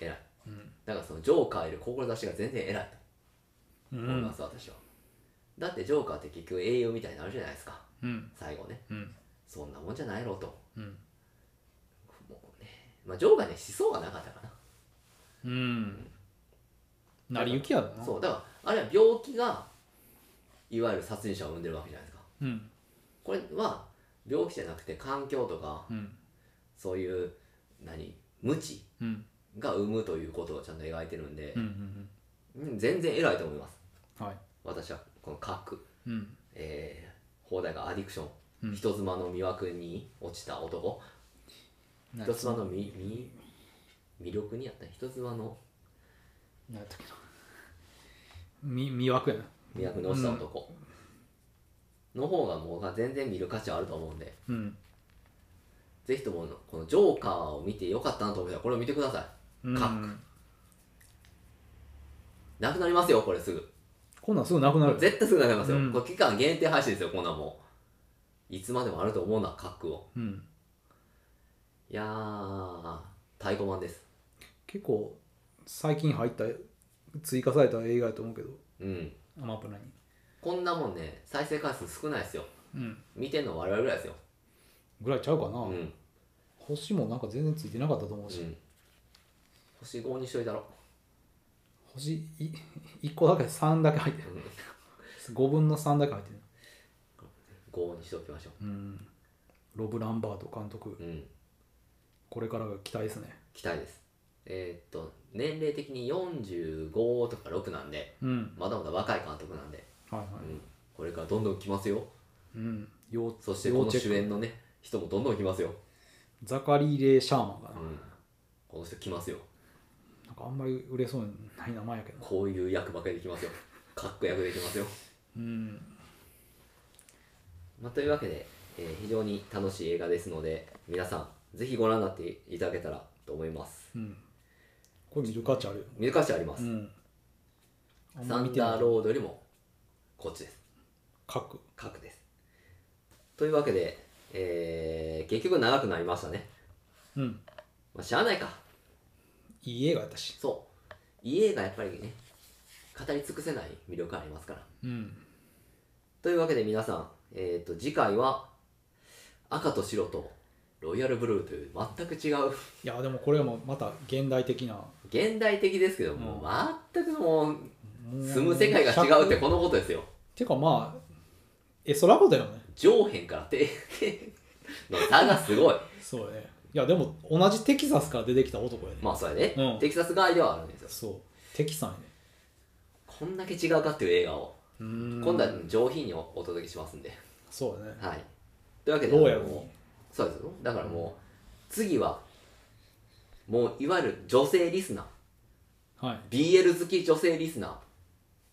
A: 偉い
C: うん
A: だからそのジョーカーより志が全然偉い
C: うん
A: と思います、私はだってジョーカーって結局英雄みたいになるじゃないですか
C: うん
A: 最後ね
C: うん
A: そんなもんじゃないろうと
C: うん
A: もうねまあジョーカーには思想がなかったかな
C: うん成り行きやろな
A: そうだからあれは病気がいわゆる殺人者を生んでるわけじゃないですか
C: うん
A: これは病気じゃなくて環境とか
C: うん
A: そういう何無知
C: うん
A: が生むということをちゃんと描いてるんで
C: うんう、ん
A: うん全然偉いと思います
C: うんはい
A: 私はこの核、
C: うん
A: えー、放題がアディクション、
C: うん
A: 人妻の魅惑に落ちた男人妻のみみ魅力にあった人妻の
C: 何やったっけなみ魅惑やな
A: 魅惑に落ちた男、の方がもう全然見る価値はあると思うんで
C: うん
A: ぜひともこのジョーカーを見てよかったなと思ったらこれを見てくださ
C: うん
A: 核いなくなりますよこれすぐ
C: こんなんすぐなくなる
A: 絶対すぐなくなりますよ、
C: うん
A: これ期間限定配信ですよこんなんもういつまでもあると思うな覚悟
C: うん
A: いやー太鼓判です
C: 結構最近入った追加された映画やと思うけど
A: うん
C: アマプラに
A: こんなもんね再生回数少ないですよ
C: うん
A: 見てんの我々ぐらいですよ
C: ぐらいちゃうか
A: う、
C: なん
A: うん、
C: 星もなんか全然ついてなかったと思うし
A: 星5にしといたろ
C: 星い 1個だけ3だけ入ってる5分 の3だけ入ってる
A: 5にしときましょ
C: うんロブ・ランバート監督
A: ううん
C: これからが期待ですね
A: 期待ですえーっと年齢的に45とか6なんで
C: うん
A: まだまだ若い監督なんで、
C: はいは
A: うん、これからどんどん来ますよ
C: いうん要
A: そしてこの
C: 要チェック
A: 主演のね人もどんどん来ますよ、
C: ザカリー・レイ・シャーマンかな
A: うん、この人来ますよ
C: なんかあんまり売れそうにない名前やけど
A: こういう役ばかりできますよかっこ役できますよ、
C: うん
A: まあ、というわけで、えー非常に楽しい映画ですので皆さんぜひご覧になっていただけたらと思います
C: うんこれ見る価値あるよ
A: 見る価値あります、
C: うんあん
A: サ
C: ま見
A: ン
C: てない
A: ダーロードよりもこっちです
C: 核
A: 角ですというわけで、えー結局長くなりましたね、
C: うん
A: まあ、しゃあないか
C: いい映画やったし
A: そういい映画やっぱりね語り尽くせない魅力ありますから
C: うん
A: というわけで皆さん、えー、と次回は赤と白とロイヤルブルーという全く違う
C: いやでもこれはもうまた現代的な
A: 現代的ですけども、全くもう
C: もう
A: 住む世界が違うって
C: 尺
A: このことですよ
C: てかまあえそらことだよね
A: 上辺から底辺の差がすごい
C: そうねいやでも同じテキサスから出てきた男やね、
A: まあそれね、
C: うん
A: テキサス側ではあるんですよ
C: そうテキサンやね
A: こんだけ違うかっていう映画を
C: うーん
A: 今度は上品におお届けしますんで、
C: そうだね
A: はいというわけで
C: どうやろう
A: あのそうですよだからもう次はもういわゆる女性リスナ
C: はい
A: ー BL 好き女性リスナー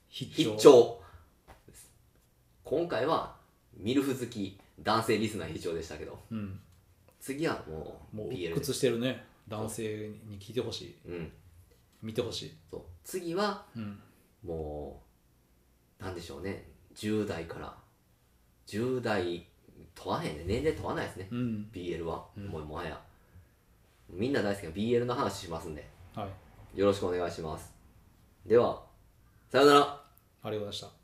C: 必
A: 必聴です今回はミルフ好き男性リスナー必聴でしたけど
C: うん
A: 次はもう
C: もう鬱
A: BL で
C: 屈してるね男性に聞いてほしい
A: うん
C: 見てほしい
A: そう次は
C: うん
A: もうなんでしょうね10代から10代問わへんね年齢問わないですね
C: うん
A: BL は、
C: うん
A: もうもはやみんな大好きな BL の話しますんで
C: はいありが
A: よろしくお願いしますではさようなら
C: とうございました